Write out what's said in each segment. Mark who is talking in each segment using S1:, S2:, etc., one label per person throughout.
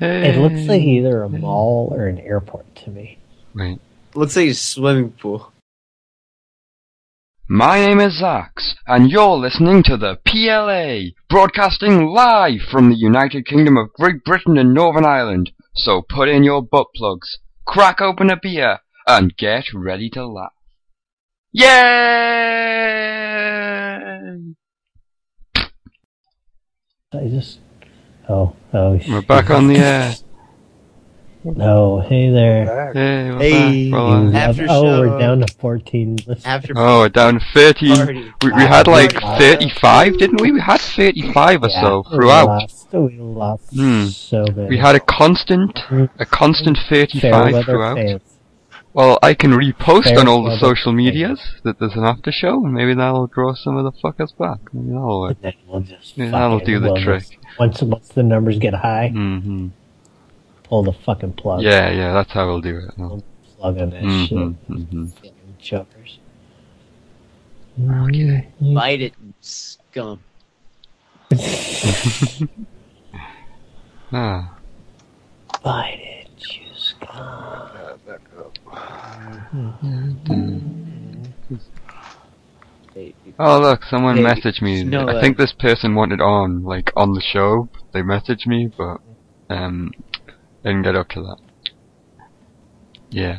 S1: It looks like either a mall or an airport to me.
S2: Right.
S3: Let's say swimming pool.
S2: My name is Zax, and you're listening to the PLA, broadcasting live from the United Kingdom of Great Britain and Northern Ireland. So put in your butt plugs, crack open a beer, and get ready to laugh. Yay!
S1: I just. Oh, oh.
S2: We're
S1: sh-
S2: back on the air.
S1: No, Oh, hey there.
S2: Hey, we're
S3: Hey.
S2: back. We're on.
S3: Hey. After
S1: oh,
S3: show.
S1: we're down to 14 listeners.
S3: After
S2: Oh, we're down to 13.
S3: party.
S2: We, we had like 35, didn't we? We had 35 or so
S1: uh, Yeah, We
S2: throughout.
S1: lost, we lost
S2: Hmm.
S1: so many.
S2: We had a constant, a constant 35
S1: Fairweather
S2: throughout.
S1: fans.
S2: Well, I can repost
S1: Fair
S2: on all the
S1: weather.
S2: social medias that there's an after show, and maybe that'll draw some of the fuckers back. Maybe that'll work.
S1: And then we'll just
S2: Yeah, that'll
S1: fucking-
S2: do the
S1: we'll just-
S2: trick.
S1: Once, once the numbers get high,
S2: hmm
S1: pull the fucking plug.
S2: Yeah, yeah, that's how we'll do it.
S1: We'll plug on that
S2: Mhm,
S1: shit.
S2: mhm.
S1: Fucking Jokers. Mm-hmm.
S2: Okay.
S3: Bite it, scum.
S2: mm-hmm. Ah.
S1: Bite it, juice gum.
S3: They- they-
S2: Oh, look, someone
S3: Hey,
S2: messaged me.
S3: no,
S2: I
S3: uh,
S2: think this person wanted on, like, on the show. They messaged me, but, um, didn't get up to that. Yeah.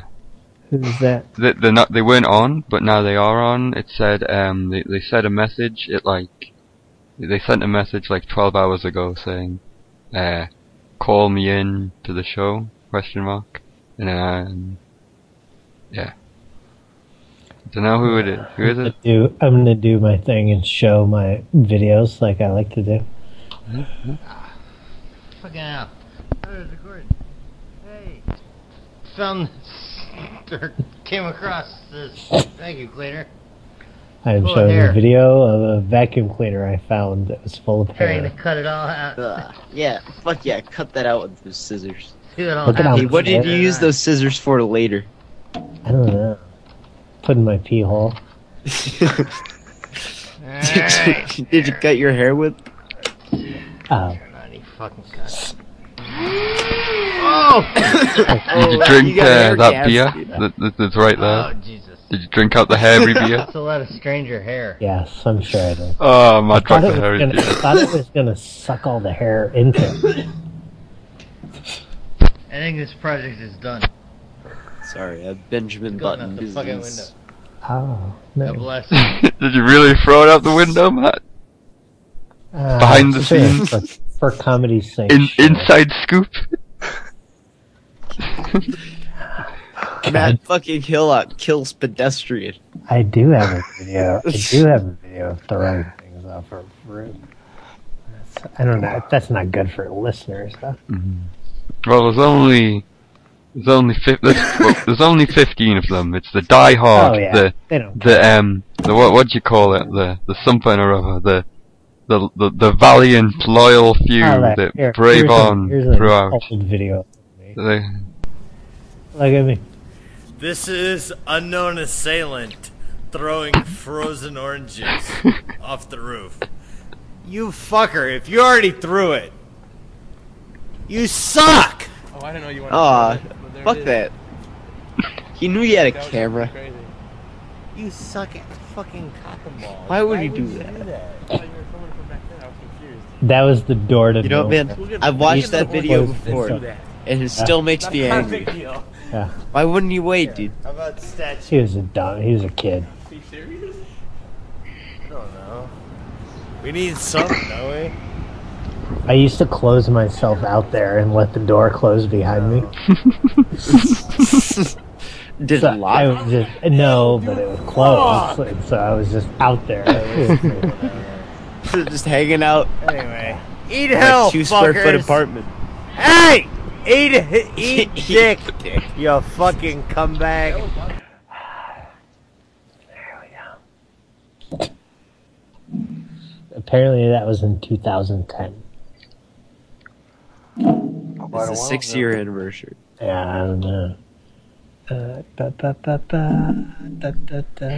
S1: Who's that?
S2: They, they're not, they weren't on, but now they are on. It said, um, they, they sent a message, it like, they sent a message like 12 hours ago saying, uh, call me in to the show, question mark. And, um, yeah. Don't know who it is. Who is
S1: I'm
S2: it?
S1: gonna do- I'm gonna do my thing and show my videos like I like to do.
S4: Fucking out. I was recording. Hey. Found this, or came across this vacuum cleaner
S1: I am
S4: Full of
S1: showing a
S4: hair.
S1: video of a vacuum cleaner I found that was full of
S4: trying to
S1: hair.
S4: cut it all out.
S3: Ugh. Uh, yeah, fuck yeah, cut that out with those scissors.
S4: Do it all
S1: Look at
S4: out.
S1: how
S3: Hey, what did you use those scissors for later?
S1: I don't know. Put in my pee hole.
S4: Alright.
S3: did you cut your hair with?
S1: Oh,
S4: Not any fucking cut. Oh!
S2: Did you
S3: Oh,
S2: drink
S3: you got
S2: uh,
S3: hair
S2: that
S3: gas.
S2: beer that, that, that's right
S4: oh,
S2: there?
S4: Jesus.
S2: Did you drink out the hairy beer?
S4: That's a lot of stranger hair.
S1: yes, I'm sure I did.
S2: Oh, my
S1: Thought
S2: drunk the
S1: it, was
S2: hairy
S1: gonna,
S2: beer.
S1: thought it was gonna suck all the hair into it.
S4: I think this project is done.
S3: Sorry, a Benjamin
S4: Going
S3: Button
S4: out the fucking window.
S3: business.
S1: Oh,
S4: God
S1: no.
S4: bless.
S2: Did you really throw it out the window, Matt?
S1: Uh,
S2: Behind the
S1: sure,
S2: scenes.
S1: For, for comedy sake.
S2: In,
S1: sure.
S2: inside scoop?
S3: Matt fucking Hillock kills pedestrian.
S1: I do have a video. I do have a video of throwing things off a roof. That's, I don't know. That's not good for listeners, huh?
S2: Well, there's only there's only fif- there's, well, there's only fifteen of them. It's the Die Hard,
S1: Oh yeah,
S2: the
S1: they don't.
S2: the um the what what do you call it? The the something or other. The the the, the valiant loyal few
S1: Oh,
S2: that,
S1: that- here,
S2: brave
S1: here's an-
S2: on
S1: here's an
S2: throughout.
S1: Old video. of me.
S2: The-
S1: Look at me.
S5: This is unknown assailant throwing frozen oranges off the roof. You fucker, if you already threw it, you suck!
S6: Oh, I don't know you want
S3: Aw,
S6: to. but there
S3: fuck
S6: it is.
S3: that. He knew you had a
S6: That was
S3: camera.
S6: crazy.
S4: You suck at fucking cock and balls.
S3: Why would you do
S4: you
S3: that?
S6: I thought you were filming from back then. I was confused.
S1: That was the door to
S3: You know,
S1: nowhere.
S3: man,
S6: Look at-
S3: I've watched
S6: look
S3: that
S6: at the
S3: video
S6: ones that
S3: before,
S6: do that.
S3: and it still makes
S6: That's
S3: me
S6: not a
S3: angry.
S6: big deal.
S1: Yeah.
S3: Why wouldn't you wait, dude?
S4: How about statue?
S1: He was a dumb. He was a kid.
S6: Are you serious?
S4: I don't know. We need something, don't we?
S1: I used to close myself out there and let the door close behind me.
S3: Did a
S1: So
S3: lot.
S1: I was just no, but it was closed, and so I was just out there.
S3: just hanging out
S4: Anyway, eat
S3: in
S4: hell,
S3: a two square foot
S4: fuckers.
S3: apartment.
S4: Hey, eat eat dick,
S3: Dick.
S4: you fucking comeback.
S1: Apparently, that was in 2010.
S3: It's a six year anniversary.
S1: Yeah, I don't know. Uh, ba, ba, ba, ba, da, da, da.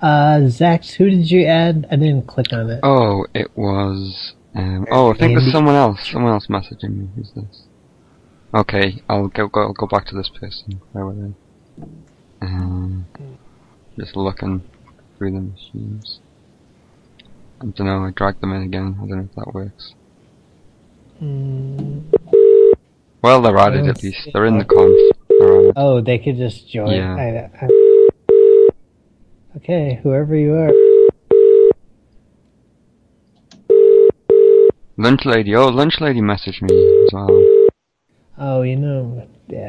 S1: Uh, Zax, who did you add? I didn't click on it.
S2: oh, it was. Um, oh, I think there's someone else. Someone else messaging me. Who's this? Okay, I'll go go go back to this person. Where were they? Um, just looking through the machines. I don't know. I dragged them in again. I don't know if that works.
S1: Mm.
S2: Well, they're added
S1: don't
S2: at least.
S1: see
S2: They're in the
S1: that.
S2: conf. They're added.
S1: Oh, they could just join.
S2: Yeah.
S1: I, I- okay, whoever you are.
S2: Lunch lady. Oh, lunch lady messaged me as well.
S1: Oh, you know, yeah.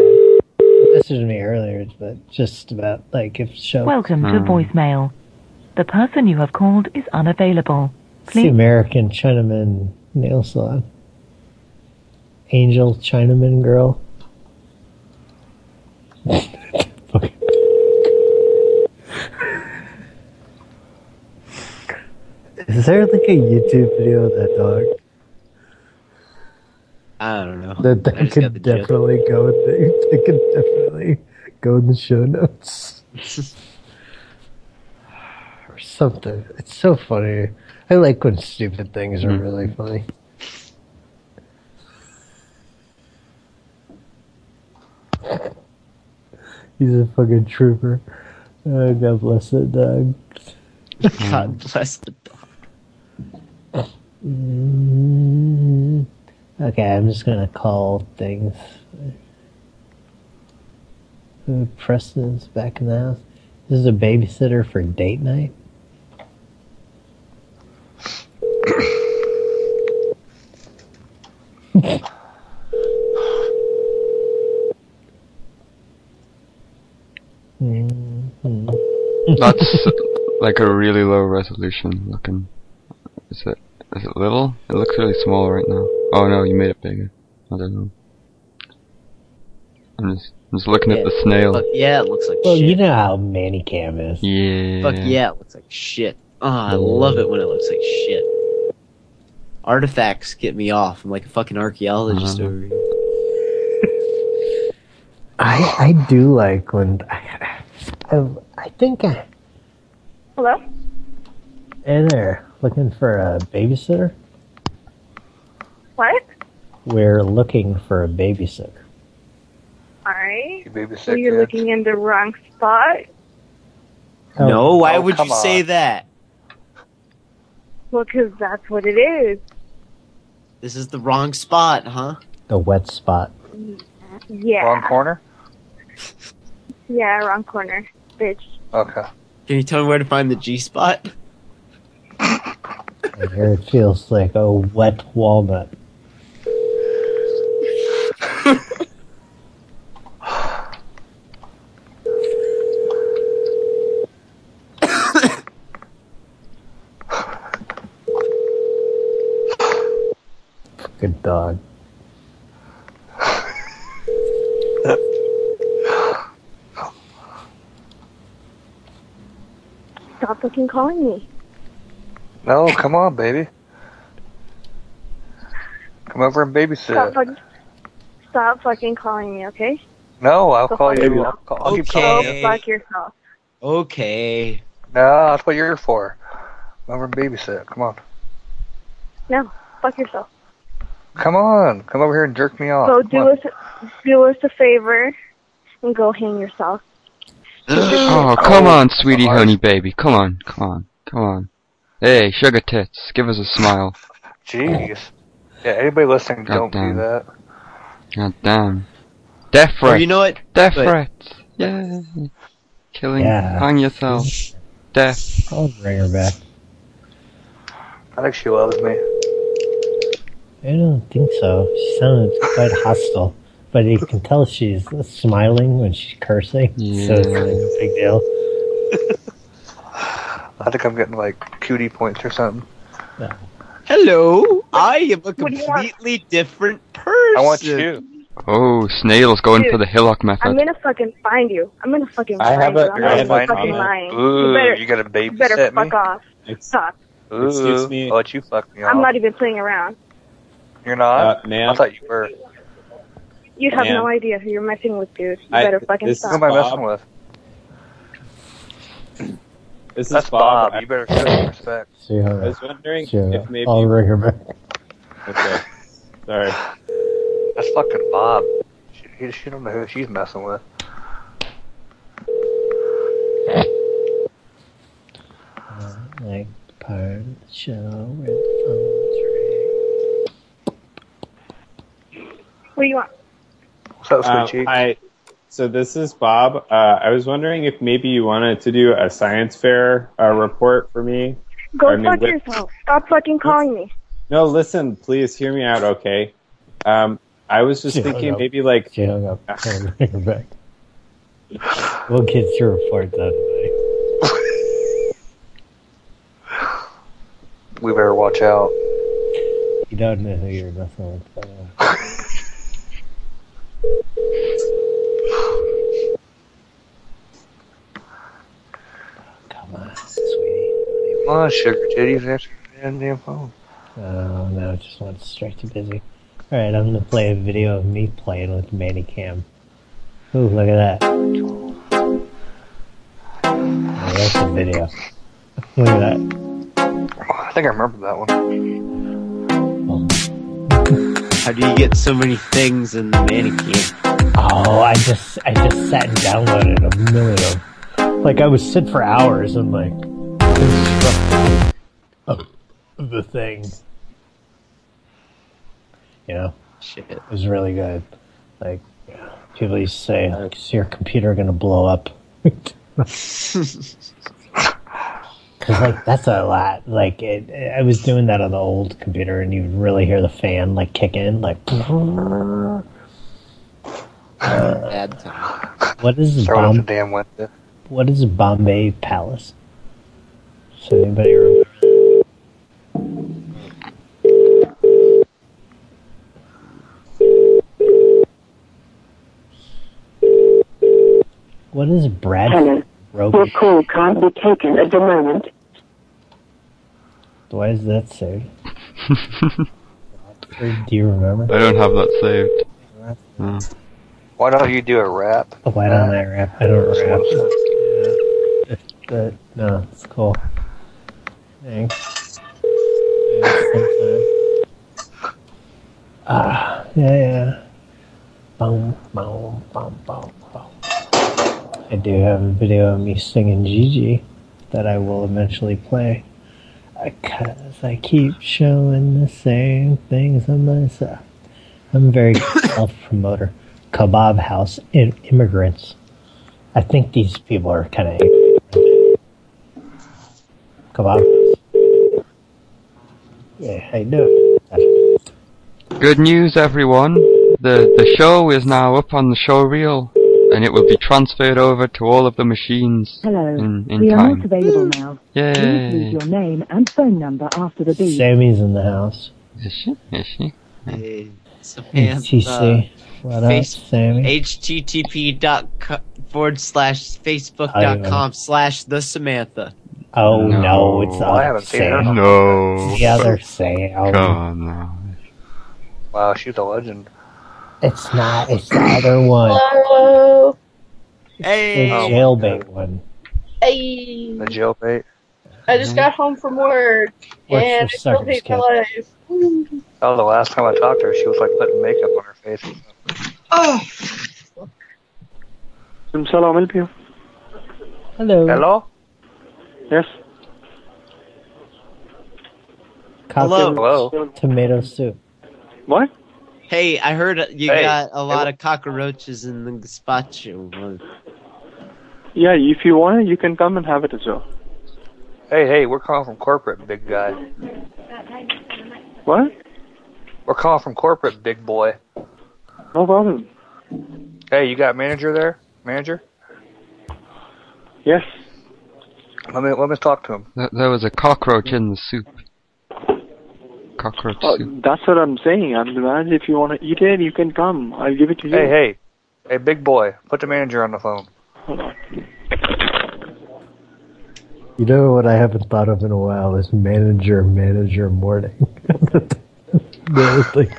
S1: Messaged me earlier, but just about like if show
S7: Welcome to
S2: Hmm.
S7: voicemail. The person you have called is unavailable.
S1: it's the
S7: Please.
S1: American Chinaman nail salon. Angel Chinaman girl. Okay. Is there like a YouTube video of that dog?
S3: I don't know.
S1: That
S3: I
S1: that
S3: just got the
S1: could
S3: gist.
S1: definitely go in the that could definitely go in the show notes. or something. It's so funny. I like when stupid things are really funny. He's a fucking trooper. Oh, God bless that dog.
S3: God bless the dog.
S1: Mm, Okay, I'm just gonna call things. Uh, Preston's back in the house. This is a babysitter for date night. Mhm.
S2: That's like a really low resolution looking. Is it? Is it little? It looks really small right now. Oh no, you made it bigger. I don't know. I'm just, I'm just looking at the snail.
S3: Fuck yeah, it looks like
S1: Well,
S3: shit.
S1: you know how Manicam is.
S2: Yeah.
S3: Fuck yeah, it looks like shit. Oh, I love it when it looks like shit. Artifacts get me off. I'm like a fucking archaeologist
S2: Uh-huh.
S3: over here.
S1: I I do like when I I, I think I
S8: Hello?
S1: hey there looking for a babysitter.
S8: What?
S1: We're looking for a babysitter.
S8: Alright.
S9: You babysit
S8: So you're
S9: kids?
S8: looking in the wrong spot.
S1: Oh,
S3: No, why
S9: Oh,
S3: would
S9: come
S3: you say
S9: on.
S3: that?
S8: Well, 'cause that's what it is.
S3: This is the wrong spot, huh?
S1: the wet spot.
S8: Yeah.
S9: Wrong corner?
S8: Yeah, wrong corner. Bitch.
S9: Okay.
S3: Can you tell me where to find the G spot?
S1: I hear it feels like a wet walnut. Good dog.
S8: Stop fucking calling me.
S9: No, come on, baby. Come over and babysit.
S8: Stop fucking. Stop fucking calling me, okay?
S9: No, I'll
S8: Go
S9: call
S8: fuck
S9: you. I'll,
S8: yourself.
S9: call, I'll keep
S8: Go
S9: calling you.
S3: Okay.
S8: fuck yourself.
S3: Okay.
S9: No, that's what you're here for. Come over and babysit. Come on.
S8: Fuck yourself.
S9: Come on. Come over here and jerk me off.
S8: Go
S9: Come
S8: do
S9: on.
S8: us do us a favor and go hang yourself.
S2: Oh come
S9: Oh,
S2: on, sweetie,
S9: gosh.
S2: honey, baby. Come on, come on, come on. Hey, sugar tits, give us a smile.
S9: Jeez. Yeah, anybody listening,
S2: God
S9: don't
S2: damn.
S9: do that.
S2: God damn. Death
S3: Or
S2: threat.
S3: Oh, you know what?
S2: Death
S3: but-
S2: threat. Yeah. Killing.
S1: Yeah.
S2: Hang yourself. Death.
S1: I'll bring her back.
S9: I think she loves me.
S1: I don't think so. She sounded quite hostile, but you can tell she's smiling when she's cursing, so it's
S10: Mm.
S1: like a big deal.
S9: I think I'm getting like cutie points or something.
S3: Hello, I am a
S8: do you want?
S3: completely different person.
S9: I want you.
S2: Oh, snails going
S8: Dude,
S2: for the hillock method.
S8: I'm gonna fucking find you. I'm gonna fucking
S10: I
S8: find
S10: have a-
S8: you. I'm
S9: You're
S10: I
S8: not
S10: have
S9: gonna
S10: a
S8: even
S9: find
S8: fucking
S9: me.
S8: lying.
S10: comment.
S9: Ooh,
S8: you better,
S9: gotta
S8: you better
S9: babysit
S8: fuck
S9: me.
S8: off.
S10: Ex-
S8: Stop.
S9: Ooh,
S10: Excuse me.
S9: I'll let you fuck me off.
S8: I'm not even playing around.
S9: You're not.
S10: Uh, ma'am?
S9: I thought you were.
S8: You have
S10: Man.
S8: no idea who you're messing with, dude. You
S10: I-
S8: better fucking
S10: this is
S9: Who
S8: stop.
S9: am I messing
S10: Bob.
S9: with?
S10: This
S9: That's
S10: is Bob.
S9: Bob. You better show some respect.
S1: See how
S10: I was wondering
S1: Sure,
S10: if maybe.
S1: I'll bring her back.
S10: Okay. Sorry.
S9: That's fucking Bob. You she don't know who she's messing with.
S1: Like part show with phone
S8: What do you want?
S9: What's up,
S10: Um,
S9: sweet cheek?
S10: I, so this is Bob. Uh, I was wondering if maybe you wanted to do a science fair uh, report for me.
S8: Go
S10: I mean,
S8: fuck
S10: with-
S8: yourself. Stop fucking calling me.
S10: No, listen, please hear me out, okay? Um, I was just
S1: Yeah,
S10: thinking
S1: no.
S10: maybe like
S1: She hung up.
S9: Ah.
S1: and ring back. We'll get your report done.
S9: We better watch out.
S1: You don't know who you're messing with. by the way. Come on, sweetie.
S9: Come on, sugar titties, answer the damn phone.
S1: Oh no, I just want to strike you busy. Alright, I'm gonna play a video of me playing with Manny Cam. Ooh, look at that. Oh, that's a video. Look at that.
S9: I think I remember that one.
S3: How do you get so many things in the mannequin?
S1: Oh, I just I just sat and downloaded a million of them. Like I would sit for hours and like construct the thing. You know?
S3: Shit.
S1: It was really good. Like people used to say, like, "Is your computer gonna blow up?" Because like that's a lot. Like it, I was doing that on the old computer, and you'd really hear the fan like kick in. Like,
S3: Bad time.
S1: what is
S9: Throw out the
S1: bomb?
S9: damn window.
S1: What is Bombay Palace? So anybody remember? What is Brad? Roby?
S7: call can't be taken at the moment.
S1: Why is that saved? Or Do you remember?
S2: I don't have that saved. No.
S9: Why don't you do a rap?
S1: Oh, Why don't I rap? I don't rap. But no, it's cool. Thanks. Ah, yeah, yeah. Boom, boom, boom, boom, boom. I do have a video of me singing Gigi that I will eventually play. Because I keep showing the same things on myself. I'm a very good self-promoter. Kebab house in- immigrants. I think these people are kind of kebab. Yeah, how you doing?
S2: Good news, everyone. The the show is now up on the show reel, and it will be transferred over to all of the machines
S7: Hello.
S2: in in
S7: We are not
S2: time.
S7: available now. Please leave
S2: Yay!
S7: your name and phone number after the beep.
S1: Sammy's in the house.
S2: Is she? Is she?
S3: Hey, Samantha.
S1: TC. What up,
S3: face-
S1: Sammy?
S3: http dot co- forward slash facebook
S1: I,
S3: dot
S1: uh,
S3: com slash the Samantha.
S1: Oh no,
S2: No.
S1: it's the
S2: Well,
S9: I
S1: other
S9: haven't seen her.
S1: Sam.
S2: No.
S1: The other Sam.
S2: Come on now.
S9: Wow, she's a legend.
S1: It's not. It's the other one.
S8: Hello.
S1: The
S3: Hey,
S9: Oh.
S1: jailbait one.
S8: Hey.
S9: The jailbait.
S8: I just got home from work
S1: Works
S8: and
S1: for
S8: I still
S1: suckers,
S8: hate my
S1: kid.
S8: life.
S9: Oh, the last time I talked to her, she was like putting makeup on her face.
S11: Hello, help you?
S1: Hello.
S9: Hello?
S11: Yes.
S1: Cock
S3: Hello.
S9: Hello?
S1: and Tomato soup.
S11: What?
S3: hey, I heard you
S9: Hey.
S3: got a lot of cockroaches in the gazpacho.
S11: Yeah, if you want, you can come and have it as well.
S9: Hey, hey, we're calling from corporate, big guy.
S11: What?
S9: We're calling from corporate, big boy.
S11: No problem.
S9: Hey, you got manager there? Manager?
S11: Yes.
S9: Let me let me talk to him.
S2: Th- There was a cockroach in the soup. Cockroach
S11: Uh,
S2: soup.
S11: that's what I'm saying. I'm the manager. If you want to eat it, you can come. I'll give it to you.
S9: Hey, hey. Hey, big boy, put the manager on the phone.
S11: Hold on.
S1: You know what I haven't thought of in a while is manager, manager morning. that was like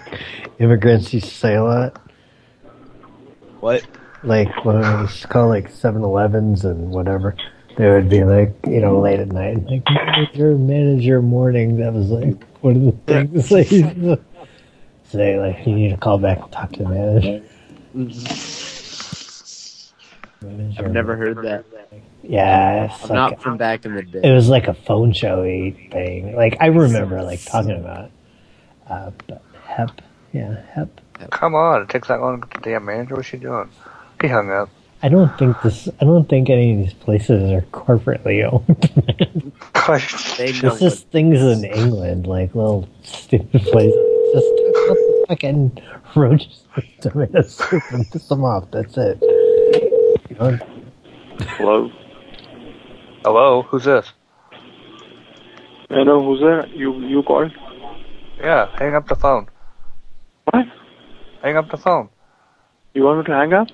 S1: immigrants used to say a lot.
S3: What?
S1: Like when I used to call like 7-Elevens and whatever, they would be like, you know, late at night, like manager, manager morning. That was like one of the things they used to say. Like you need to call back and talk to the manager.
S3: I've never heard that.
S1: Yeah, it's
S3: I'm
S1: like-
S3: not from back in the day.
S1: It was like a phone showy thing. Like I remember like talking about, it. uh, but hep, yeah, hep.
S9: Come on, it takes that long to get the damn manager. What's she doing? He hung up.
S1: I don't think this. I don't think any of these places are corporately owned.
S9: They
S1: it's just things in England, like little stupid places. Just fucking roaches with tomato soup and piss them off. That's it. You know?
S11: Hello?
S9: Hello, who's this?
S11: I know who's there. You you called?
S9: Yeah, hang up the phone.
S11: What?
S9: Hang up the phone.
S11: You want me to hang up?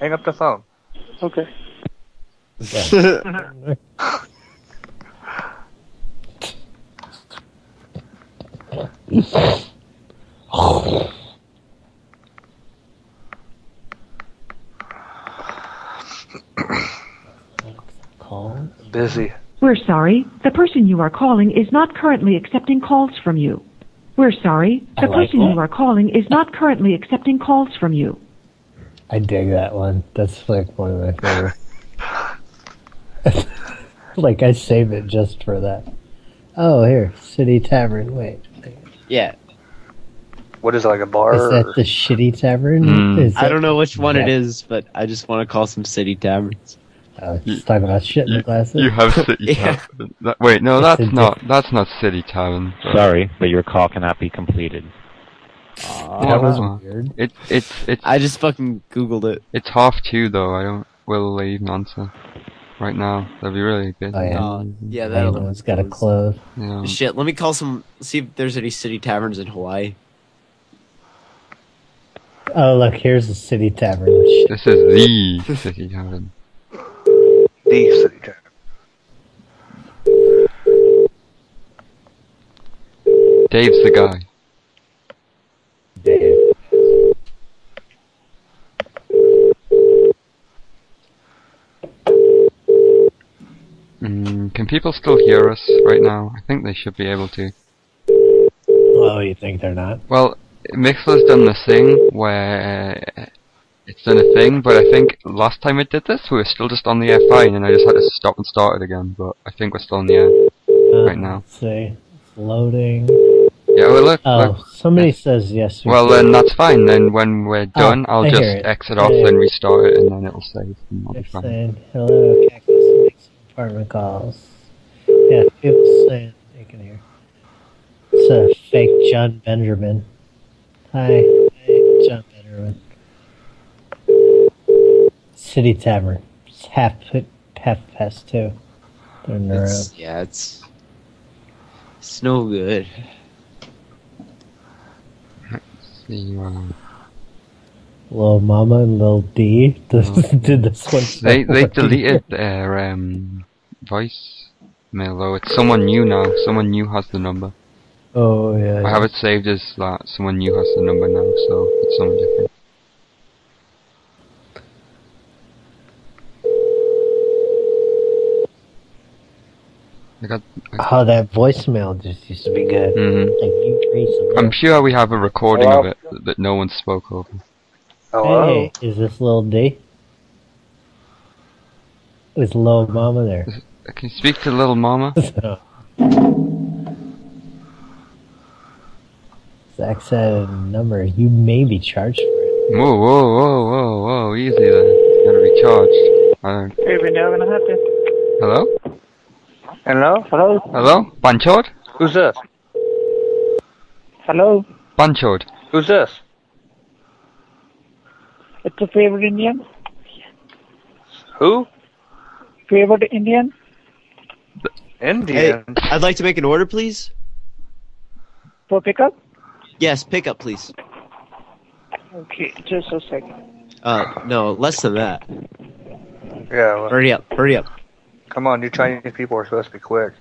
S9: Hang up the phone.
S11: Okay.
S1: Call.
S9: Busy.
S7: We're sorry, the person you are calling is not currently accepting calls from you. We're sorry, the
S1: I like
S7: person
S1: that.
S7: you are calling is not currently accepting calls from you.
S1: I dig that one. That's like one of my favorites. like I save it just for that. Oh, here, City Tavern. Wait,
S3: Yeah.
S9: What is it, like a bar?
S1: is that
S9: or-
S1: the shitty tavern? Is
S3: I
S1: that-
S3: don't know which one it
S1: Yeah.
S3: is, but I just want to call some city taverns.
S1: Oh, it's talking about shit in the glasses.
S2: You have city
S3: Yeah.
S2: tavern. That, wait, no,
S1: It's
S2: that's
S1: a
S2: not that's not city tavern.
S12: Sorry, but your call cannot be completed.
S2: What?
S1: weird.
S2: It it's it's. I
S3: just fucking googled it.
S2: It's half two though. I don't. We'll leave an answer right now. That'd be really good.
S1: Oh, yeah.
S3: yeah, that'll.
S1: Anyone's got to close.
S2: Yeah.
S3: Shit, let me call some. See if there's any city taverns in Hawaii.
S1: Oh, look, here's the City Tavern. Shit.
S2: This is the city tavern.
S9: The city tavern.
S2: Dave's the guy. Mm, can people still hear us right now? I think they should be able to.
S1: Oh, you think they're not?
S2: Well, Mixler's done the thing where it's done a thing, but I think last time it did this, we were still just on the air fine, and I just had to stop and start it again. But I think we're still on the air
S1: Uh,
S2: right now.
S1: Let's see. It's loading.
S2: Yeah, well, look,
S1: Oh,
S2: look.
S1: somebody says yes. we
S2: Well,
S1: can.
S2: then that's fine. Then when we're
S1: Oh,
S2: done, I'll
S1: I hear
S2: just
S1: it.
S2: exit off,
S1: Yeah.
S2: then restart it, and then it'll save. And I'll be
S1: They're
S2: fine.
S1: saying, hello, Cactus makes apartment calls. Yeah, people saying they can hear. It's a fake John Benjamin. Hi, hi, John Benjamin. City Tavern. It's half, put, half past two. They're in the room.
S3: It's, yeah, it's. It's no good.
S2: See, uh,
S1: Little Mama and Little D this, did this one.
S2: Oh. They they
S1: somewhere.
S2: deleted their um, voice mail though. It's someone new now. Someone new has the number.
S1: Oh, yeah.
S2: I have it saved as that. Someone new has the number now, so it's someone different. I got.
S1: Oh, that voicemail just used to be good.
S2: Mhm.
S1: Like, you reached
S2: I'm sure we have a recording of it that- that no one spoke over.
S9: Oh,
S1: Hello? Hey, is this Little D? Is Little Mama there?
S2: Uh, Can you speak to little mama?
S1: Zach said a number. You may be charged for it.
S2: Whoa, whoa, whoa, whoa, whoa! Easy there. It's gotta be charged. I don't- Hello?
S9: Hello? Hello?
S2: Hello? Banchod?
S9: Who's this?
S13: Hello,
S2: Banchod.
S9: Who's this?
S13: it's a favorite Indian.
S9: Who?
S13: Favorite Indian.
S9: Indian?
S3: Hey, I'd like to make an order, please.
S13: For pickup?
S3: Yes, pickup, please.
S13: Okay, just a second.
S3: Uh, no, less than that.
S9: Yeah. Well,
S3: hurry up! Hurry up!
S9: Come on, you Chinese people are supposed to be quick.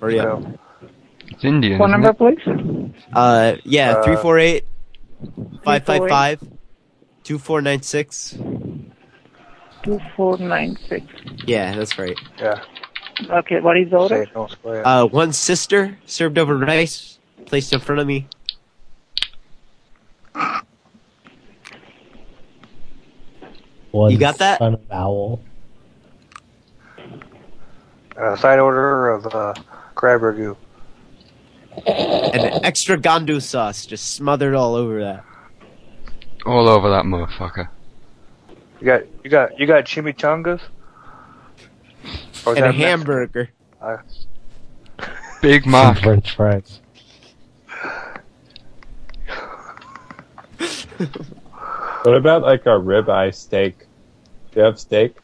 S3: Hurry up.
S2: It's Indian.
S9: Phone
S2: isn't
S9: number,
S2: it?
S13: please.
S3: Uh, yeah,
S9: Uh,
S3: three four eight five five five two four nine six.
S13: Two four nine six.
S3: Yeah, that's right.
S9: Yeah.
S13: Okay, what is the order?
S3: Uh, one sister served over rice placed in front of me.
S1: One
S3: You got that?
S1: Son of owl.
S9: Uh, side order of uh, crab ragout.
S3: And extra gandu sauce just smothered all over that.
S2: All over that motherfucker.
S9: You got you got you got chimichangas. Or
S3: and
S9: is
S3: a
S9: that Mex-
S3: hamburger.
S9: Uh,
S2: Big Mac.
S1: French fries.
S10: What about like a ribeye steak? Do you have steak?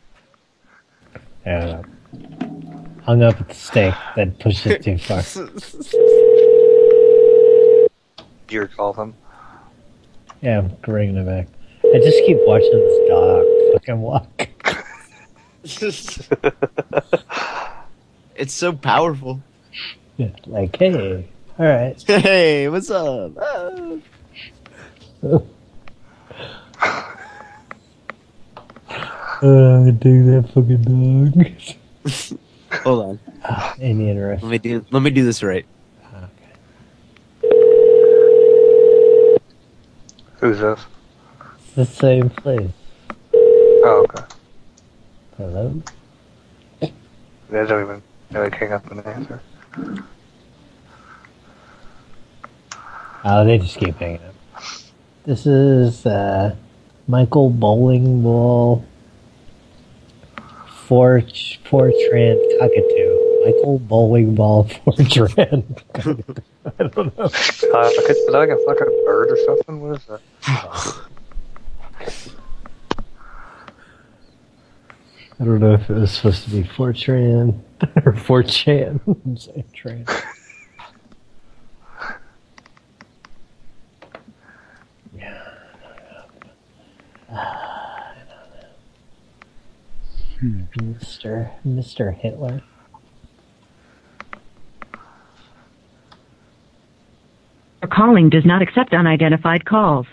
S1: Yeah. Hung up at the steak, then pushed it too far.
S9: you call them.
S1: Yeah, I'm bringing it back. I just keep watching this dog fucking walk.
S3: Uh, it's so powerful.
S1: Like, hey, all right.
S3: Hey, what's up? Ah.
S1: Uh, dig that fucking dog.
S3: Hold on.
S1: Any interest?
S3: Let me do. Let me do this right.
S9: Who's this?
S1: It's the same place.
S9: Oh, okay.
S1: Hello?
S9: They don't even they like hang up and answer.
S1: Oh, they just keep hanging up. This is uh, Michael Bowling Ball Forge Fortran Cockatoo. Michael Bowling Ball Fortran. Cockatoo. I don't know. Uh,
S9: is that like a fucking bird or something? What is that?
S1: I don't know if it was supposed to be Fortran or Fortran. I'm saying Tran. Mr. Mr. Hitler.
S7: Your calling does not accept unidentified calls.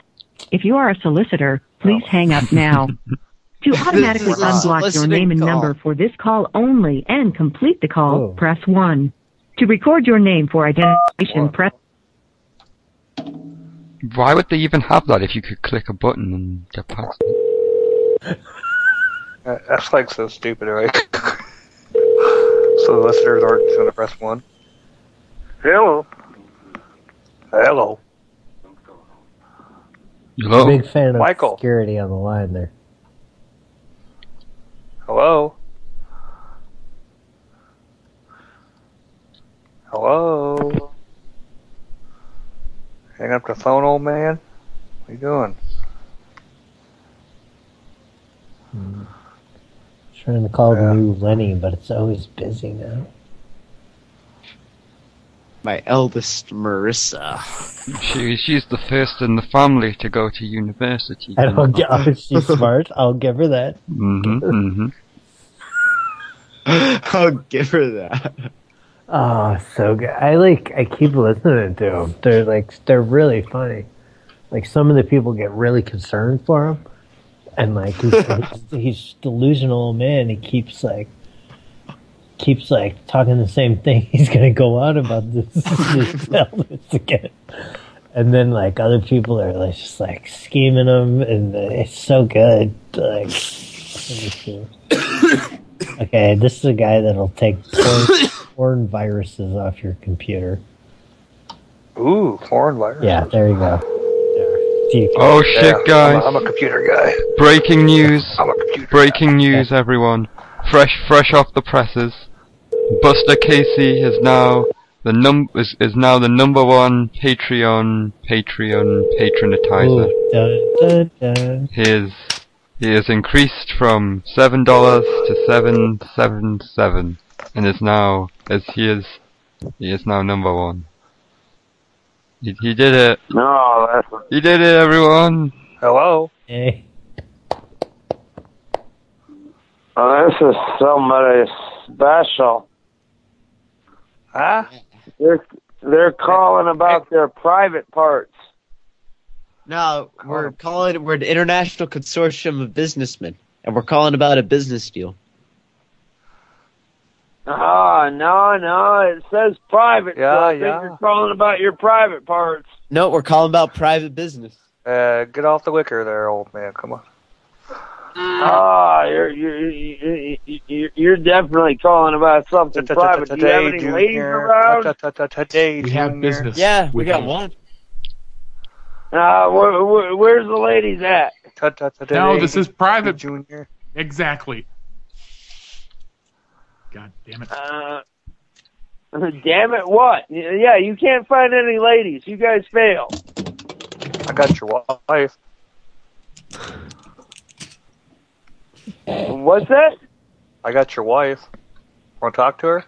S7: If you are a solicitor, please hang up now. To automatically
S13: Oh. This is a
S7: unblock your
S13: soliciting
S7: name and
S13: call. Oh.
S7: number for this call only and complete the call, press 1. To record your name for identification, press
S2: Why would they even have that if you could click a button and get past it?
S9: That- That's like so stupid, right? so the listeners aren't just gonna press one. Hello. Hello.
S2: Hello?
S1: Big fan of
S9: Michael.
S1: security on the line there.
S9: Hello. Hello. Hang up the phone, old man. What you doing?
S1: Hmm. Trying to call the new Lenny, but it's always busy now.
S3: My eldest Marissa.
S2: She, she's the first in the family to go to university.
S1: And I'll get, oh, she's smart. I'll give her that.
S2: hmm
S1: Mm-hmm,
S2: hmm
S3: I'll give her that.
S1: Oh, mm-hmm. so good. I like. I keep listening to them. They're like. They're really funny. Like some of the people get really concerned for him, and like he's he's delusional man. He keeps like keeps like talking the same thing. He's gonna go out about this, this eldest again. And then like other people are like just like scheming him, and uh, it's so good. Like, let me see. okay, this is a guy that'll take porn, porn viruses off your computer.
S9: Ooh, corn virus.
S1: Yeah, there you go. There. Do you-
S2: Oh shit,
S9: Yeah, I'm a-
S2: guys!
S9: I'm a computer guy.
S2: Breaking news! Breaking news, everyone! Fresh, fresh off the presses. Buster Casey is now the num is, is now the number one Patreon Patreon patronatizer.
S1: Dun, dun, dun.
S2: He is he has increased from seven dollars to seven seven seven, and is now as he is he is now number one. He, he did it.
S9: No, that's
S2: He did it, everyone.
S9: Hello.
S1: Hey.
S14: Oh, this is somebody special.
S9: Huh?
S14: They're they're calling about their private parts.
S3: No, we're calling. We're an international consortium of businessmen, and we're calling about a business deal.
S14: Oh, no, no, it says private. so I think
S3: yeah.
S14: you're calling about your private parts.
S3: No, we're calling about private business.
S9: Uh, get off the wicker there, old man. Come on.
S13: Ah, you're you're, you're you're you're definitely calling about something private. Do you have any ladies around?
S9: Today, we have business.
S15: Yeah, we got one.
S13: Uh, where, where, where's the ladies at?
S16: No, this is private, Junior. Exactly. God damn it.
S13: Uh, damn it, what? Yeah, you can't find any ladies. You guys fail.
S9: I got your wife.
S13: What's that?
S9: I got your wife. Want to talk to her?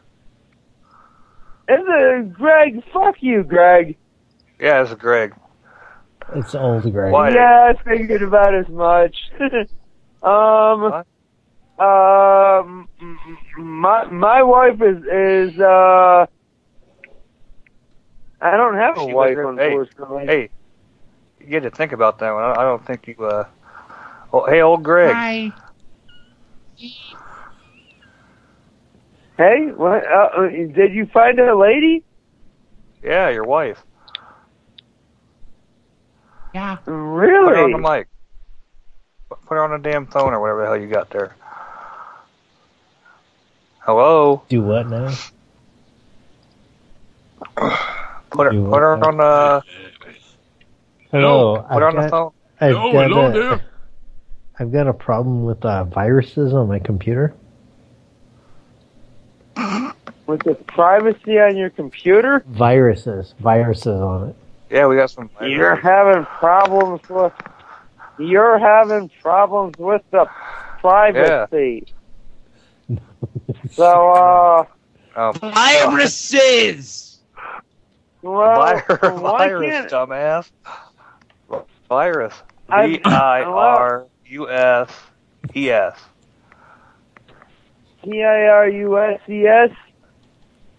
S13: It's a uh, Greg. Fuck you, Greg.
S9: Yeah, it's Greg.
S1: It's old Greg.
S13: Yeah, I figured about as much. um, um, my my wife is is uh, I don't have a
S9: She
S13: wife,
S9: was- Oh, hey,
S13: unfortunately.
S9: Hey, you get to think about that one. I I don't think you. Uh, oh, hey, old Greg.
S13: Hi. Hey, what? Uh, uh, did you find a lady?
S9: Yeah, your wife.
S16: Yeah.
S13: Really?
S9: Put her on the mic. Put her on a damn phone or whatever the hell you got there. Hello.
S1: Do what now?
S9: Put her.
S1: Do
S9: Put her
S1: what?
S9: on the.
S1: Hello.
S9: Put her
S1: I've
S9: on the
S1: got-
S9: phone.
S1: I've got a- I've got a problem with uh, viruses on my computer.
S13: With the privacy on your computer?
S1: Viruses, viruses on it.
S9: Yeah, we got some.
S13: You're having problems with. You're having problems with the privacy. So, uh.
S9: Oh,
S15: Viruses!
S13: Well,
S9: Vir-
S13: Oh, why
S9: virus,
S13: can't-
S9: dumbass. Virus.
S13: I-
S9: V I R U S E S.
S13: T I R U S E S?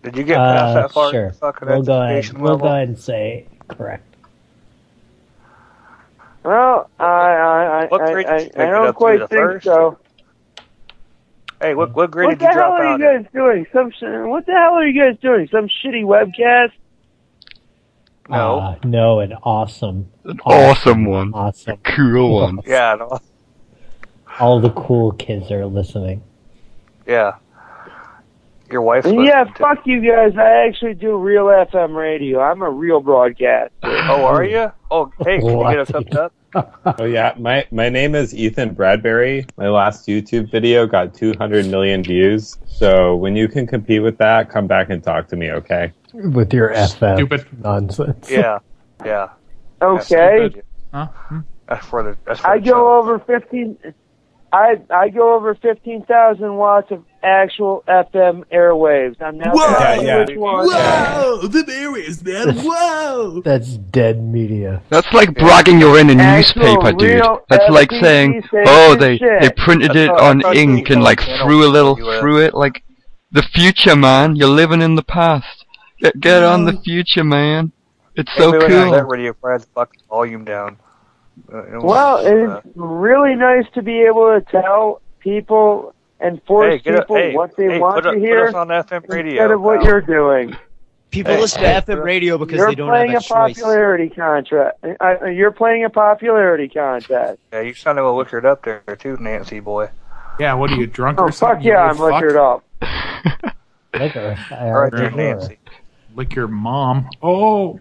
S9: Did you get past
S1: Uh,
S9: that part?
S1: Sure.
S9: Fucking
S1: We'll go ahead.
S9: education
S1: We'll
S9: level?
S1: go ahead and say correct.
S13: Well, I, I, I,
S9: What
S13: I,
S9: grade did
S13: I,
S9: you
S13: I
S9: make it up
S13: don't
S9: to,
S13: quite
S9: the
S13: think
S9: first?
S13: so.
S9: Hey, what what grade
S13: what
S9: did
S13: the
S9: you
S13: hell
S9: drop
S13: are
S9: out?
S13: you guys doing? Some sh- what the hell are you guys doing? Some shitty webcast?
S9: No.
S1: Uh, no, an awesome,
S2: An awesome one.
S1: Awesome.
S2: A cool one.
S9: Yeah, no,
S1: All the cool kids are listening.
S9: yeah. Your wife.
S13: yeah, fuck you guys. I actually do real FM radio. I'm a real broadcaster.
S9: Oh, are you? Oh, hey, can you get us hooked up?
S10: Oh yeah, my my name is Ethan Bradbury. My last YouTube video got 200 million views. So when you can compete with that, come back and talk to me, okay?
S1: With your FM
S10: Stupid.
S1: nonsense.
S9: Yeah, yeah.
S13: Okay.
S9: That's for the. That's for
S13: I
S9: the
S13: go over fifteen. I I go over fifteen thousand watts of actual FM airwaves. I'm now
S1: Whoa!
S13: telling you
S1: Yeah, yeah.
S13: which one.
S1: Whoa!
S13: The airwaves,
S1: man.
S13: Whoa!
S1: That's dead media.
S2: That's like bragging you're in a newspaper, dude.
S1: real
S2: That's like
S1: FTC
S2: saying,
S1: station
S2: oh, they they
S1: shit."
S2: printed
S1: That's
S2: it
S1: what I
S2: on
S1: thought you
S2: ink and like
S1: said.
S2: threw a little
S1: You, uh,
S2: through it. Like the future, man. You're living in the past. Get get on the future, man. It's so
S9: Everybody has That
S2: cool.
S9: radio had the fucking volume down. Uh, it was-
S13: Well,
S9: uh,
S13: it's really nice to be able to tell people and force
S9: hey, get up-
S13: people
S9: hey,
S13: what they
S9: hey,
S13: want
S9: put, up-
S13: to hear
S9: Put us on FM radio.
S13: instead of what
S9: pal.
S13: you're doing.
S15: People
S9: Hey,
S15: listen
S9: hey.
S15: to FM radio because
S13: you're
S15: they don't have
S13: playing
S15: a, choice.
S13: popularity contract. I, I- you're playing a popularity contest.
S9: Yeah, you sound a little liquored up there too, Nancy boy.
S16: Yeah, what are you, drunk
S13: Oh
S16: or something?
S13: fuck
S16: you
S13: yeah, I'm
S16: old fuck?
S13: liquored up.
S1: Liquor. I
S9: All right,
S1: already
S9: there,
S1: know
S9: Nancy.
S1: it.
S16: Lick your mom. Oh.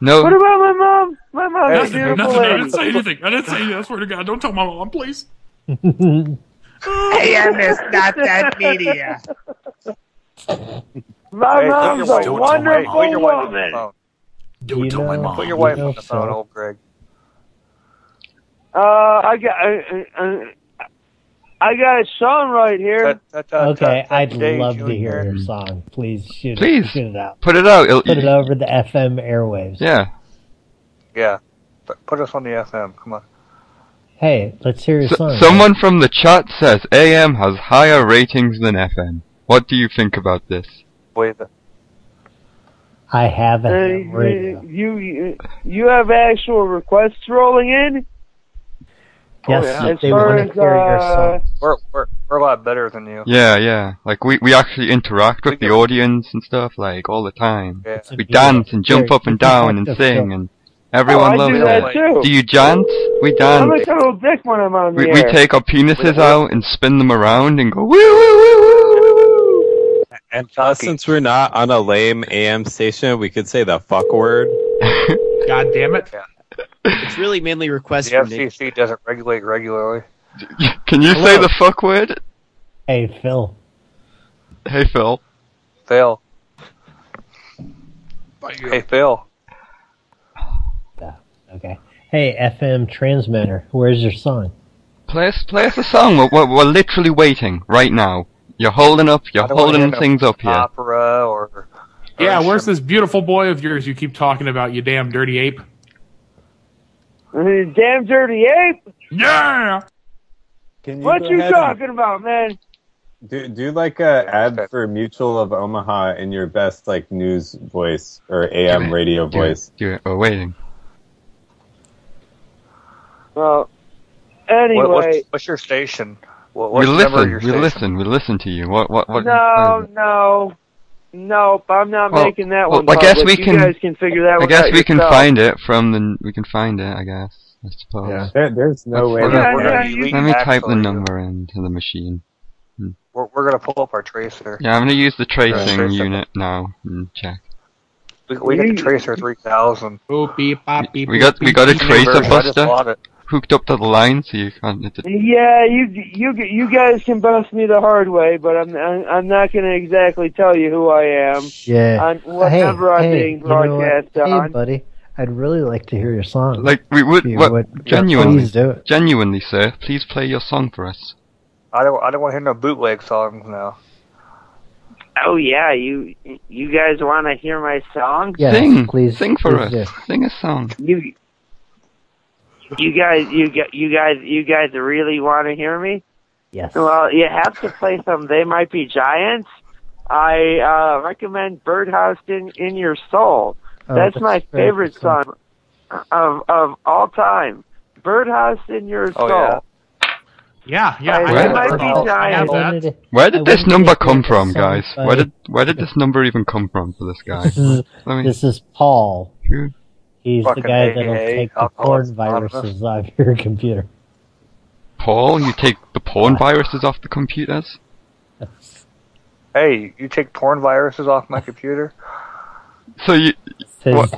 S2: No.
S13: What about my mom? My mom's a
S16: Nothing,
S13: beautiful
S16: nothing. I
S13: lady.
S16: didn't say anything. I didn't say anything. I swear to God, don't tell my mom, please.
S13: I am is not that media. My
S9: Hey, put your
S13: mom's
S9: wife-
S13: a
S9: don't tell my-
S13: wonderful
S9: put your wife on the
S13: woman.
S9: phone.
S16: Don't
S1: You
S16: tell my
S1: know-
S16: mom.
S9: Put your
S1: you
S9: wife
S1: know
S9: on the phone,
S1: so.
S9: old Greg.
S13: Uh, I got, uh, uh, I got a song right here.
S1: Okay, I'd
S9: Today,
S1: love to
S9: Junior.
S1: hear your song. Please shoot
S2: Please.
S1: it, shoot it out.
S2: Put it out. It'll-
S1: Put it over the FM airwaves.
S2: Yeah.
S9: Yeah, Put- put us on the FM. Come on.
S1: Hey, let's hear your song.
S2: Someone from the chat says AM has higher ratings than FM. What do you think about this?
S9: Wait. a-
S1: I have
S13: Uh,
S1: a radio.
S13: you, you you have actual requests rolling in.
S1: Yes,
S13: yeah. As
S1: they
S13: far
S1: want
S13: as,
S1: to hear your
S13: uh,
S1: song.
S9: We're we're we're a lot better than you.
S2: Yeah, yeah. Like we, we actually interact with the audience and stuff like all the time.
S9: Yeah.
S2: We dance and jump
S1: Here,
S2: up and
S1: you can
S2: down
S1: talk
S2: and
S1: to Phil.
S2: sing and
S14: Oh,
S2: Everyone
S14: I
S2: loves
S14: do
S2: it.
S14: that too.
S2: Do you dance? We
S14: I'm a
S2: dance.
S14: total dick when I'm on the
S2: We,
S14: air.
S2: we take our penises out and spin them around and go woo woo woo woo woo.
S10: And plus, since we're not on a lame AM station, we could say the fuck word.
S17: God damn it.
S3: It's really mainly requests
S9: The FCC doesn't regulate regularly.
S2: Can you say the fuck word?
S1: Hey, Phil.
S2: Hey Phil.
S9: Phil. Hey, Phil.
S1: Okay. Hey, FM transmitter, where's your song?
S2: Play us, play us a song. We're, we're, we're literally waiting right now. You're holding up. You're
S9: I don't wanna
S2: holding
S9: hear no
S2: things up here.
S9: Opera or
S17: Yeah, where's this beautiful boy of yours you keep talking about, you damn dirty ape?
S14: Damn dirty ape.
S17: Yeah.
S10: Can
S14: What
S10: go
S14: you
S10: ahead
S14: talking about, man?
S10: Do do like a ad for Mutual of Omaha in your best like news voice or AM radio
S2: Do it,
S10: voice.
S2: Do it. We're waiting.
S14: Well, anyway.
S9: What, what's, what's your station? What,
S2: We
S9: what's the number of
S2: listen.
S9: your
S2: We
S9: station?
S2: listen. We listen to you. What? What? What?
S14: No, no, nope. I'm not
S2: Well,
S14: making that
S2: well,
S14: one.
S2: I guess
S14: public.
S2: we
S14: you
S2: can-
S14: guys can figure that one
S2: I
S14: out.
S2: guess we can
S14: yourself.
S2: find it from the. We can find it. I guess. I suppose.
S10: There, there's no way.
S2: Let
S9: Yeah,
S2: me-
S9: yeah, you
S2: let
S9: can
S2: me type the
S9: actually-
S2: number into the machine. Hmm.
S9: We're, we're gonna pull up our tracer.
S2: Yeah, I'm gonna use the tracing
S9: tracer.
S2: unit now and check.
S9: We, we got the tracer three thousand.
S2: We got we got a tracer
S9: I just bought
S2: buster
S9: it.
S2: hooked up to the line, so you can't. It,
S14: Yeah, you you you guys can bust me the hard way, but I'm I'm, I'm not going to exactly tell you who I am.
S1: Yeah.
S14: On whatever I'm
S1: hey,
S14: being
S1: you know what?
S14: broadcast
S1: Hey,
S14: on.
S1: buddy, I'd really like to hear your song.
S2: like we would
S1: If you
S2: what,
S1: would- yeah,
S2: genuinely,
S1: please do it.
S2: genuinely, sir. Please play your song for us.
S9: I don't I don't want to hear no bootleg songs now.
S13: Oh yeah, you you guys want to hear my song?
S1: Yes,
S2: Sing.
S1: please
S2: Sing for
S1: please
S2: us. Sing a song.
S13: You you guys you gu- you guys you guys really want to hear me?
S1: Yes.
S13: Well, you have to play some. They might be giants. I uh, recommend Birdhouse in in Your Soul.
S14: Oh,
S13: That's,
S14: that's
S13: my
S14: a great
S13: favorite
S14: song.
S13: song of of all time. Birdhouse in Your
S9: Oh,
S13: Soul.
S9: yeah.
S17: Yeah, yeah.
S13: Right.
S17: I
S13: It
S17: have
S13: might
S17: that.
S13: be
S17: I have
S13: giant.
S17: that.
S2: Where did this
S1: wouldn't
S2: number
S1: get
S2: come
S1: that
S2: from,
S1: song
S2: guys?
S1: by-
S2: Where did where did this number even come from for this guy?
S1: This is
S2: Let me-
S1: this is Paul.
S2: Dude.
S1: He's the
S2: Fucking
S1: guy that'll
S2: AAA,
S1: take the
S2: Alcoholics
S1: porn
S2: Anonymous.
S1: viruses off your computer.
S2: Paul, you take the porn viruses off the computers.
S9: Hey, you take porn viruses off my computer?
S2: So you what,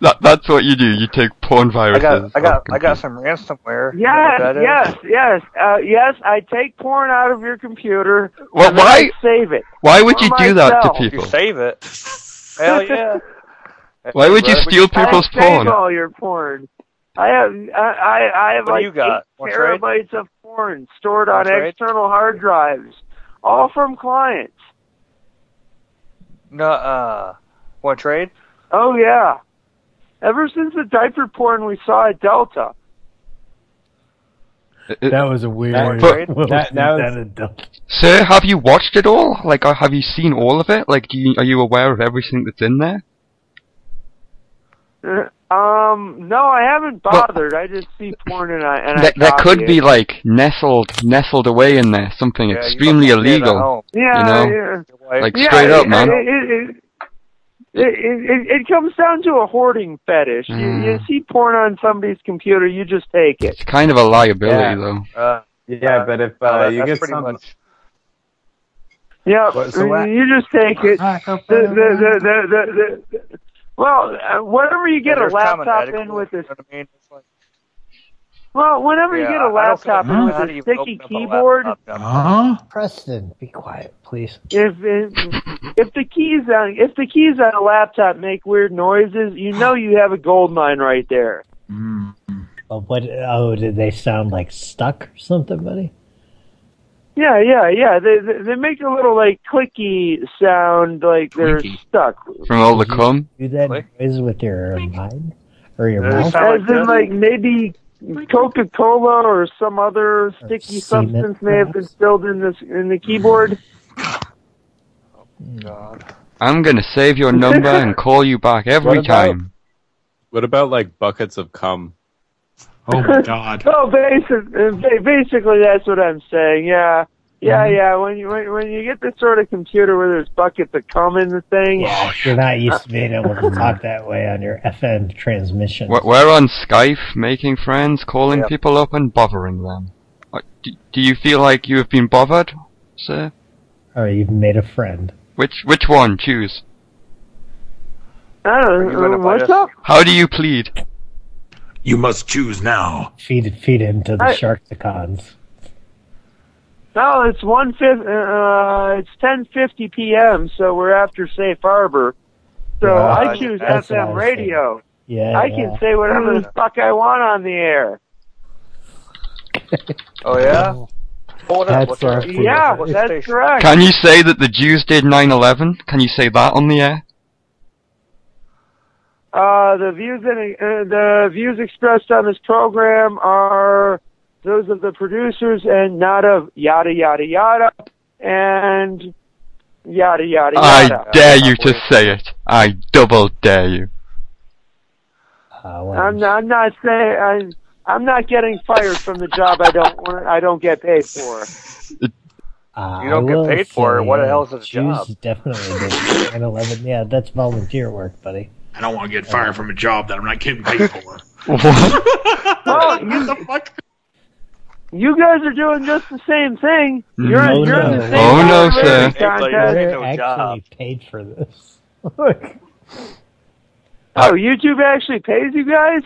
S1: that
S2: that's what you do. You take porn
S9: I
S2: viruses.
S9: got I
S2: off
S9: got I
S2: computers.
S9: got some ransomware. You know what
S13: Yes,
S9: that is?
S13: yes, yes, uh, yes. I take porn out of your computer.
S2: Well,
S13: and then
S2: why-
S13: I save it?
S2: Why would you
S13: for
S2: do that to
S13: myself.
S2: people?
S9: Save it. Hell yeah.
S2: Why would you
S9: Brother,
S2: steal
S9: we-
S2: people's
S13: I save
S2: porn?
S13: all your porn. I have I I, I have
S9: What do
S13: like
S9: you got?
S13: eight
S9: Want trade?
S13: terabytes of porn stored on
S9: Want trade?
S13: external hard drives, all from clients.
S9: No, uh, want to trade?
S13: Oh yeah. Ever since the diaper porn we saw at Delta.
S1: That was a weird.
S2: That-
S1: What
S2: Uh, but-
S1: was
S2: that- that was-
S1: that a dump?
S2: Sir, have you watched it all? Like, uh, have you seen all of it? Like, do you, are you aware of everything that's in there?
S13: Um, no, I haven't bothered. I just see porn and I and I
S2: That, that
S13: copy
S2: could
S13: it.
S2: be like nestled, nestled away in there, something
S9: Yeah, you
S2: extremely
S9: must have stayed at
S2: illegal.
S9: home.
S13: Yeah,
S2: you know,
S13: yeah.
S2: like
S13: Yeah,
S2: straight up,
S13: it-
S2: man.
S13: It, it, it, it, it, it comes down to a hoarding fetish.
S2: Mm.
S13: You, you see porn on somebody's computer, you just take it.
S2: It's kind of a liability,
S10: Yeah.
S2: though.
S9: Uh,
S10: Yeah, but if uh,
S9: no, that-
S10: you
S9: that's
S10: get
S9: pretty
S10: some,
S9: much.
S13: Yeah,
S10: What- so what-
S13: you just take it. The, the, the, the, the, the, well, uh, whenever you get a
S9: There's common
S13: laptop
S9: etiquette,
S13: in with
S9: you
S13: this,
S9: know what I mean? It's like,
S13: well, whenever you
S9: Yeah,
S13: get
S9: I-
S13: a
S9: I don't think
S13: laptop
S9: I
S13: in
S9: know
S13: with
S9: how to
S13: a
S9: even
S13: sticky
S9: open up a
S13: keyboard,
S9: laptop now.
S17: Huh?
S1: Preston, be quiet, please.
S13: if, if if the keys on if the keys on a laptop make weird noises, you know you have a gold mine right there.
S16: Hmm.
S1: Oh, what? Oh, did they sound like stuck or something, buddy?
S13: Yeah, yeah, yeah. They they, they make a little like clicky sound, like they're
S2: Clicky.
S13: stuck.
S2: From all the cum.
S1: Do that noise with your mind or your mouth?
S13: As in, like maybe Coca Cola or some other sticky
S1: semen,
S13: substance may have been spilled in this in the keyboard.
S9: God.
S2: I'm gonna save your number and call you back
S10: What
S2: every
S10: about-
S2: time.
S10: What about like buckets of cum?
S17: Oh my god.
S13: Oh, So basically, basically that's what I'm saying. Yeah, Yeah, yeah. When you when, when you get this sort of computer where there's buckets that come in the thing,
S1: You're not used to being able to talk that way on your FM transmission.
S2: We're, we're on Skype, making friends, calling people up, and bothering them. Uh, Do, do you feel like you have been bothered, sir?
S1: All right, you've made a friend.
S2: Which which one? Choose.
S13: I don't know. What's up?
S2: How do you plead?
S16: You must choose now.
S1: Feed feed him to the
S13: I-
S1: Sharktacons.
S13: No, it's one fifth. Uh, it's ten fifty p.m. So we're after Safe Harbor. So
S1: Yeah,
S13: I choose
S1: that's what I
S13: FM
S1: was
S13: radio.
S1: Yeah,
S13: I
S1: yeah.
S13: can say whatever the fuck I want on the air.
S9: Oh yeah. Hold
S2: That's our food.
S13: Yeah, that's correct.
S2: Can you say that the Jews did 9/11? Can you say that on the air?
S13: Uh, the views and uh, the views expressed on this program are those of the producers and not of yada yada yada and yada yada yada.
S2: I dare you to say it. I double dare you.
S13: I'm not, I'm not saying I'm, I'm not getting fired from the job I don't want. I don't get paid for.
S1: Uh,
S9: You don't get
S1: I will
S9: paid for it.
S1: say,
S9: What the
S1: uh,
S9: hell's his
S1: Jews
S9: job?
S1: Definitely did 9/11. Yeah, that's volunteer work, buddy.
S16: I don't want to get fired from a job that I'm not getting paid for.
S13: Well, you, you guys are doing just the same thing. You're,
S1: Oh,
S13: you're in
S1: no.
S13: the same
S1: Oh, no,
S13: contest.
S1: sir.
S13: Contest.
S1: They're actually paid for this.
S13: Oh, YouTube actually pays you guys?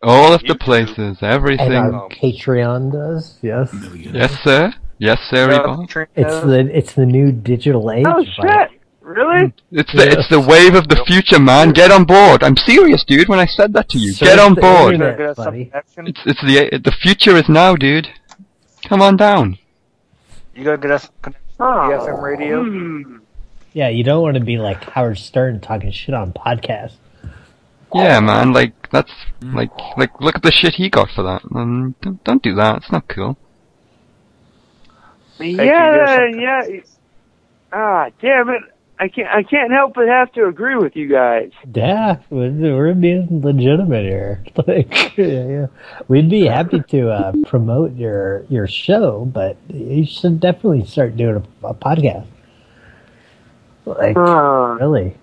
S2: All of the places,
S1: And um,
S2: everything.
S1: our Patreon does, yes.
S2: Yes, sir. Yes, sir.
S1: Yeah.
S2: Yvonne.
S1: It's the it's the new digital age.
S13: Oh shit! Really?
S2: It's the it's the wave of the future, man. Get on board. I'm serious, dude. When I said that to you,
S1: So
S2: get
S1: it's
S2: on
S1: the
S2: board.
S1: internet,
S2: It's
S1: buddy.
S2: it's the the future is now, dude. Come on down.
S9: You gotta get us connected to the FM radio.
S13: Hmm.
S1: Yeah, you don't want to be like Howard Stern talking shit on podcasts.
S2: Yeah, man. Like that's
S1: Mm.
S2: like like look at the shit he got for that. Um, don't don't do that. It's not cool.
S13: yeah, yeah. Ah, damn it! I can't. I can't help but have to agree with you guys.
S1: Yeah, we're, we're being legitimate here. Like, yeah, yeah. We'd be happy to uh, promote your your show, but you should definitely start doing a, a podcast. Like, really?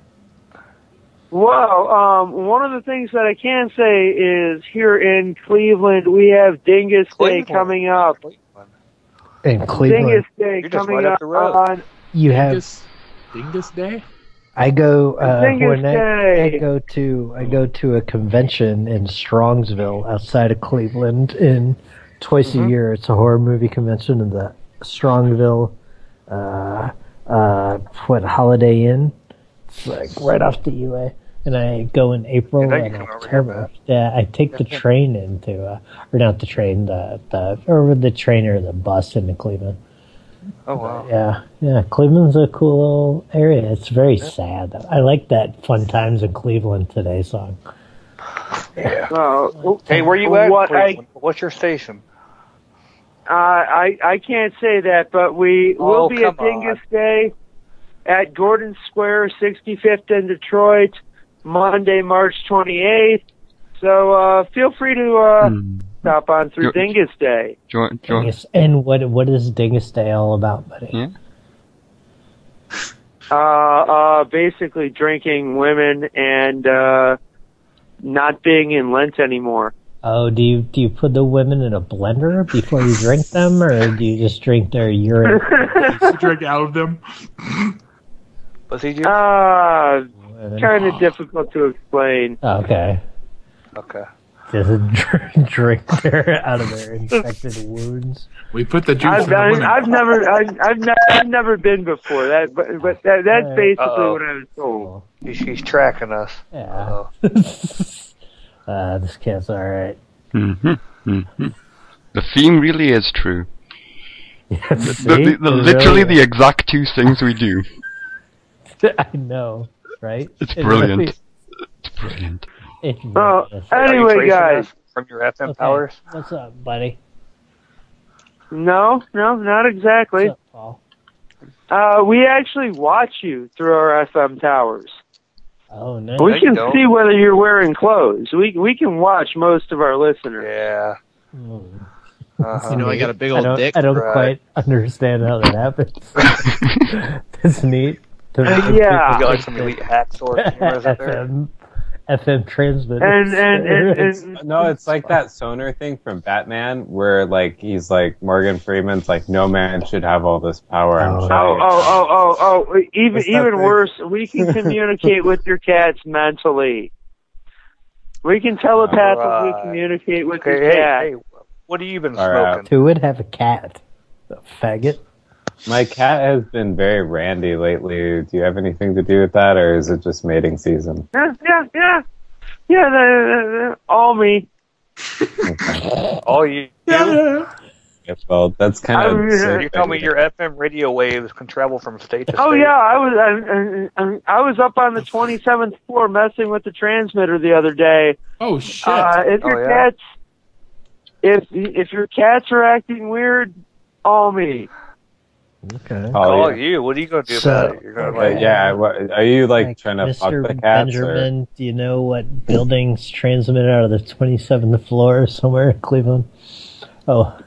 S13: Well, um, one of the things that I can say is here in Cleveland we have Dingus Day coming up.
S1: In Cleveland,
S13: Dingus Day
S17: You're just
S13: coming
S17: right up
S13: up
S17: the road.
S13: on
S1: you have.
S17: Dingus, Dingus Day?
S1: I go uh,
S17: Dingus
S1: when I, I go to I go to a convention in Strongsville outside of Cleveland, and twice
S9: Mm-hmm.
S1: a year it's a horror movie convention in the Strongsville, uh, uh, what Holiday Inn. It's like right off the UA, and I go in April
S9: Yeah, you
S1: and
S9: come over
S1: October. Yeah, I take the train into uh, or not the train the the or the train or the bus into Cleveland.
S9: Oh wow.
S1: Yeah, yeah. Cleveland's a cool area. It's very sad. though. I like that "Fun Times in Cleveland" today song.
S13: Oh,
S9: Hey, where you at?
S13: What I,
S9: Cleveland? What's your station?
S13: uh, I I can't say that, but we
S9: Oh,
S13: will be at
S9: come on.
S13: Dingus Day at Gordon Square, 65th in Detroit, Monday, March 28th. So uh, feel free to uh,
S1: Hmm.
S17: Hmm.
S13: stop on through
S1: You're-
S13: Dingus Day.
S2: Join, join.
S1: Dingus. And what what is Dingus Day all about, buddy?
S2: Yeah.
S13: Uh, uh, basically, drinking women and uh, not being in Lent anymore.
S1: Oh, do you do you put the women in a blender before you drink them, or do you just drink their urine?
S17: Drink out of them.
S13: Uh, kind of difficult to explain.
S1: Oh, Okay,
S9: Okay.
S1: just dr- drink their out of their infected wounds.
S17: We put the juice
S13: I've,
S17: in the
S13: I've,
S17: women.
S13: I've never, I've, I've, ne- I've never been before. That, but, but that, that's
S1: Uh,
S13: basically
S9: uh-oh.
S13: what I was told.
S9: He's, he's tracking us.
S1: Yeah. uh, this kid's all right.
S2: Mm-hmm. Mm-hmm. The theme really is true. The-
S1: see?
S2: the- the-
S1: It
S2: literally
S1: really
S2: the exact two things we do.
S1: I know, right?
S2: It's
S1: It
S2: brilliant.
S1: really-
S2: It's brilliant.
S1: it
S13: Oh,
S1: really is.
S13: anyway, guys.
S9: From your FM
S1: Okay,
S9: powers.
S1: What's up, buddy?
S13: No, no, not exactly.
S1: What's up, Paul?
S13: Uh, we actually watch you through our FM towers.
S1: Oh, no.
S13: We can see whether you're wearing clothes. We we can watch most of our listeners.
S9: Yeah. Uh-huh.
S3: You know, I got a big
S1: I
S3: old
S1: don't,
S3: dick.
S1: I don't
S3: Right.
S1: quite understand how that happens. That's neat. To
S13: Yeah.
S9: We got like some elite hacksaw cameras up there.
S1: FM, FM transmitters.
S10: no, it's like that sonar thing from Batman where like he's like Morgan Freeman's like no man should have all this power. I'm
S13: Oh,
S10: sure.
S13: oh, oh, oh, oh! Even
S10: What's that
S13: even
S10: thing?
S13: worse, we can communicate with your cats mentally. We can telepathically
S9: Alright.
S13: communicate with
S9: Okay,
S13: your
S9: hey,
S13: cat.
S9: hey, what have you been
S10: All right.
S9: smoking?
S1: Who would have a cat? A faggot.
S10: My cat has been very randy lately. Do you have anything to do with that, or is it just mating season?
S13: Yeah, yeah, yeah, yeah. The, the, the, all me.
S9: All you.
S10: Well, that's kind of
S9: you tell me your FM radio waves can travel from state to state.
S13: Oh yeah, I was I, I, I was up on the twenty seventh floor messing with the transmitter the other day.
S17: Oh shit!
S13: Uh, if
S9: Oh,
S13: your
S9: yeah?
S13: cats, if if your cats are acting weird, all me.
S1: Okay.
S9: Call you. What are you gonna do about it? You're gonna
S10: But
S9: like,
S10: Oh, yeah, what, are you like, trying to fuck
S1: Mr.
S10: the cats? Or,
S1: Benjamin, do you know what buildings transmit out of the 27th floor somewhere in Cleveland? Oh,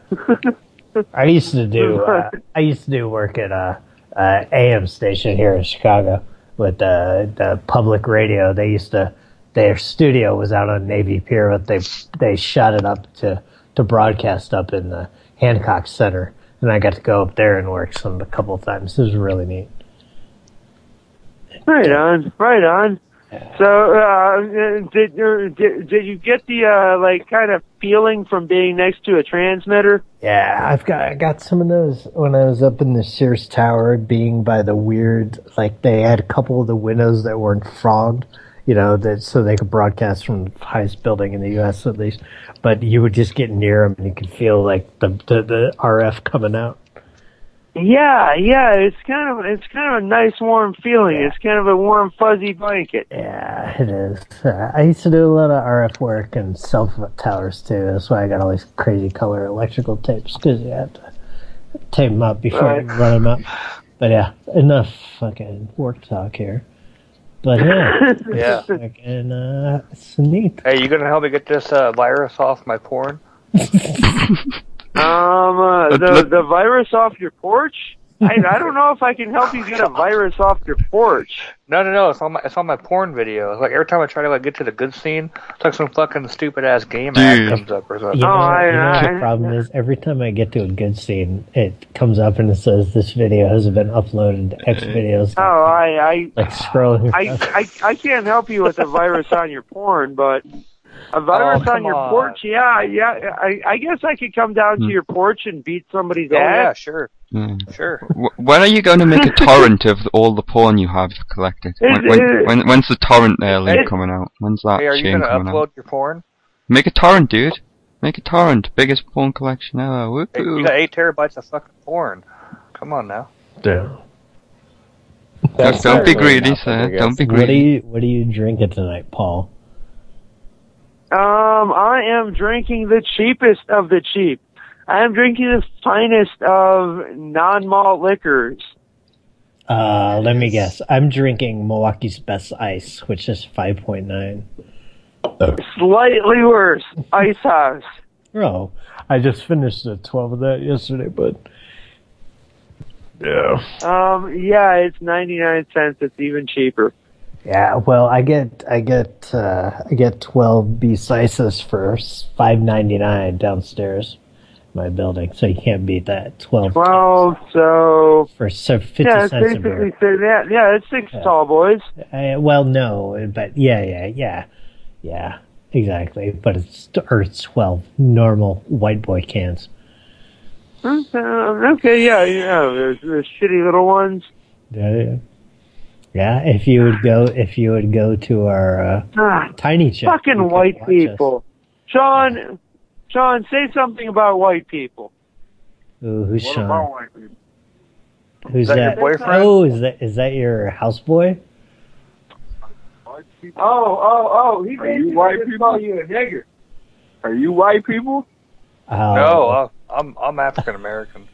S1: I used to do. Uh, I used to do work at a, uh AM station here in Chicago with the the public radio. They used to their studio was out on Navy Pier, but they they shot it up to to broadcast up in the Hancock Center, and I got to go up there and work some a couple of times. It was really neat.
S13: Right on, right on. So, uh, did, your- did did you get the uh, like kind of feeling from being next to a transmitter?
S1: Yeah, I've got I got some of those when I was up in the Sears Tower, being by the weird like they had a couple of the windows that weren't fogged, you know, that so they could broadcast from the highest building in the U.S. at least. But you would just get near them and you could feel like the the, the RF coming out.
S13: Yeah, yeah. It's kind of it's kind of a nice warm feeling. It's kind of a warm fuzzy blanket.
S1: Yeah. It is. Uh, I used to do a lot of RF work and cell phone towers too. That's why I got all these crazy color electrical tapes because you had to tape them up before you
S13: Right.
S1: run them up. But yeah, enough fucking work talk here. But yeah,
S9: Yeah.
S1: and uh, it's neat.
S9: Hey, you gonna help me get this uh, virus off my porn?
S13: Um, uh, the the virus off your porch. I I don't know if I can help you get a virus off your porch.
S9: No, no, no. It's on my it's on my porn video. It's like every time I try to like get to the good scene, it's like some fucking stupid ass game ad
S1: Dude.
S9: comes up or
S13: Oh,
S1: You
S9: something. Oh,
S1: know, you
S13: uh,
S1: know what the problem is every time I get to a good scene, it comes up and it says this video has been uploaded to
S9: Uh,
S1: X videos.
S13: Oh, I I
S1: Like scrolling.
S13: I, I I can't help you with a virus on your porn, but a virus
S9: Oh, come
S13: on your
S9: on. Hmm.
S13: porch, yeah, yeah. I, I guess I could come down to your porch and beat somebody's
S9: Oh yeah,
S13: ass.
S9: sure,
S2: Hmm.
S9: sure.
S2: Wh- When are you going to make a torrent of all the porn you have collected? When, when, when, when's the torrent uh, link
S9: Hey.
S2: coming out? When's that
S9: Hey, are you
S2: chain
S9: gonna
S2: coming out?
S9: upload your porn?
S2: Make a torrent, dude. Make a torrent. Biggest porn collection ever. Woo
S9: Hey, you got eight terabytes of fucking porn. Come on now.
S2: Don't, don't be greedy, sir. Don't be
S1: What are
S2: greedy.
S1: you What are you drinking tonight, Paul?
S13: Um, I am drinking the cheapest of the cheap. I am drinking the finest of non-malt liquors.
S1: Uh, let me guess. I'm drinking Milwaukee's Best Ice, which is 5.9.
S13: Slightly worse, Ice House.
S1: Oh, I just finished the 12 of that yesterday, but. Yeah.
S13: Um, yeah, it's ninety-nine cents. It's even cheaper.
S1: Yeah, well, I get I get uh, I get 12 B slices for 5.99 downstairs in my building, so you can't beat that. 12
S13: Twelve, so
S1: for se- 50
S13: yeah, it's
S1: cents a beer.
S13: basically so yeah, yeah, it's six tall boys.
S1: Uh, well, no, but yeah, yeah, yeah, yeah, exactly. But it's or it's twelve normal white boy cans.
S13: Okay, okay, yeah, yeah, the, the shitty little ones.
S1: Yeah, yeah. Yeah, if you would go, if you would go to our uh,
S13: Ah,
S1: tiny chat, you
S13: fucking
S1: could
S13: white
S1: watch us.
S13: people. Sean, Sean, say something about white people.
S1: Ooh, who's
S13: What
S1: Sean?
S13: about
S1: Who's
S13: Is that your
S1: that?
S13: boyfriend?
S1: Oh, is that is that your houseboy?
S13: Oh, oh, oh, he
S11: Are you
S13: basically
S11: white
S13: just
S11: people?
S13: called you a nigger.
S11: Are you white people?
S1: Oh,
S9: No, I- I'm I'm African American.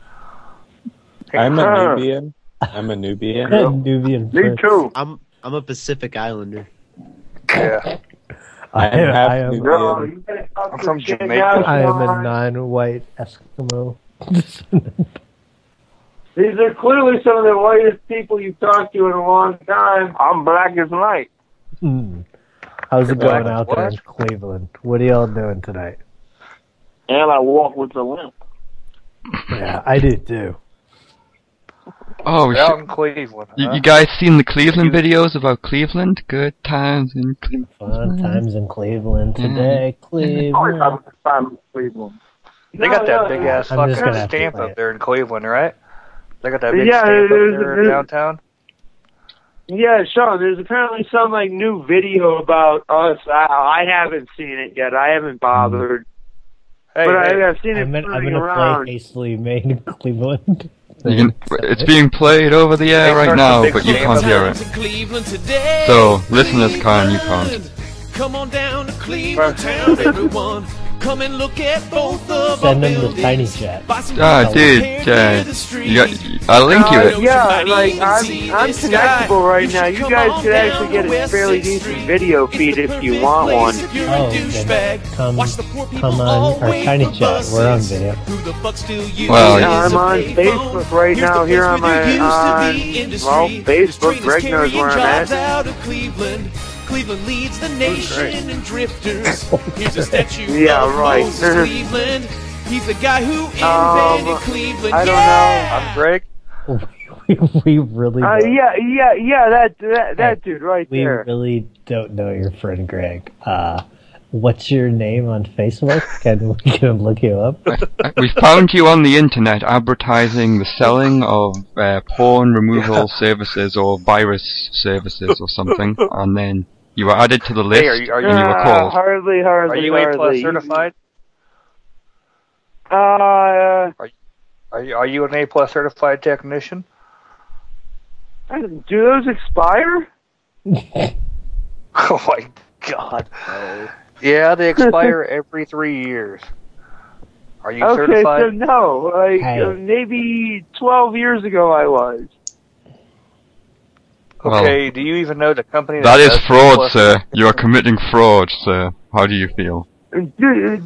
S10: I'm
S13: uh,
S10: a Nubian. I'm a Nubian.
S1: Nubian.
S9: Me prince. too.
S3: I'm I'm a Pacific Islander.
S9: Yeah.
S10: I am half
S1: I am-
S10: Nubian.
S9: I'm from
S1: I
S9: Jamaica.
S1: am a non-white Eskimo.
S13: These are clearly some of the whitest people you've talked to in a long time. I'm black as night.
S1: Hmm. How's it
S13: You're
S1: going
S13: black
S1: out there in Cleveland? What are y'all doing tonight?
S11: And I walk with a limp.
S1: Yeah, I do too.
S2: Oh, we
S9: They're out
S2: should-
S9: in Cleveland.
S2: You,
S9: huh?
S2: you guys seen the Cleveland videos about Cleveland? Good times in Cleveland.
S1: Fun times in Cleveland
S2: Yeah.
S1: today, Cleveland.
S9: Cleveland. They got that big ass
S1: I'm just gonna
S9: fucking
S1: have to
S9: stamp
S1: play
S9: up there in Cleveland, right? They got that big
S13: Yeah,
S9: stamp up
S13: it is-
S9: there
S13: it is.
S9: downtown.
S13: Yeah, Sean, there's apparently some like new video about us. I, I haven't seen it yet. I haven't bothered.
S9: Hey,
S13: but
S9: hey.
S13: I, I've seen it
S1: I'm gonna, I'm
S13: floating
S1: gonna
S13: around.
S1: play hastily made in Cleveland.
S2: You can, it's being played over the air
S1: They
S2: right
S1: start
S2: now,
S1: the big
S2: but you
S1: game
S2: can't
S1: of-
S2: hear it. So, listeners can, you can't.
S18: Come on down to Cleveland town, everyone. Come and look at both of
S1: Send
S18: our
S1: them the
S18: buildings.
S1: tiny chat.
S18: Buy some
S2: Ah,
S18: clothes
S2: dude,
S18: compared
S2: uh,
S18: to the street.
S2: you got, I'll link you
S13: Uh,
S2: it.
S13: yeah, like I'm, I'm connectable right now. You guys could actually get a fairly decent video feed if you want one.
S1: Oh, then come, come on our tiny chat. We're on video.
S2: Well,
S13: yeah, I'm on Facebook right now. Here on my on, well, Facebook. Greg knows where I'm
S18: Jobs
S13: at.
S18: out of Cleveland. Cleveland leads the nation in drifters. Here's a statue
S13: Yeah,
S18: of
S13: right.
S18: Moses Cleveland. He's the guy who invented
S13: Um,
S18: Cleveland.
S13: I don't know. I'm
S9: Greg.
S1: we really,
S13: Uh,
S1: don't-
S13: yeah, yeah, yeah. That that, that dude right
S1: we
S13: there.
S1: really don't know your friend Greg. Uh, what's your name on Facebook? Can we can look you up?
S2: We found you on the internet advertising the selling of uh, porn removal services or virus services or something, and then you were added to the list
S9: Hey, are you- are you- uh,
S2: and you were
S13: Ah,
S2: called.
S13: hardly, hardly.
S9: Are you A
S13: hardly.
S9: plus certified?
S13: Uh,
S9: Are you are you an A plus certified technician?
S13: I don't- do those expire?
S9: Oh my god. Yeah, they expire every three years. Are you
S13: okay,
S9: certified?
S13: so no, like
S9: Hey.
S13: uh, maybe twelve years ago I was.
S9: Okay, do you even know the company that,
S2: That is
S9: does A
S2: fraud,
S9: plus
S2: sir. You are committing fraud, sir. How do you feel?
S13: Do,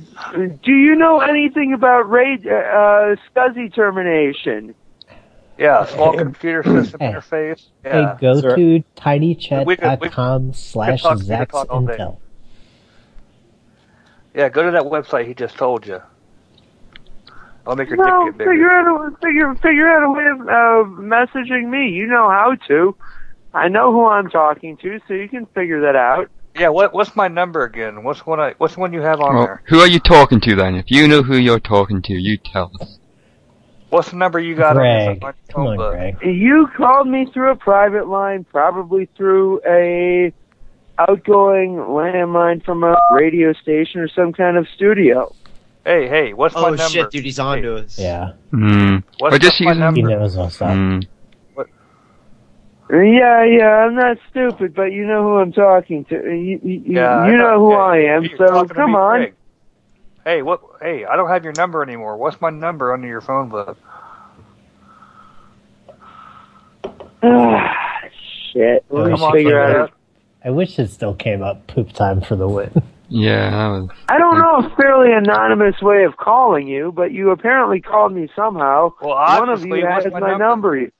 S13: do you know anything about raid uh, uh, SCSI termination?
S9: Yeah, small computer system interface. Yeah.
S1: Hey, go
S9: Sir,
S1: to
S9: We could- we
S1: tinychat.com slash
S9: talk- we could
S1: Zach's
S9: talk all day.
S1: Intel.
S9: Yeah, go to that website he just told you. I'll make your
S13: No,
S9: dick get bigger.
S13: figure out a figure figure out a way of uh, messaging me. You know how to. I know who I'm talking to, so you can figure that out.
S9: Yeah, what what's my number again? What's one I what's one you have on
S2: Well,
S9: there?
S2: who are you talking to then? If you know who you're talking to, you tell us.
S9: What's the number you got
S1: Greg,
S9: on your
S1: come
S9: phone
S1: on,
S9: book?
S1: Greg.
S13: You called me through a private line, probably through a outgoing landline from a radio station or some kind of studio.
S9: Hey, hey, what's my
S3: Oh
S9: number?
S3: shit, dude, he's on to us.
S1: Yeah.
S2: Hmm.
S9: What's
S2: Or just
S9: my
S2: use
S1: He
S9: number?
S1: knows what's up.
S2: Hmm.
S13: Yeah, yeah, I'm not stupid, but you know who I'm talking to. You, you,
S9: Yeah,
S13: you
S9: I
S13: know
S9: know.
S13: who
S9: Hey,
S13: I am,
S9: you're
S13: so
S9: talking to
S13: come
S9: me,
S13: on.
S9: Greg. Hey, what? Hey, I don't have your number anymore. What's my number under your phone book?
S13: Shit.
S1: I
S13: Let
S1: wish
S13: me
S1: it
S13: figure
S1: came
S13: out.
S1: up- I wish it still came up poop time for the win.
S2: Yeah, that was.
S13: I don't know a fairly anonymous way of calling you, but you apparently called me somehow.
S9: Well,
S13: One of
S9: obviously,
S13: you
S9: what's
S13: has
S9: my
S13: my number.
S9: number?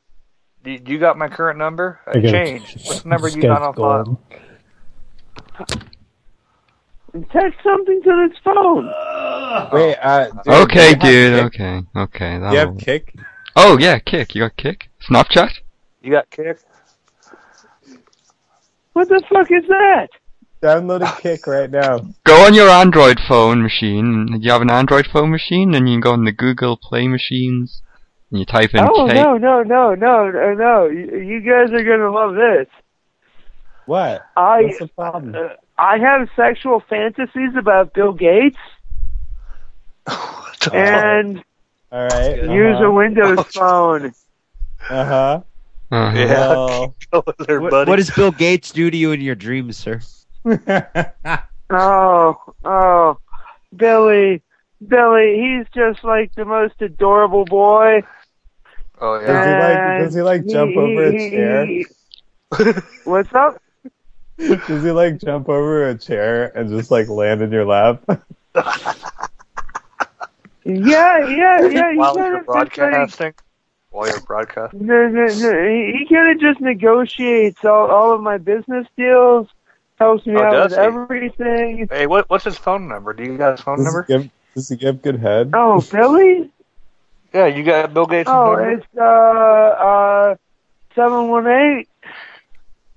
S9: Do you, you got my current number? I
S1: I gotta-
S9: changed. What's the number
S1: just
S9: you got
S1: gotta
S9: on
S1: scold.
S9: file?
S13: Text something to this phone.
S10: Wait, uh, dude,
S2: Okay,
S10: do you
S2: dude.
S10: have Kick?
S2: Okay, okay.
S10: Do you
S2: That
S10: have
S2: will...
S10: kick?
S2: Oh yeah, kick. You got kick. Snapchat.
S9: You got kicked.
S13: What the fuck is that?
S10: Download a kick right now.
S2: Go on your Android phone machine. You have an Android phone machine, and you can go on the Google Play machines, and you type in
S13: Oh
S2: kick.
S13: no no no no no no! You you guys are gonna love this.
S10: What?
S13: I
S10: What's the problem?
S13: uh, I have sexual fantasies about Bill Gates and
S10: All right.
S9: Uh-huh.
S13: use a
S9: Oh,
S13: Windows phone.
S10: Uh huh.
S1: Uh-huh.
S13: Uh-huh.
S9: Yeah. Go with her,
S3: Uh-huh. Oh. What,
S9: buddy.
S3: what does Bill Gates do to you in your dreams, sir?
S13: Oh oh, Billy, Billy, he's just like the most adorable boy.
S9: Oh
S10: Does he
S9: yeah.
S10: like? Does he like
S13: And
S10: jump
S13: he-
S10: over a
S13: he-
S10: chair?
S13: he- What's up?
S10: Does he like jump over a chair and just like land in your lap?
S13: Yeah, yeah, yeah. He
S9: While
S13: kind
S9: you're
S13: of just like,
S9: broadcasting. While you're broadcasting.
S13: no, no, no. He, he kind of just negotiates all, all of my business deals, helps me
S9: Oh,
S13: out
S9: does
S13: with
S9: he?
S13: everything.
S9: Hey, what what's his phone number? Do you got his phone
S10: Does he
S9: number?
S10: give, does he give good head?
S13: Oh, Billy?
S9: Yeah, you got Bill Gates'
S13: Oh,
S9: number.
S13: it's uh uh seven one eight.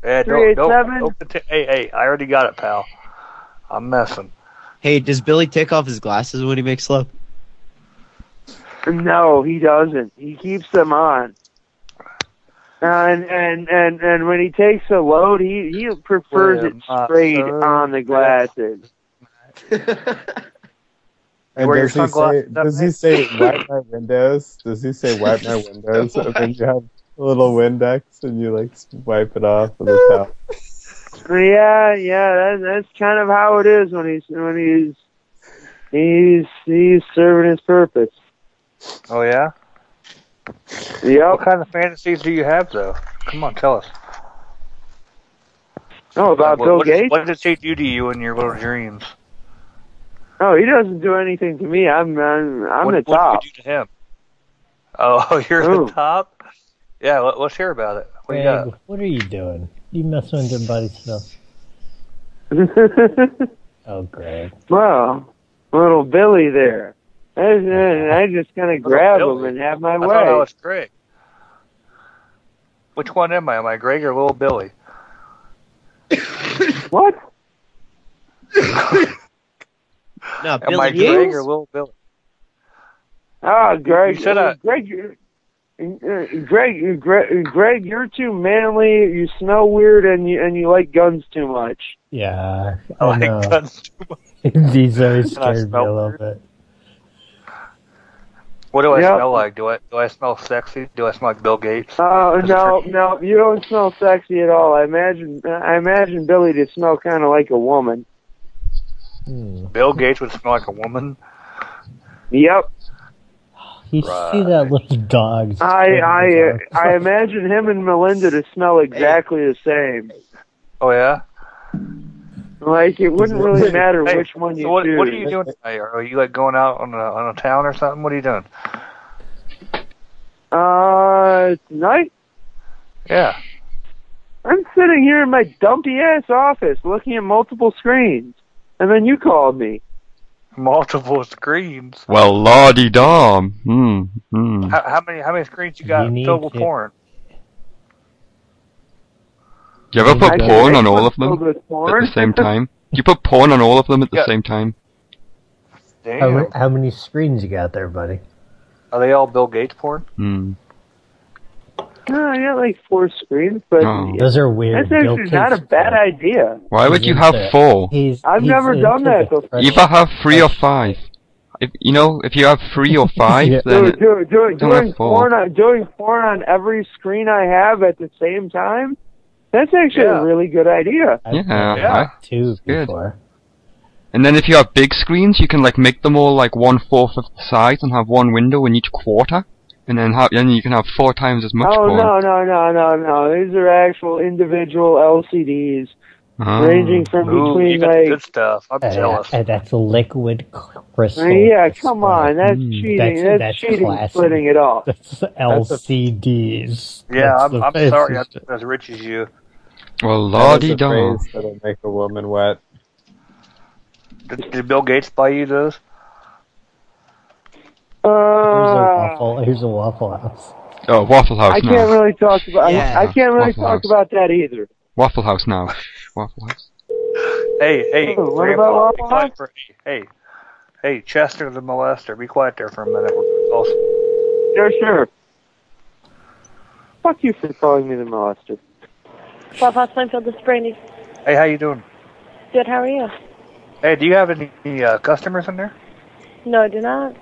S9: Yeah, don't, don't,
S13: 387.
S9: don't conti- hey, hey, I already got it, pal. I'm messing.
S3: Hey, does Billy take off his glasses when he makes love?
S13: No, he doesn't. He keeps them on. And and and and when he takes a load, he he prefers it
S9: Well, my
S13: sprayed
S9: son-
S13: on the glasses.
S10: And
S9: Wear your
S10: does he say? Does he say wipe
S9: sunglasses up, man.
S10: my windows? Does he say wipe my windows? And then you have a little Windex and you like wipe it off with a towel.
S13: Yeah, yeah, that, that's kind of how it is when he's when he's he's he's serving his purpose.
S9: Oh yeah.
S13: Yep.
S9: What kind of fantasies do you have, though? Come on, tell us.
S13: Oh, about
S9: What-
S13: Bill
S9: what-
S13: Gates?
S9: What does he do to you in your little dreams?
S13: Oh, he doesn't do anything to me. I'm I'm, I'm
S9: what,
S13: the
S9: what
S13: top.
S9: do you do to him? Oh, you're
S13: Ooh.
S9: the top. Yeah, let, us hear about it. What you got?
S1: Greg, what are you doing? You messing with everybody's stuff. Oh, Greg.
S13: Wow, little Billy there. I, I I just kind of grab him and have my
S9: I
S13: way.
S9: thought I was Greg. Which one am I? Am I Greg or Little Billy?
S13: what?
S3: No,
S9: am I
S3: Billy
S9: Greg
S3: Gates.
S9: or Little Billy?
S13: Ah, Greg,
S9: You said I-
S13: Greg, you're- uh, Greg, Greg, Greg, you're too manly. You smell weird, and you and you like guns too much.
S1: Yeah,
S9: I
S1: I
S9: like
S1: know.
S9: guns Oh, too much.
S1: These always
S9: And I
S1: scared me a
S9: smell
S1: little bit.
S9: What do I
S13: Yep.
S9: smell like? Do I do I smell sexy? Do I smell like Bill Gates?
S13: Oh
S9: Does it
S13: no,
S9: turn-
S13: no, you don't smell sexy at all. I imagine, I imagine Billy to smell kind of like a woman.
S9: Bill Gates would smell like a woman.
S13: Yep,
S1: You see that little dog?
S9: Ah,
S13: I, I,
S1: Dog.
S13: I imagine him and Melinda to smell exactly the same.
S9: Oh yeah.
S13: Like it wouldn't really matter
S9: Hey,
S13: which one you
S9: so what,
S13: choose.
S9: What are you doing today? Are you like going out on a on a town or something? What are you doing?
S13: Uh, tonight
S9: Yeah.
S13: I'm sitting here in my dumpy ass office looking at multiple screens, and then you called me.
S9: Multiple screens.
S2: Well, lordy dom. Hmm. Hmm.
S9: How, how many how many screens you got
S1: need
S9: filled with
S1: to-
S9: porn?
S2: Do you ever put
S13: I-
S2: porn
S13: I
S2: on all
S13: put
S2: of them
S13: filled with
S2: at
S13: porn.
S2: the same time? Do you put porn on all of them at the
S9: Yeah.
S2: same time?
S1: How,
S9: Damn.
S1: many, how many screens you got there, buddy?
S9: Are they all Bill Gates porn?
S2: Hmm.
S13: No, I got like four screens, but
S2: Oh.
S1: Those are weird.
S13: that's actually
S1: Bill
S13: not a
S1: Gates
S13: bad idea.
S2: Why would
S1: is
S2: you have
S1: into-
S2: four?
S1: He's,
S13: I've
S1: he's
S13: never
S1: into
S13: done that
S1: the
S13: before.
S2: Either have three or five. If you know, if you have three or five,
S1: Yeah.
S2: then
S13: Dude, dude, dude,
S2: Don't have
S13: doing
S2: four.
S13: porn on doing porn on every screen I have at the same time. That's actually
S9: Yeah.
S13: a really good idea.
S1: I've
S2: yeah,
S1: done
S9: Yeah.
S1: two
S2: good.
S1: before.
S2: And then if you have big screens, you can like make them all like one fourth of the size and have one window in each quarter, and then have then you can have four times as much
S13: oh
S2: porn.
S13: no, no, no, no, no! These are actual individual LCDs
S2: Ah.
S13: ranging from
S9: Ooh, you
S13: between
S9: got the
S13: like.
S9: good stuff. I'm
S1: Hey,
S9: jealous.
S1: hey, Uh, that's liquid crystal.
S13: Uh, yeah,
S1: display.
S13: come on, that's
S2: Mm,
S13: cheating.
S1: Hmm, that's-
S13: That's,
S1: that's
S13: cheating,
S1: classy.
S13: splitting it off.
S1: That's LCDs.
S9: yeah,
S1: That's
S9: I'm,
S1: the
S9: I'm sorry. I'm
S1: fancy shit.
S9: not as rich as you.
S2: Well,
S10: That is
S2: lordy
S10: a
S2: dom.
S10: phrase that'll make a woman wet.
S9: Did, did Bill Gates buy you those?
S1: Here's a
S13: Uh,
S1: waffle. Here's a waffle house.
S2: Oh, Waffle House
S13: I
S2: now.
S13: can't really talk about.
S3: Yeah.
S13: I, I can't really
S2: Waffle
S13: talk
S2: House.
S13: about that either.
S2: Waffle House now. Waffle House.
S9: Hey, hey,
S13: Oh, what
S9: Grandpa,
S13: about
S9: be
S13: Wawa?
S9: quiet for, hey, hey, Chester the molester, be quiet there for a minute. Also,
S13: Sure, sure. Fuck you for calling me the molester.
S8: Clubhouse Plainfield, this is Brandy.
S9: hey, how you doing?
S8: Good, how are you?
S9: Hey, do you have any, any uh, customers in there?
S8: No, I do not.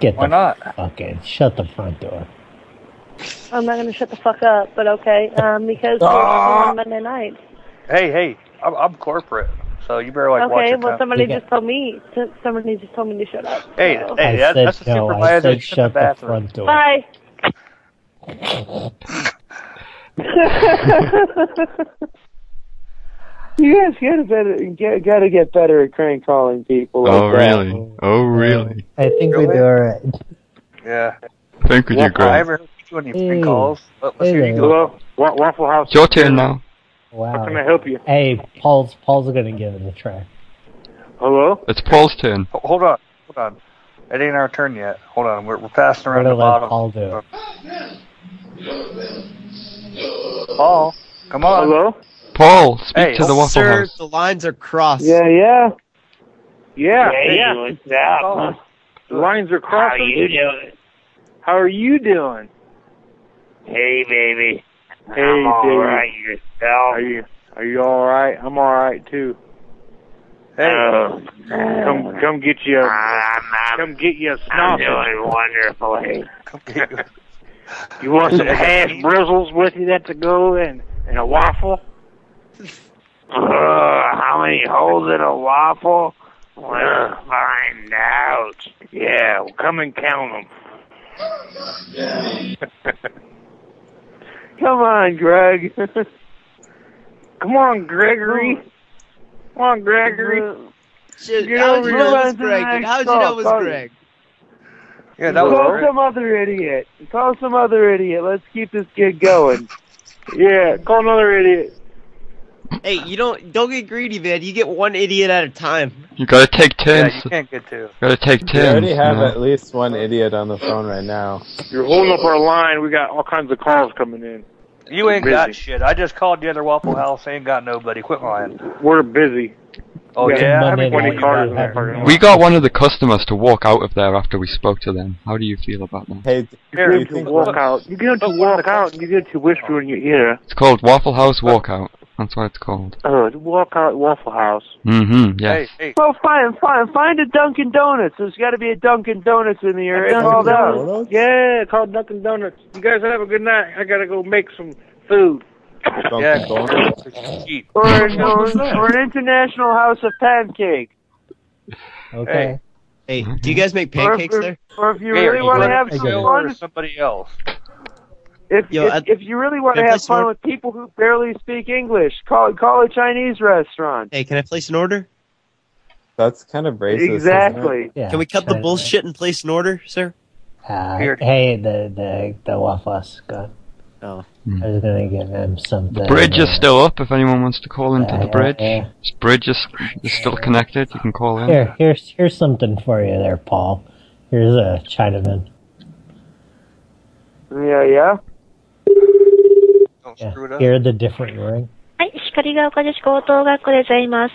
S1: Get
S9: Why
S1: the
S9: not?
S1: fuck in. Shut the front door.
S8: I'm not gonna shut the fuck up, but okay. Um, because we're
S13: Ah!
S8: on Monday night.
S9: Hey, hey, I'm, I'm corporate, so you better like watch
S8: Okay,
S9: your
S8: well
S9: tongue.
S8: somebody
S1: You got-
S8: just told me. To, somebody just told me to shut up.
S9: Hey,
S8: so.
S9: hey,
S1: I
S9: that,
S1: said
S9: that's the
S1: no. I
S9: supervisor
S1: said
S9: that's in
S1: shut
S9: the
S1: the,
S9: bathroom.
S1: front door.
S13: Ah.
S8: Bye.
S13: You guys gotta better get, gotta get better at crank calling people. like
S2: Oh
S13: that.
S2: really? Oh really?
S1: I think we do alright.
S9: Yeah.
S2: Thank you,
S9: I
S2: Greg.
S9: ever heard you do any free calls. Let, let's hear you go.
S1: Hello?
S13: Wa- Waffle House.
S2: It's your turn now.
S1: Wow.
S13: How can I help you?
S1: Hey, Paul's Paul's gonna give it a try.
S13: Hello?
S2: It's Paul's turn.
S9: Ho- Hold on, hold on. It ain't our turn yet. Hold on, we're, we're passing
S1: What
S9: around the
S1: did
S9: bottom.
S1: Paul do?
S9: Paul, come on.
S13: Hello?
S2: Paul, speak
S9: Hey,
S2: to
S1: oh,
S2: the Waffle
S3: Sir,
S2: House.
S3: the lines are crossed.
S13: Yeah, yeah. Yeah.
S3: Yeah, yeah. What's up, huh?
S13: The lines are crossing.
S19: How you doing?
S13: How are you doing?
S19: Hey, baby.
S13: Hey,
S19: I'm all
S13: baby.
S19: right yourself.
S13: Are you Are you all right? I'm all right too. Hey,
S19: Oh,
S13: come come get you. A, come get you a
S19: I'm
S13: snoppet.
S19: doing wonderfully.
S13: You want some hash bristles with you? That's a go and and a waffle.
S19: Ugh, how many holes in a waffle? We'll find out. Yeah, well, come and count them.
S13: Come on, Greg. come on, Gregory. Come on, Gregory.
S3: Shit,
S13: Get
S3: how did
S13: over
S3: you
S13: here.
S3: know it was
S13: Come on,
S3: Greg? dude?
S13: Greg.
S3: How did you know it was
S13: Sorry.
S3: Greg?
S9: Yeah, that was
S13: Call
S9: Greg.
S13: some other idiot. Call some other idiot. Let's keep this kid going. yeah, call another idiot.
S3: Hey, you don't don't get greedy, man. You get one idiot at a time.
S2: You gotta take turns.
S9: Yeah, you can't get two.
S2: gotta take
S10: We
S2: turns.
S10: already have
S2: you know?
S10: at least one idiot on the phone right now.
S13: You're holding up our line. We got all kinds of calls coming in.
S9: You ain't
S10: Busy.
S9: got shit. I just called the other Waffle House. Ain't got nobody. Quit lying.
S13: We're busy.
S9: Oh
S13: We got
S9: yeah, I
S13: Monday
S9: mean,
S13: night.
S9: you got-
S13: in that parking
S2: We got one of the customers to walk out of there after we spoke to them. How do you feel about that?
S10: Hey,
S13: You get to walk out. You get to walk out and you get to whisper in your ear.
S2: It's called Waffle House Walkout. That's what it's called.
S13: Oh, walk out Waffle House.
S2: Mm-hmm. Yes.
S13: Well, fine, fine. Find a Dunkin' Donuts. There's got to be a Dunkin' Donuts in the area. Call them. Yeah, call Dunkin' Donuts. You guys have a good night. I gotta go make some food.
S9: Yeah.
S13: Or an, or, or an international house of pancakes.
S1: Okay.
S3: Hey,
S1: Mm-hmm.
S3: do you guys make
S13: Or if-
S3: pancakes
S13: or,
S3: there?
S13: Or if you really want to have some fun,
S9: somebody else.
S13: if,
S3: Yo,
S13: if,
S3: at-
S13: if you really want to
S3: Can I
S13: have
S3: place an
S13: fun
S3: order?
S13: with people who barely speak English, call call a Chinese restaurant.
S3: Hey, can I place an order?
S10: That's kind of racist. isn't it?
S13: Exactly.
S3: Can we cut the
S1: China.
S3: bullshit and place an order, sir?
S1: Uh, hey, the the the Waffle House is gone.
S3: Oh.
S1: I was gonna give him something.
S2: Bridge is
S1: uh,
S2: still up if anyone wants to call into
S1: Yeah,
S2: the
S1: yeah,
S2: bridge.
S1: yeah.
S2: This bridge is, is still connected. You can call in.
S1: Here, here's here's something for you there, Paul. Here's a Chinaman.
S13: Yeah, yeah.
S9: Don't
S1: screw it up. Hear the different ring.
S20: はい、光が丘女子高等学校でございます。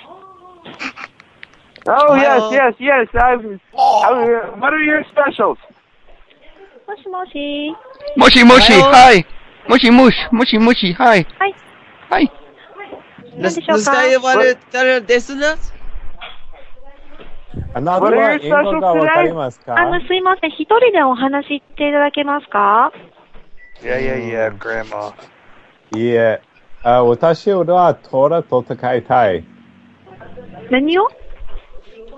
S13: Oh
S20: Hello.
S13: yes, yes, yes. I'm, I'm, uh, what are your specials?
S20: もしもし。
S2: Mushy mushy, hi. Mushy mush, mushy mushy, hi. Hi.
S20: 何でしょうか
S10: Another
S20: What are your
S10: one,
S20: specials
S10: Ingo ga
S20: today?
S10: wakarimasu ka?
S20: あの、すいません。一人でお話しっていただけますか
S9: Yeah, yeah, yeah, Grandma.
S10: いいえ。あ Uh, 私はトラと戦いたい。
S20: 何を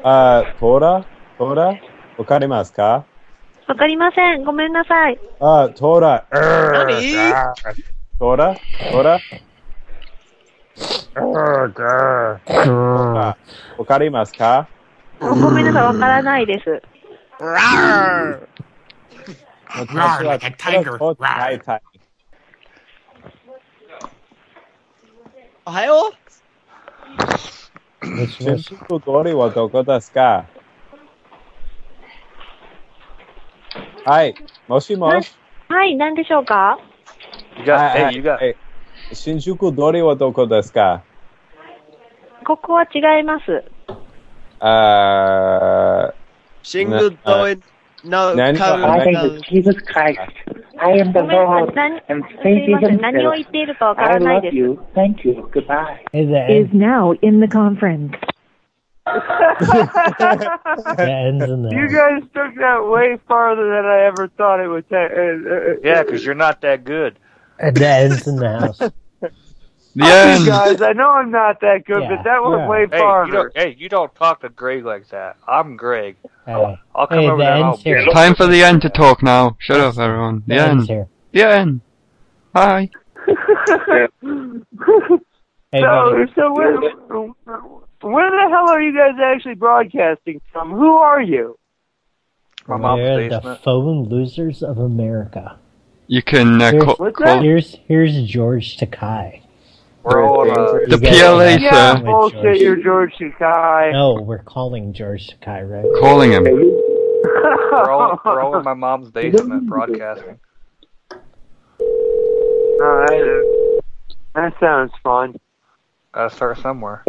S10: あトラトラわかりますか
S20: わかりません。ごめんなさい。
S10: あトラ。うー
S20: 何
S10: ガートラトラうーガートラわかりますか
S20: ごめんなさい。わからないです。
S10: 私はトラと戦いたい。
S3: Ohio?
S10: 中心通りはどこですかはい。もしもし。
S20: はい、何でしょうか
S10: You
S9: got- hey,
S10: you got. 新宿通りはどこですか
S20: ここは違います。
S10: あー
S3: Shingle
S10: なあ
S3: doing no
S10: Uh, Nani-
S3: cover.
S10: I think
S3: no.
S10: it's-
S21: Jesus Christ, I am the
S20: ごめんなさ
S21: Lord
S20: い。何
S21: and
S20: すい
S21: Saint
S20: ません。何を
S21: Himself.
S20: 言っているかわか
S21: I
S20: らない
S21: love
S20: です。
S21: you. Thank you. Goodbye.
S7: Is now in the conference.
S13: You guys took that way farther than I ever thought it would take. Uh, uh,
S9: Yeah, 'cause you're not that good.
S1: And that ends in the house.
S13: Yeah, guys, I know I'm not that good, but that went way
S9: hey, You
S13: farther.
S9: don't, hey, you don't talk to Greg like that. I'm Greg.
S1: Hey.
S9: I'll come
S1: Hey,
S9: over
S1: the
S9: there. and I'll
S1: end's here.
S9: beat
S2: Time for the end to talk now. Shut up, everyone. The
S1: The
S2: end.
S1: end's here.
S2: The end. Hi.
S1: Hey,
S13: so,
S1: buddy.
S13: so where, where the hell are you guys actually broadcasting from? Who are you?
S1: My They're the phone losers of America.
S2: You can uh,
S1: Here's-
S2: call, call
S1: here's here's George Takai.
S9: We're all uh,
S2: the PLA,
S13: yeah,
S2: sir.
S13: bullshit, you're George Sakai.
S1: No, we're calling George Takai, right?
S2: Calling him.
S9: we're all we're all in my mom's basement broadcasting.
S13: All right. uh, That sounds fun.
S9: Uh, start somewhere.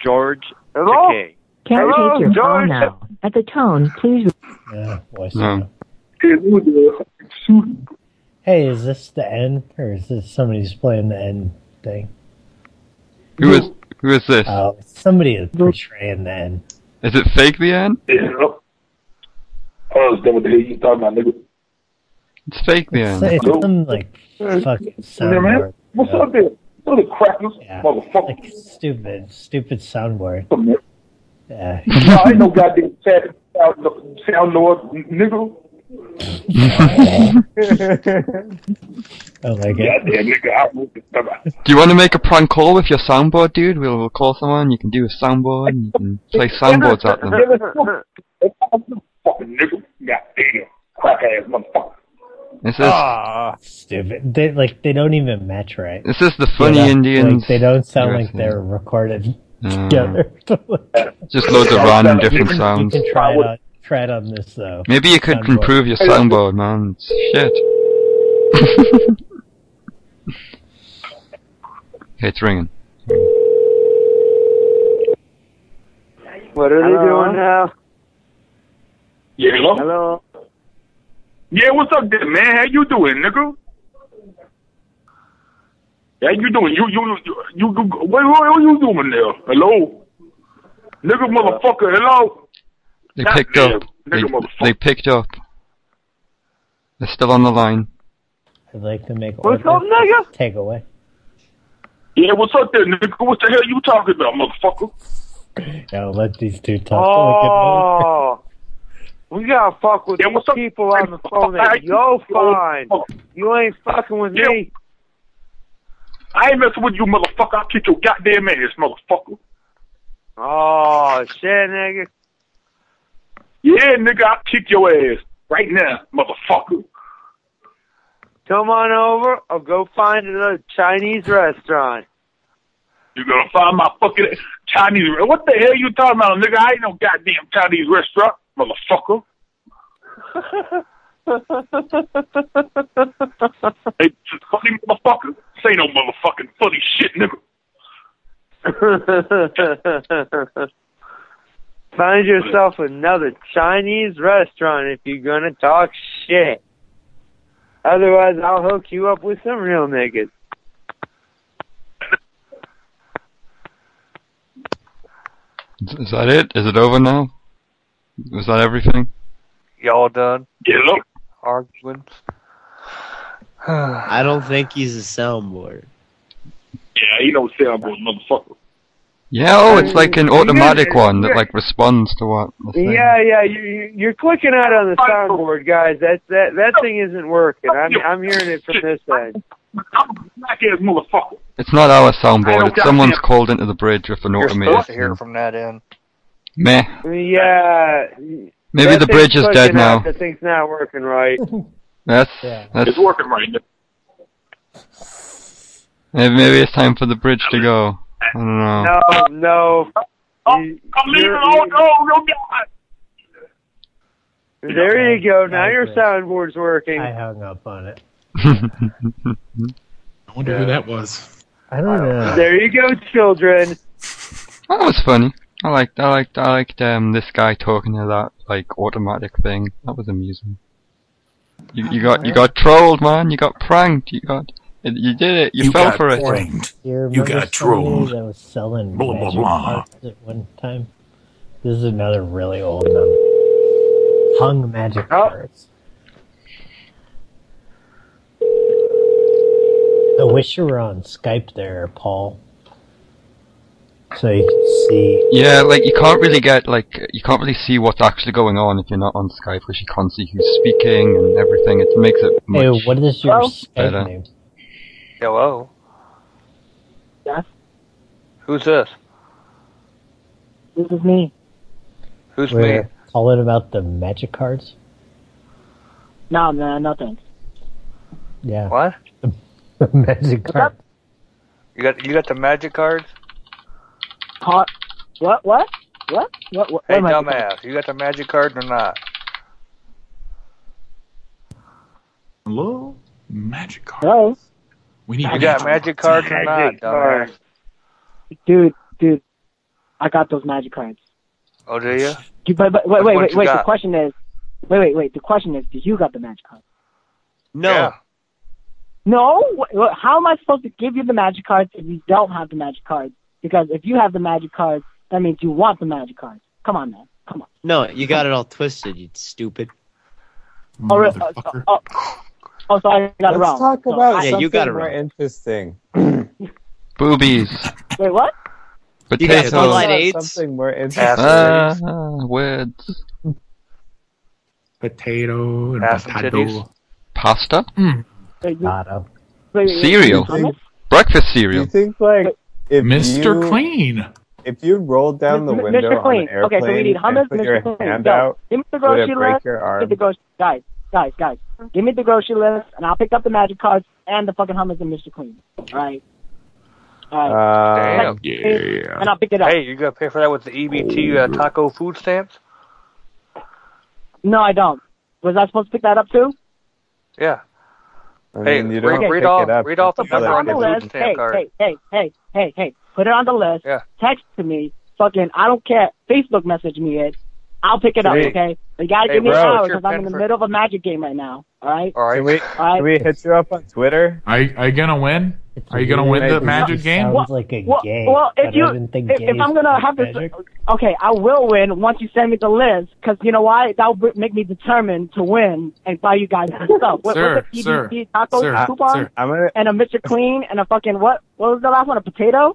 S22: George
S13: Hello?
S22: Takei.
S7: Can't
S13: Hello,
S7: take your
S13: George.
S7: call now. At the tone, please.
S1: Yeah, voice.
S2: No.
S1: Hey, is this the end, or is this somebody's playing the end thing?
S2: Who is who is this?
S1: Oh, somebody is portraying the end.
S2: Is it fake the end?
S21: I understand what the hell you talking about, nigga.
S2: It's fake the
S1: It's,
S2: end.
S1: it's some like fucking
S21: Yeah, man.
S1: soundboard.
S21: What's up there? Little crackers, motherfucker.
S1: Stupid, stupid soundboard. Yeah.
S21: no, ain't no goddamn chat sound, sound noise, nigga.
S1: oh my
S21: god. Goddamn nigga, I wrote this stuff out.
S2: Do you want to make a prank call with your soundboard, dude? We'll, we'll call someone. You can do a soundboard. And you can play soundboards at them.
S21: Fucking nigga, goddamn crack ass motherfucker.
S2: This is
S21: Ah.
S9: Ah,
S1: stupid. They like they don't even match right.
S2: This is the funny
S1: know,
S2: Indians
S1: Like, they don't sound
S2: you're
S1: like they're recorded
S2: Mm.
S1: together.
S2: just loads of random different
S1: You can-
S2: sounds.
S1: You can try it on, try it on this though.
S2: Maybe you could
S1: Soundboard.
S2: improve your soundboard, man. It's shit. Hey, it's ringing.
S13: What are they doing now?
S21: Yeah, hello?
S13: Hello?
S21: Yeah, what's up there, man? How you doing, nigga? How you doing? You you you you, you what, what are you doing there? Hello? Nigga motherfucker, hello?
S2: They
S21: God
S2: picked
S21: damn,
S2: up. They,
S21: Nigga motherfucker.
S2: they picked up. They're still on the line.
S1: I'd like to make
S21: What's
S1: order
S21: up, nigga?
S1: take away.
S21: Yeah, what's up there, nigga? What the hell you talking about, motherfucker?
S1: Now let these two talk.
S13: Oh, we gotta fuck with these people on the phone that yo fine. You ain't fucking with me.
S21: I ain't messing with you, motherfucker. I'll kick your goddamn ass, motherfucker.
S13: Oh shit, nigga.
S21: Yeah, nigga, I'll kick your ass right now, motherfucker.
S13: Come on over or go find another Chinese restaurant.
S21: You're gonna find my fucking Chinese. re- What the hell you talking about, nigga? I ain't no goddamn Chinese restaurant, motherfucker. hey, funny motherfucker. Say no motherfucking funny shit, nigga.
S13: Find yourself another Chinese restaurant if you're gonna talk shit. Otherwise, I'll hook you up with some real niggas.
S2: Is, is that it? Is it over now? Is that everything?
S9: Y'all done?
S21: Yeah, look.
S9: Arguing.
S3: I don't think he's a soundboard.
S21: Yeah, he don't sound good, motherfucker.
S2: Yeah, oh, it's like an
S13: Yeah,
S2: automatic one that
S13: yeah.
S2: like responds to what. the thing-
S13: Yeah, yeah, you, you- you're clicking out on the soundboard, guys. That that that thing isn't working. I'm I'm hearing it from this end.
S21: Black ass motherfucker.
S2: It's not our
S9: I don't
S2: soundboard. It's
S9: goddamn-
S2: someone's called into the bridge with an
S9: You're supposed to
S2: automated.
S9: hear it from that end.
S2: Meh.
S13: Yeah.
S2: Maybe
S13: that
S2: the
S13: thing's
S2: bridge is dead
S13: clicking
S2: now.
S13: out. That thing's not working right.
S2: That's
S1: Yeah.
S2: that's
S21: It's working right now.
S2: eh, maybe it's time for the bridge to go. I don't know.
S13: No, no. I'm
S21: leaving. Oh no, no, God.
S13: There you go. Now your soundboard's working. I
S1: hung up on it.
S17: I wonder who that was.
S1: I don't know.
S13: There you go, children.
S2: That was funny. I liked I liked I liked um this guy talking to that like automatic thing. That was amusing. You you got you got trolled, man. You got pranked. You got you did it. You,
S16: You
S2: fell
S16: got
S2: for it.
S16: pranked.
S1: Do remember
S16: got
S1: somebody
S16: trolled.
S1: That was selling
S16: Blah, blah,
S1: magic
S16: blah.
S1: cards at one time. This is another really old number. Hung magic
S21: Oh.
S1: cards. I wish you were on Skype there, Paul, so you could see.
S2: Yeah, like you can't really get like you can't really see what's actually going on if you're not on Skype, because you can't see who's speaking and everything. It makes it much
S1: Hey, what is your Skype
S2: better.
S1: name?
S9: Hello.
S5: Yes?
S9: Who's this?
S5: This is me.
S9: Who's
S1: We're
S9: me?
S1: calling about the magic cards.
S5: No, no, nothing.
S1: Yeah.
S9: What?
S1: The magic card.
S9: You got you got the magic cards?
S5: Caught. What? What? What? What? What?
S9: Hey
S5: what am I-
S9: dumbass, you got the magic card or not?
S16: Hello? Magic card.
S5: Hello?
S16: We need
S9: You got magic cards or not,
S5: Magic
S9: dumbass?
S5: Dude, dude, I got those magic cards.
S9: Oh, do you?
S5: You, but, but
S9: What-
S5: wait, wait,
S9: what
S5: wait,
S9: you
S5: wait. The
S9: got?
S5: question is, wait, wait, wait. The question is, do you got the magic cards?
S3: No.
S5: No. Wh- wh- How am I supposed to give you the magic cards if you don't have the magic cards? Because if you have the magic cards, that means you want the magic cards. Come on, man. Come on.
S3: No, you got it all twisted, you stupid.
S5: Oh, really? Oh, oh, oh, oh, sorry, I
S10: Mm,
S5: got
S10: Let's
S5: it wrong.
S10: talk
S5: No,
S10: about
S5: I-
S10: something
S3: you got it
S10: more
S3: wrong.
S10: interesting.
S2: Boobies.
S5: Wait, what?
S3: You got
S2: Potatoes.
S3: Twilight
S10: About
S3: AIDS?
S10: Something more
S2: Ah,
S10: interesting.
S2: words.
S16: Potato and
S2: Ass and
S16: potato. Hmm.
S2: Pasta?
S5: Wait, you-
S1: Not
S5: wait, wait, wait,
S2: Cereal.
S5: Thomas?
S2: Breakfast
S10: Do you
S2: cereal.
S10: think like if
S16: Mr.
S10: you-
S16: Clean.
S10: If you rolled down the
S5: M-
S10: window
S5: Mr.
S10: on
S5: Clean.
S10: an airplane
S5: okay, so we need hummus,
S10: and put
S5: Mr.
S10: your
S5: Clean.
S10: hand
S5: Yo,
S10: out,
S5: give me the
S10: would
S5: grocery
S10: it break
S5: list.
S10: your
S5: Give
S10: arm?
S5: me the grocery, guys, guys, guys. Give me the grocery list, and I'll pick up the magic cards and the fucking hummus and Mr. Clean. All right. All right.
S9: Damn.
S5: Like, And I'll pick it up.
S9: Hey, you gotta pay for that with the EBT uh, taco food stamps?
S5: No, I don't. Was I supposed to pick that up too?
S9: Yeah.
S10: I
S9: Hey,
S10: mean, you
S9: read-
S10: don't
S9: read
S10: pick
S9: off-
S10: it up.
S9: read off the
S10: You feel
S9: number
S10: like
S9: on the
S10: it's-
S9: list.
S5: Hey,
S9: Food stamp card.
S5: hey, hey, hey, hey, hey. Put it on the list.
S9: Yeah.
S5: Text to me. Fucking, I don't care. Facebook message me it. I'll pick it up,
S10: Hey.
S5: okay? But you gotta
S10: Hey,
S5: give me
S10: bro,
S5: an hour
S10: it's your
S5: because I'm
S10: pen
S5: in the
S10: for-
S5: middle of a magic game right now. All right?
S9: All right.
S10: Can we,
S5: All right.
S10: can we hit you up on Twitter?
S16: Are, you- are you gonna win? Are you gonna win the magic game?
S1: Sounds like a
S5: Well,
S1: gay.
S5: well,
S1: but
S5: if you
S1: I didn't think
S5: if, if
S1: gays
S5: I'm gonna
S1: played
S5: have this,
S1: magic.
S5: okay, I will win once you send me the list, because you know why? That will make me determined to win and buy you guys some stuff. What,
S16: Sir,
S5: what's the
S16: sir,
S5: PBC tacos
S16: sir,
S5: coupon?
S16: sir.
S10: I'm gonna.
S5: And a Mr. Clean and a fucking what? What was the last one? A potato?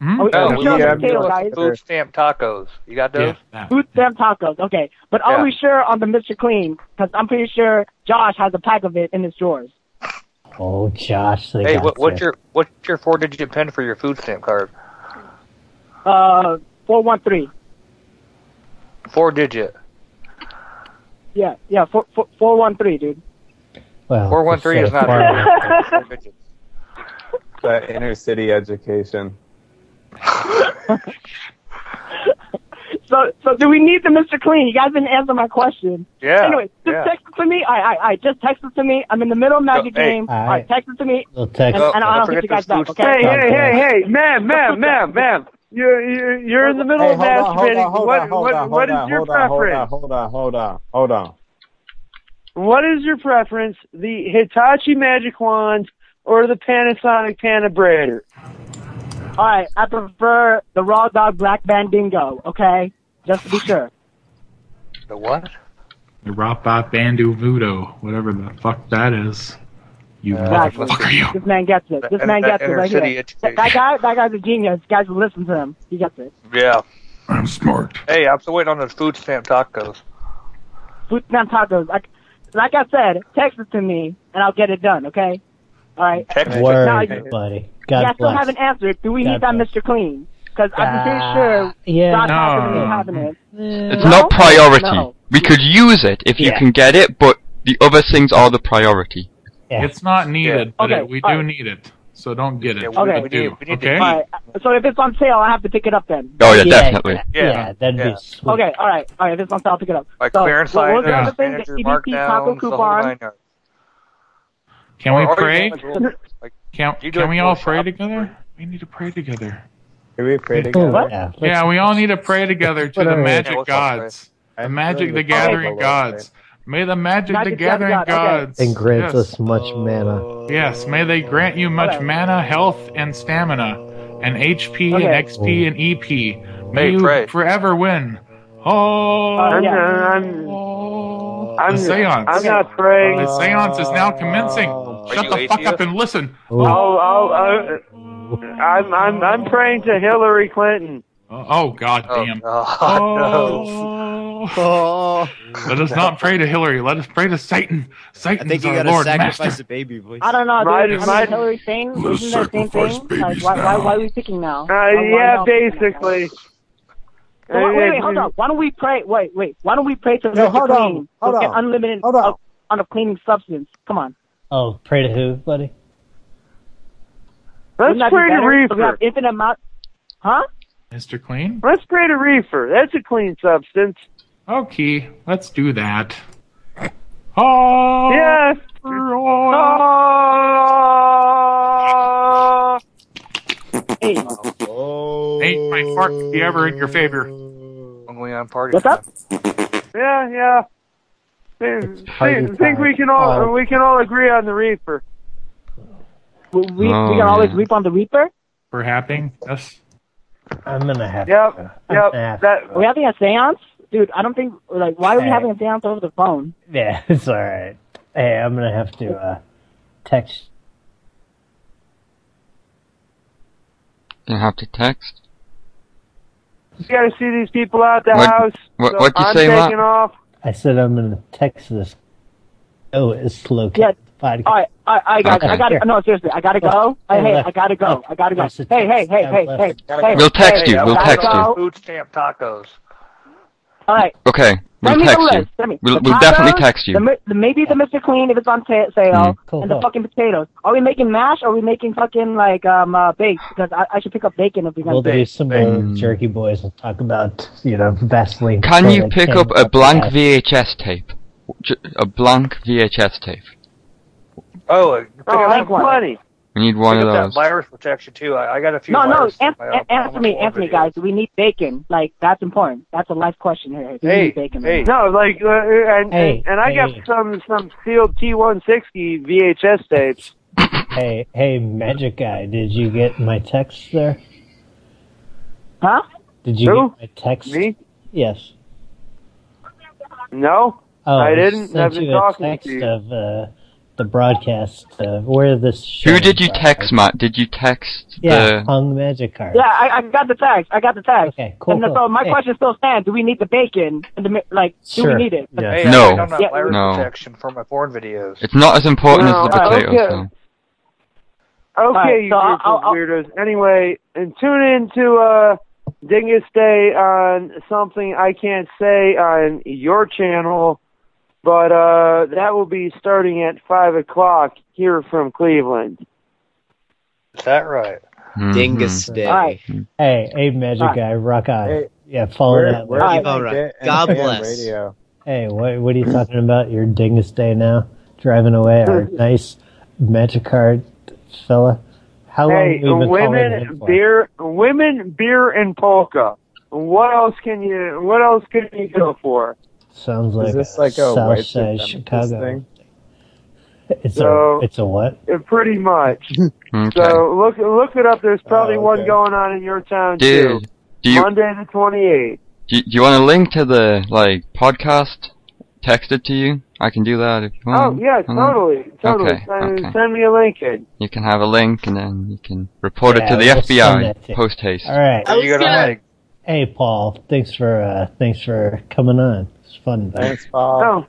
S16: Hmm?
S5: Oh, we-
S9: No,
S5: we
S9: we
S5: still
S9: got
S5: have potato, guys.
S9: food stamp tacos. You got those?
S16: Yeah, that.
S5: Food stamp tacos. Okay, but are
S9: Yeah.
S5: we sure on the Mr. Clean? Because I'm pretty sure Josh has a pack of it in his drawers.
S1: Oh, Josh, they
S9: Hey,
S1: got
S9: what, what's
S1: you.
S9: your what's your four digit pin for your food stamp card?
S5: Uh, four one three.
S9: Four digit.
S5: Yeah, yeah, four four four one three, dude.
S1: Well,
S9: Four one
S1: to
S9: three
S1: say
S9: is not
S1: four-
S9: a four digit.
S10: That inner city education.
S5: So, so do we need the Mr. Clean? You guys didn't answer my question.
S9: Yeah.
S5: Anyway, just
S9: yeah.
S5: text it to me. I, I, I just text it to me. I'm in the middle of magic
S9: hey.
S5: game.
S1: All right.
S5: All right, text it to me,
S1: We'll text.
S5: and, and I'll
S9: don't
S5: hit you
S9: forget
S5: guys
S9: the
S5: back.
S9: food
S5: Okay.
S13: Hey, hey,
S1: Okay.
S13: hey, hey, ma'am, ma'am, ma'am, ma'am. You're, you're, you're in the middle
S10: Hey,
S13: of
S10: hold on, hold
S13: masturbating.
S10: on, hold
S13: What-
S10: on, hold
S13: what-
S10: on, hold
S13: what
S10: on,
S13: is your
S10: hold on, hold
S13: preference?
S10: on, hold on, hold on, hold on.
S13: What is your preference, the Hitachi Magic Wand or the Panasonic Panabrator?
S5: All right, I prefer the raw dog black bandingo. Okay, just to be sure.
S9: The what?
S16: The Rapa Bandu Voodoo, whatever the fuck that is. You
S1: Uh,
S5: Exactly.
S16: motherfucker, you.
S5: This man gets it. This
S9: That-
S5: man
S9: that
S5: gets it
S9: inner
S5: right
S9: city
S5: here.
S9: education.
S5: That, that guy, that guy's a genius. Guys, listen to him. He gets it.
S9: Yeah.
S16: I'm smart.
S9: Hey, I'm still waiting on those food stamp tacos.
S5: Food stamp tacos. Like, like I said, text it to me, and I'll get it done. Okay. All right.
S9: Text it.
S5: Now,
S1: Word, buddy. God
S5: yeah, I still
S1: bless.
S5: haven't answered. Do we
S1: God
S5: need that
S1: bless.
S5: Mr. Clean? Because I'm pretty
S1: Ah,
S5: sure
S1: yeah.
S5: Josh has it in
S16: No.
S5: his cabinet.
S2: It's
S5: No?
S2: not priority.
S5: No.
S2: We could use it if you
S1: Yeah.
S2: can get it, but the other things are the priority.
S1: Yeah.
S16: It's not needed, but
S5: Okay,
S16: it, we do
S5: alright.
S16: need it. So don't get it.
S9: Yeah, we-
S5: Okay.
S9: we
S16: Do.
S9: need, we need
S16: okay.
S9: to eat.
S5: All right. So if it's on sale, I have to pick it up then.
S2: Oh yeah,
S1: Yeah.
S2: definitely.
S1: Yeah,
S9: Yeah.
S1: that'd
S9: Yeah.
S1: be sweet.
S5: Okay, all right, all right. If it's on sale, I'll pick it up.
S9: Like
S5: so,
S9: clearance
S5: what was the
S16: items,
S5: other thing?
S9: manager
S5: The EBT taco
S9: markdowns, the whole
S5: coupon.
S9: nine yards.
S16: Can
S9: Or-
S16: we
S9: or
S16: pray?
S9: you can, like, like,
S16: Can,
S9: you do
S16: can
S9: it
S16: we all
S9: for
S16: pray
S9: shop.
S16: together? We need to pray together.
S10: Can we pray
S1: Oh,
S10: together?
S5: What?
S1: yeah. Let's-
S16: yeah, we all need to pray together to
S1: put
S16: the
S1: our-
S16: magic
S9: Yeah, let's all pray.
S16: gods.
S10: I
S16: The
S10: feel
S16: magic, the
S10: the
S16: gathering
S10: power of the
S16: gods. May the magic, the
S5: Magic,
S16: gathering
S5: gathering god,
S16: gods.
S1: And grants
S16: yes.
S1: us much mana.
S17: Oh.
S16: Yes, may they grant you much
S5: Okay.
S16: mana, health, and stamina, and HP,
S5: Okay.
S16: and XP, and EP. May
S9: Hey,
S16: you
S9: pray.
S16: forever win. Oh,
S5: Uh, yeah.
S13: I'm- I'm,
S16: the seance.
S13: I'm not praying.
S16: the seance is now commencing. Shut
S9: you
S16: the fuck
S9: atheist?
S16: up and listen.
S1: Ooh,
S13: Oh. I'll, I'll, I'll, I'm, I'm, I'm praying to Hillary Clinton.
S16: Oh, God
S9: Oh,
S16: damn.
S9: God, no.
S16: Oh,
S3: Oh.
S17: Let us not pray to Hillary. Let us pray to Satan. Satan
S3: I think
S17: is
S3: you
S17: our
S3: gotta
S17: Lord
S3: sacrifice
S17: Master.
S3: a baby voice.
S5: I don't know.
S13: Right,
S5: dude. I mean,
S13: right.
S5: Hillary Sane,
S13: Let's
S5: isn't that the same
S13: sacrifice
S5: thing? Like, why, why, why are we picking now?
S13: Uh,
S5: Why- why
S13: yeah,
S5: not picking now?
S13: basically.
S5: So wait, wait, wait, hold on. Why don't we pray? Wait, wait. Why don't we pray to
S1: No,
S5: Mr.
S1: hold
S5: Clean?
S1: on, hold
S5: We'll get
S1: on.
S5: Unlimited hold on. on a cleaning substance. Come on.
S1: Oh, pray to who, buddy?
S13: Let's
S5: Wouldn't that be
S13: pray to
S5: better? We have
S13: reefer.
S5: infinite amount. Huh?
S17: Mr. Clean?
S13: Let's pray to reefer. That's a clean substance.
S17: Okay, let's do that. Oh,
S13: Yes.
S17: Ain't my fork be ever in your favor.
S9: Only on party.
S5: What's up?
S13: Yeah, yeah. I
S9: party
S13: think, think we
S9: time.
S13: can all
S9: Oh.
S13: we can all agree on the reefer.
S5: We, we,
S17: Oh,
S5: we can always
S17: yeah.
S5: reap on the reaper.
S17: For happing? Yes.
S1: I'm gonna have.
S5: Yep.
S1: Yep. Have,
S5: Are we having a seance? Dude, I don't think, like, why are we
S1: Hey.
S5: having a seance over the phone?
S1: yeah, it's all right. Hey, I'm gonna have to uh, text.
S2: You have to text.
S13: You got to see these people out the
S2: What-
S13: house.
S2: what-
S13: so
S2: what'd you
S13: I'm
S2: say, Ma?
S13: taking off.
S1: I said I'm gonna text this. Oh, it's located.
S5: Yeah.
S1: Podcast.
S5: All right, all right, I got
S1: Okay.
S5: I got to, no, seriously, I got to go. Hey, hey, I got to go. I got to go. Hey, hey, hey, hey, hey, hey.
S2: We'll text
S5: hey,
S2: you, we'll
S5: gotta
S2: text you.
S5: go.
S9: Food stamp tacos.
S5: All right.
S2: Okay, we'll
S5: Send me
S2: text
S5: the
S2: you.
S5: list. Send me
S2: We'll,
S5: the
S2: we'll definitely
S5: tacos,
S2: text you.
S5: The, mi- the, maybe the Mr. Clean if it's on ta- sale,
S2: Mm, cool,
S5: and the
S2: cool.
S5: fucking potatoes. Are we making mash? Or are we making fucking like um uh, baked? Because I, I should pick up bacon if we're gonna
S1: We'll do
S5: bake.
S1: some uh, more jerky boys and talk about you know Vaseline.
S2: Can you
S1: product
S2: pick
S1: and
S2: up a
S1: what
S2: blank
S1: that-
S2: VHS tape? J- A blank VHS tape.
S9: Oh, uh, pick
S5: Oh,
S9: up
S5: like what?
S9: plenty.
S2: We need one
S9: pick
S2: of
S9: up
S2: those.
S9: that virus protection too. I, I got a few.
S5: No, Oh, no,
S9: viruses in
S5: An-
S9: my,
S5: An-
S9: uh,
S5: answer me,
S9: my
S5: answer me,
S9: video.
S5: guys. We need bacon. Like that's important. That's a life question here. We
S13: Hey,
S5: need bacon. man.
S13: No, like, uh, and,
S1: Hey,
S13: and and I got
S1: hey.
S13: some some sealed T160 VHS tapes.
S1: Hey, hey, magic guy, did you get my text there?
S5: Huh?
S1: Did you
S13: Who?
S1: get my text?
S13: Me?
S1: Yes.
S13: No,
S1: Oh,
S13: I didn't.
S1: Sent
S13: I've been
S1: you a
S13: talking
S1: text
S13: to you.
S1: of uh, the broadcast uh, where this. show
S2: Who did you
S1: is on.
S2: text, Matt? Did you text
S1: Yeah,
S2: the?
S1: on the magic card.
S5: Yeah, I, I got the tags. I got the tags.
S1: Okay, cool,
S5: And
S1: cool.
S5: so my
S1: Hey.
S5: question still stands: Do we need the bacon? And the mi- like, do
S1: Sure.
S5: we need it?
S1: Yeah.
S9: Hey, I
S2: No.
S9: got that
S5: Yeah.
S9: virus
S2: No.
S9: protection for my porn videos.
S2: It's not as important
S13: No,
S2: as the
S13: I-
S2: potatoes,
S13: okay.
S2: though.
S13: Okay,
S5: Alright,
S13: you
S5: so
S13: group
S5: I'll-
S13: of weirdos. Anyway, and tune in to uh, Dingus Day on something I can't say on your channel, but uh, that will be starting at five o'clock here from Cleveland.
S9: Is that right?
S3: Mm-hmm. Dingus
S1: Mhm.
S3: Day.
S5: All right.
S1: Hey, hey, magic
S5: Alright.
S1: guy, rock on.
S6: Hey,
S1: yeah, follow
S6: Where-
S1: that.
S6: where
S1: link.
S6: can
S3: All
S6: I
S3: right.
S6: get
S3: God
S6: NPM
S3: bless.
S6: Radio?
S1: Hey, what what are you talking about? Your dingus day now? Driving away our nice magic card fella. How long
S13: Hey,
S1: have we been calling him
S13: women,
S1: for?
S13: beer, women, beer, and polka. What else can you? What else can you go for?
S1: Sounds like
S6: this
S1: a
S6: like a
S1: South
S6: white
S1: Side
S6: supremacist
S1: Chicago.
S6: thing?
S1: It's
S13: So-
S1: a it's a what?
S13: Uh, Pretty much.
S2: Okay.
S13: So look look it up. There's probably
S6: Oh,
S13: one
S6: okay.
S13: going on in your town too.
S2: Dude, do you
S13: Monday the twenty eighth.
S2: do, do you want a link to the like podcast texted to you? I can do that if you
S13: Oh
S2: want.
S13: yeah,
S2: Mhm.
S13: totally, totally.
S2: Okay,
S13: Send,
S2: okay.
S13: send me a link, kid.
S2: You can have a link and then you can report it
S1: Yeah,
S2: to the
S1: we'll send that to
S2: FBI
S1: you.
S2: post haste.
S1: All right.
S9: Are you gonna like?
S1: Hey Paul, thanks for uh thanks for coming on. It's fun, buddy.
S6: Thanks, Paul.
S13: No,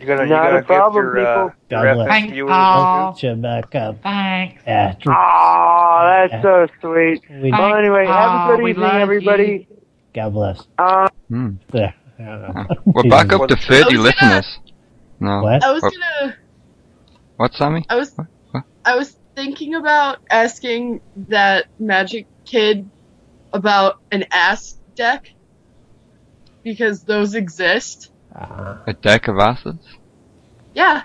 S9: You gonna?
S13: Not a
S9: you gonna
S13: problem,
S9: give your,
S13: people.
S9: Uh,
S1: God
S9: your
S1: bless.
S9: FS
S1: Thank
S9: viewers
S1: Don't you back up.
S17: Thanks.
S1: Yeah, dr-
S13: Oh, that's so sweet.
S1: we,
S13: Well, anyway, have
S17: Aw,
S13: a good
S17: we
S13: evening,
S17: love you.
S13: everybody.
S1: God bless.
S13: Uh,
S2: Hmm.
S1: There. I don't know.
S2: We're back up to
S9: Jesus.
S2: 30
S23: I was gonna-
S2: listeners. No.
S1: What?
S23: I was
S2: What-
S23: gonna.
S2: What, Sammy?
S23: I was. I was thinking about asking that magic kid about an ass deck because those exist.
S1: Uh-huh.
S2: A deck of asses?
S23: Yeah.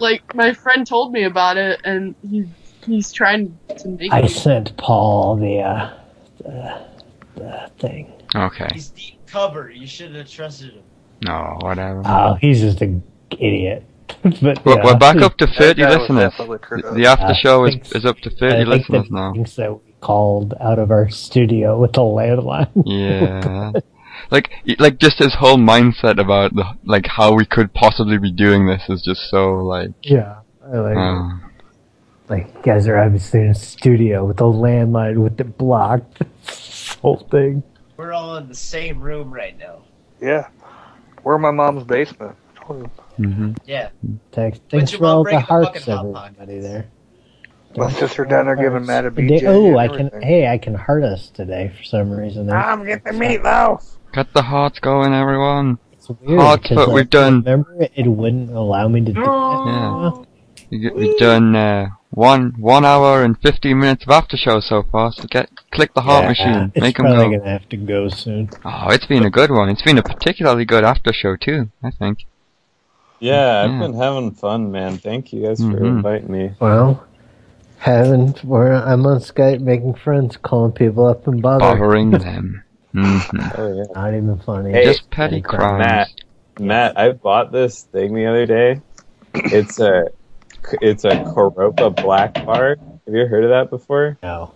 S23: like my friend told me about it, and he he's trying to make.
S1: I
S23: it.
S1: sent Paul the uh the, the thing.
S2: Okay.
S3: He's deep cover. You shouldn't have trusted him.
S2: No, whatever.
S1: Oh, he's just an idiot. but
S2: We're,
S1: yeah.
S2: we're back up to 30
S9: guy was
S2: listeners.
S9: definitely
S2: The- The after
S1: Uh,
S2: show is,
S1: thanks.
S2: is up to
S1: I
S2: 30
S1: think
S2: listeners
S1: that
S2: now.
S1: thinks that we called out of our studio with a landline.
S2: Yeah. like, y- like just his whole mindset about the, like how we could possibly be doing this is just so like.
S1: yeah, I like it.
S2: Uh,
S1: like you guys are obviously in a studio with a landline with it blocked. This whole thing.
S3: We're all in the same room right now.
S9: Yeah. We're in my mom's basement.
S1: Mm-hmm.
S3: Yeah.
S1: Thanks, thanks
S3: your
S1: for
S3: mom
S1: all
S3: breaking
S1: the
S3: the
S1: hearts,
S3: fucking hot
S1: everybody there.
S9: My
S1: Thanks
S9: sister
S1: for all
S9: down there
S1: the
S9: giving Matt a
S1: hearts. They-
S9: BJ
S1: oh,
S9: and
S1: I can.
S9: everything.
S1: Hey, I can heart us today for some reason. There's-
S9: Mom, get the meatloaf.
S2: Get the hearts going, everyone.
S1: It's weird,
S2: hearts,
S1: 'cause,
S2: but
S1: like,
S2: we've done.
S1: Remember, it wouldn't allow me to do
S2: Yeah. We get- We've done uh, one one hour and fifteen minutes of after show so far. So get click the heart
S1: Yeah,
S2: machine,
S1: It's
S2: make them
S1: probably
S2: go.
S1: gonna have to go soon.
S2: Oh, it's been a good one. It's been a particularly good after show too. I think.
S10: Yeah, I've
S2: Yeah.
S10: been having fun, man. Thank you guys for
S2: Mhm.
S10: inviting me.
S1: Well, having we're, I'm on Skype making friends, calling people up and
S2: Bothering
S1: bothering,
S2: them. Mhm.
S1: Not even funny.
S10: Oh, Hey,
S1: Just
S2: petty
S1: crimes.
S10: Matt, Matt, I bought this thing the other day. It's a it's a Coropa black bar. Have you heard of that before?
S1: No.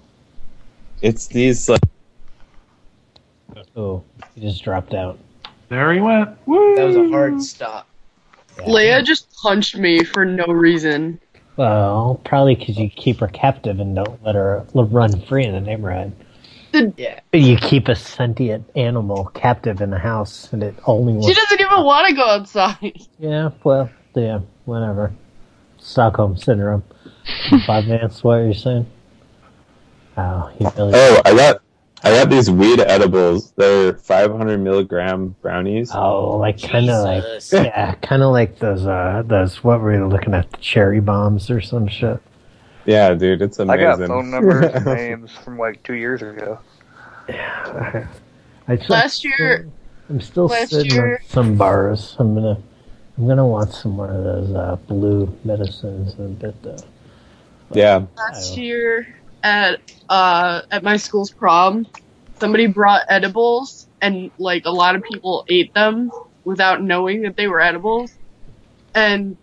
S10: It's these like
S1: Oh, he just dropped out. Mm.
S16: There he went.
S3: That was a hard stop.
S23: Leia just punched me for no reason.
S1: Well, probably because you keep her captive and don't let her l- run free in the neighborhood.
S23: Yeah.
S1: But you keep a sentient animal captive in the house, and it only
S23: She
S1: wants.
S23: doesn't even want to go outside.
S1: Yeah, well, yeah, whatever. Stockholm syndrome. Five minutes. What you're saying? Oh, he really.
S10: oh, I got I got these weed edibles. They're 500 milligram brownies.
S1: Oh, like kind of like yeah, kind of like those uh those what were you looking at the cherry bombs or some shit.
S10: Yeah, dude, it's
S9: I
S10: amazing.
S9: got phone numbers and names from like two years ago.
S1: I just,
S23: Last year,
S1: I'm still
S23: last
S1: sitting
S23: year-
S1: on some bars. I'm gonna I'm gonna want some one of those uh, blue medicines uh, in a bit though.
S10: Yeah.
S23: last year at uh at my school's prom, somebody brought edibles and like a lot of people ate them without knowing that they were edibles. And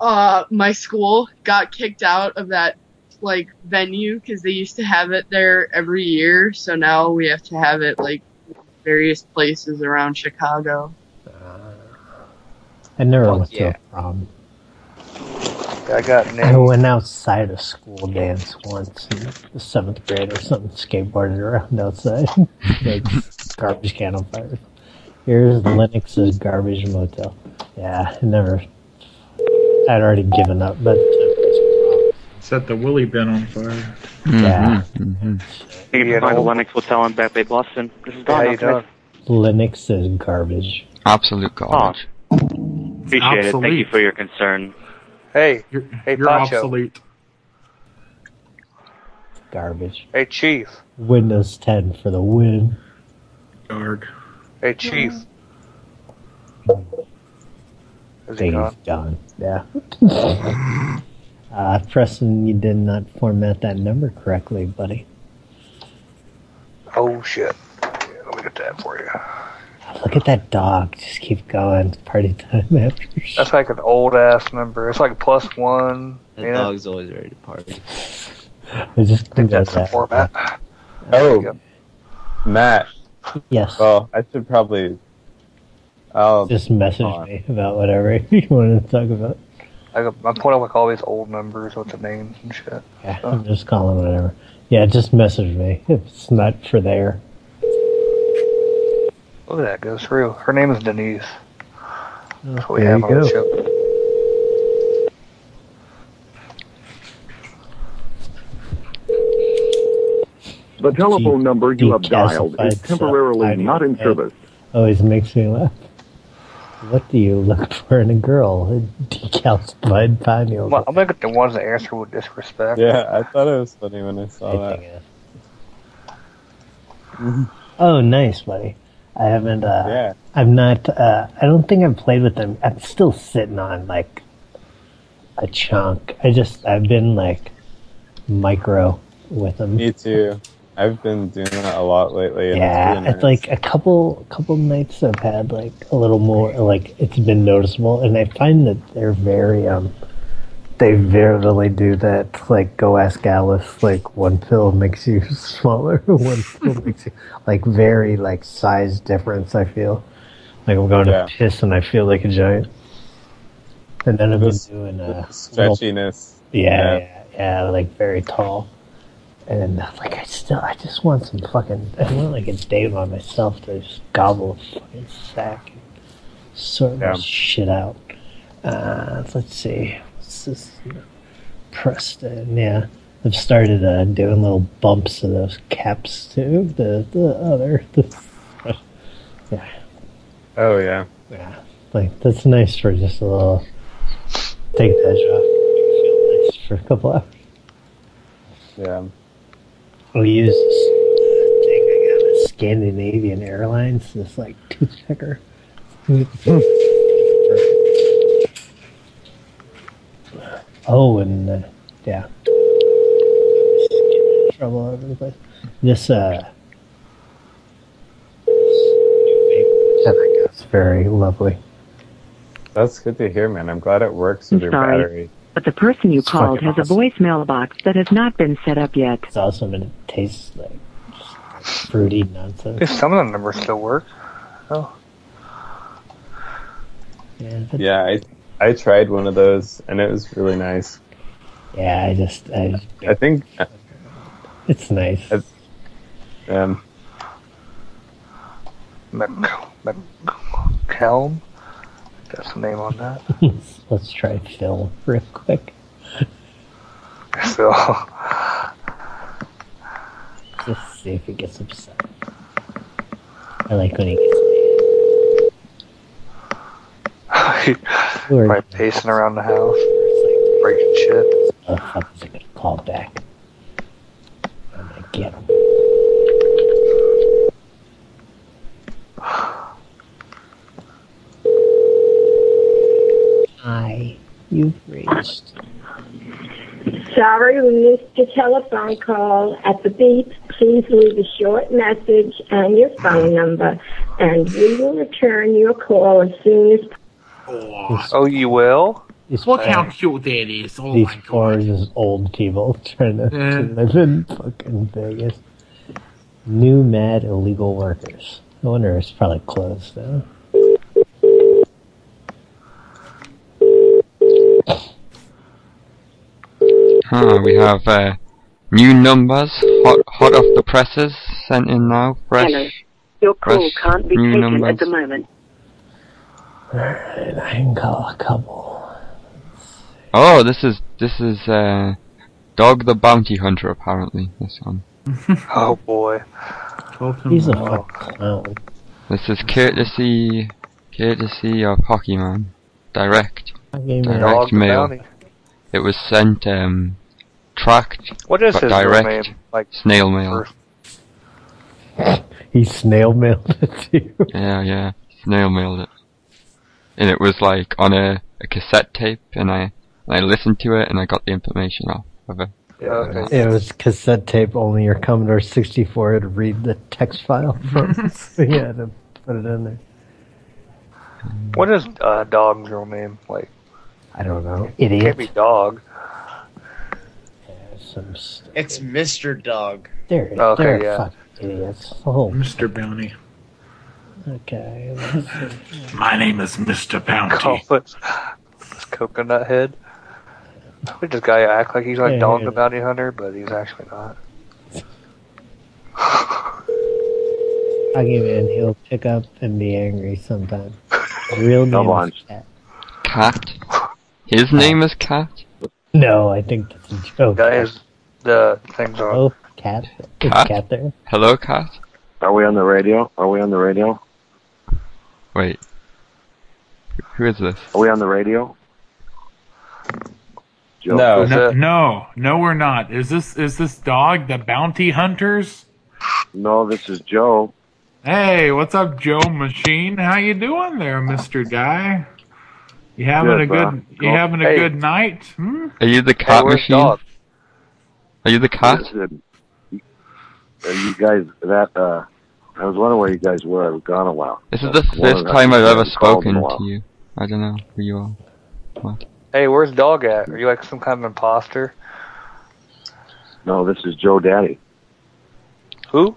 S23: uh my school got kicked out of that like venue cuz they used to have it there every year, so now we have to have it like various places around Chicago.
S1: I never
S23: Fuck
S1: went
S23: yeah.
S1: to a prom.
S9: I got
S1: I
S9: names.
S1: went outside a school dance once in the seventh grade or something, skateboarded around outside. like garbage can on fire. Here's Lennox's garbage motel. Yeah, I never I'd already given up, but
S16: Set the woolly bin on fire.
S2: Mm-hmm,
S1: yeah.
S11: Thank you for
S16: Oh.
S11: calling the Lennox Hotel in Back Bay, Boston. This is Don.
S9: How
S11: How
S9: you
S11: can I-
S9: doing?
S1: Linux is garbage.
S2: Absolute garbage.
S11: Oh. Appreciate it. Thank you for your concern.
S9: Hey, hey,
S16: You're
S9: Pacho.
S16: obsolete.
S1: Garbage.
S9: Hey, Chief.
S1: Windows 10 for the win.
S16: Dark.
S9: Hey, Chief. Is he
S1: Dave
S9: gone?
S1: John. Yeah. uh, Preston, you did not format that number correctly, buddy.
S9: Oh shit. Yeah, let me get that for you.
S1: Look at that dog. Just keep going. Party time after.
S9: That's like an old ass number. It's like a plus one.
S3: That
S9: you know?
S3: dog's always ready to party.
S1: I just
S9: I think
S1: does
S9: that's the
S1: that.
S9: format.
S10: Oh, Matt.
S1: Yes.
S10: Well, I should probably.
S9: Oh.
S10: I'll
S1: Just message
S10: Alright.
S1: me about whatever you want to talk about.
S9: I go, I'm pulling up like all these old numbers with the names and shit.
S1: Yeah, I'm just calling whatever. Yeah, just message me. If it's not for there.
S9: Look at that, goes through. Her name is Denise. That's what we
S1: there
S9: have
S1: you
S9: on
S1: go.
S9: the show.
S4: The telephone number you have dialed is
S1: declassified
S4: temporarily
S1: stuff.
S4: not in service.
S1: Always makes me laugh. What do you look for in a girl? Decalcified pineal.
S9: I'm, I'm gonna get the ones that answer with disrespect.
S10: Yeah, I thought it was funny when I saw that.
S1: Oh, nice, buddy. I haven't. Uh,
S10: Yeah.
S1: I'm not. Uh, I don't think I've played with them. I'm still sitting on like a chunk. I just. I've been like micro with them.
S10: Me too. I've been doing that a lot lately. and
S1: Yeah,
S10: really
S1: it's like a couple couple nights I've had like a little more like it's been noticeable, and I find that they're very um they verily do that like go ask Alice like one pill makes you smaller, one pill makes you like very like size difference. I feel like I'm going
S10: Yeah.
S1: to piss and I feel like a giant, and then I've been
S10: This-
S1: doing
S10: the
S1: uh, little-
S10: stretchiness.
S1: yeah, yeah, yeah, like very tall. And like I still, I just want some fucking. I want like a day by myself to just gobble a fucking sack and sort
S2: Yeah.
S1: this shit out. Uh, let's see. What's this? Preston, yeah. I've started uh, doing little bumps of those caps too. The the other, the, yeah.
S10: Oh yeah.
S1: Yeah. Like that's nice for just a little take the edge off. Feel nice for a couple hours.
S10: Yeah.
S1: We use this thing I got at Scandinavian Airlines, this like toothpicker. oh, and uh, yeah, Getting in trouble all over the place. This uh, yeah, that goes very lovely.
S10: That's good to hear, man. I'm glad it works with
S7: I'm
S10: your
S7: sorry.
S10: battery.
S7: But the person you called
S10: fucking
S7: has a voicemail box that has not been set up yet. It's
S1: awesome and it tastes like fruity nonsense.
S9: If some of the numbers still work. Oh.
S1: Yeah,
S10: Yeah, I I tried one of those and it was really nice.
S1: Yeah, I just I,
S10: I think
S1: it's nice.
S10: um,
S9: Mc, Mc, Calm? That's the name on that.
S1: Let's try Phil real quick.
S9: So,
S1: Just see if he gets upset. I like when he gets
S9: right, pacing around the house, breaking shit.
S1: Oh, fuck, is it gonna call back? I'm gonna get him. Hi, you've reached.
S6: Sorry, we missed your telephone call. At the beep, please leave a short message and your phone number, and we will return your call as soon as
S9: Oh, you will?
S1: Look
S17: how cute that is. Oh
S1: These
S17: my
S1: fours is old people trying to,
S17: Yeah.
S1: to live in fucking Vegas. New mad illegal workers. I wonder if it's probably closed now.
S2: Huh, we have uh, new numbers, hot, hot off the presses, sent in now, fresh.
S12: Hello. Your call
S2: fresh
S12: can't be
S2: new
S12: taken
S2: numbers.
S12: at the moment.
S1: Alright, I can call a couple.
S2: Oh, this is this is uh, Dog the Bounty Hunter. Apparently, this one.
S9: Oh boy.
S1: He's a fucking clown.
S2: This is courtesy courtesy of Hockey Man. Direct.
S1: Hockey Man.
S2: Direct
S1: Dog the
S2: mail.
S1: Bounty.
S2: It was sent um tracked
S9: What is
S2: but
S9: his real
S2: direct
S9: name? Like,
S2: snail mail.
S1: He snail mailed it to you.
S2: Yeah, yeah. Snail mailed it. And it was like on a, a cassette tape and I and I listened to it and I got the information off of it.
S1: It was cassette tape only. Your Commodore 64 had to read the text file from. so you had to put it in there.
S9: What is uh, dog's real name? Like,
S1: I don't know.
S9: it can't be
S1: Idiot.
S9: dog.
S1: Some s-
S3: It's Mr. Dog.
S1: They're,
S3: Okay,
S1: they're
S3: yeah.
S1: fucking idiots. Oh,
S16: Mr. Bounty.
S1: okay. let's see.
S16: My name is Mr. Bounty.
S9: Call it this coconut head. Did this guy act like he's like
S16: Yeah,
S9: dog
S16: yeah.
S9: the bounty hunter, but he's actually not.
S1: Hockey Man, he'll pick up and be angry sometime. His Real name
S2: on.
S1: is Cat.
S2: Cat. His name is Cat.
S1: No, I think that's a joke.
S9: Guys, the things on.
S1: Oh, Cat. Is
S2: Cat?
S1: Cat there?
S2: Hello, Cat.
S24: Are we on the radio? Are we on the radio?
S2: Wait. Who is this?
S24: Are we on the radio? Joe,
S16: No,
S24: who's
S16: no,
S24: that?
S16: no, no, we're not. Is this is this dog the bounty hunters?
S24: No, this is Joe.
S16: Hey, what's up, Joe Machine? How you doing there, Mister Guy? You having
S2: Good,
S16: a
S2: bro.
S16: good you
S2: Cool.
S16: having a
S2: Hey.
S16: good night? Hmm?
S2: Are you the cat
S24: Oh, where's
S2: machine?
S24: dog?
S2: Are you the cat?
S24: Listen, Are you guys that? uh I was wondering where you guys were. I was gone a while.
S2: This is the first
S24: Wondering
S2: time
S24: if
S2: I've
S24: you
S2: ever
S24: guys called in
S2: spoken
S24: a while.
S2: to you. I don't know who you are. What?
S9: Hey, where's dog at? Are you like some kind of imposter?
S24: No, this is Joe Daddy.
S9: Who?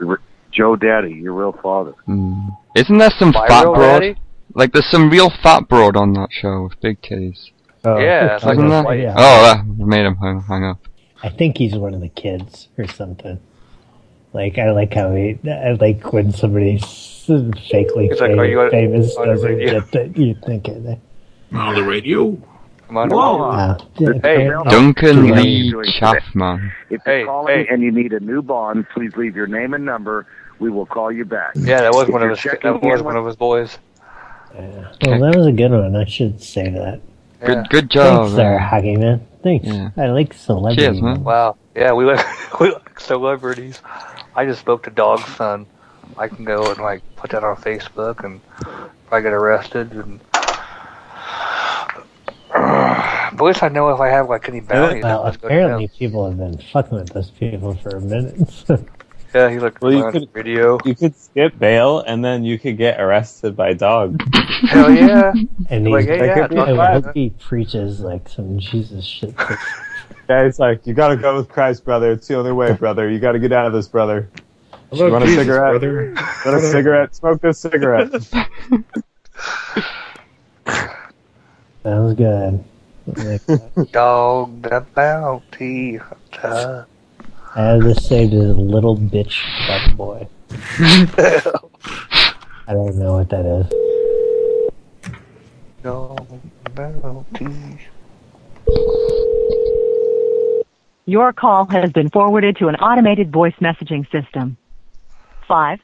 S24: Your- Joe Daddy, your real father.
S2: Mm. Isn't there some
S24: Viral
S2: fat broad?
S24: daddy?
S2: Like, there's some real fat broad on that show with big titties.
S24: Oh, Yeah, it's like
S2: Isn't
S24: a
S2: there?
S24: white- yeah.
S2: Oh, that made him hung, hung up.
S1: I think he's one of the kids or something. Like I like how he I like when somebody s- fakely
S9: He's like, "Are you
S1: famous,
S9: on-
S1: famous
S9: on the
S1: doesn't
S9: radio?"
S1: get that you think it. eh?
S16: On the radio.
S9: I'm on
S1: Uh,
S24: Hey, hey,
S2: Duncan
S24: hey,
S2: Lee
S24: doing today?
S2: Chaffman.
S24: If you're calling and you need a new bond, please leave your name and number. We will call you back.
S9: Yeah, that was
S24: If
S9: one of
S24: you're
S9: his.
S24: checking
S9: That was
S24: in
S9: one of his boys.
S1: Well, that was a good one. I should say that.
S2: Good, good job.
S1: Thanks, there,
S2: man.
S1: hockey man. Thanks. I like celebrity.
S2: Cheers, man.
S9: Wow. Yeah, we look, we look celebrities. I just spoke to Dog's son. I can go and like put that on Facebook and if I get arrested and. But at least I know if I have like any bounties.
S1: Well,
S9: Let's go
S1: apparently people have been fucking with those people for a minute.
S9: Yeah, he looked
S10: well, you
S9: on
S10: could,
S9: video.
S10: You could skip bail and then you could get arrested by dog.
S9: Hell yeah!
S1: and
S10: Like,
S1: he's
S10: yeah,
S1: I
S10: yeah,
S1: hope he-
S10: that's
S1: I
S10: right.
S1: hope he preaches like some Jesus shit.
S10: Guy's like, you gotta go with Christ, brother. It's the only way, brother. You gotta get out of this, brother.
S16: Hello,
S10: you want
S16: Jesus,
S10: a cigarette?
S16: brother.
S10: Want a cigarette? Smoke this cigarette.
S1: Sounds good. Like,
S9: Dog the bounty hunter.
S1: I have this saved as little bitch fuck boy. I don't know what that is.
S9: Dog the bounty.
S7: Your call has been forwarded to an automated voice messaging system. Five.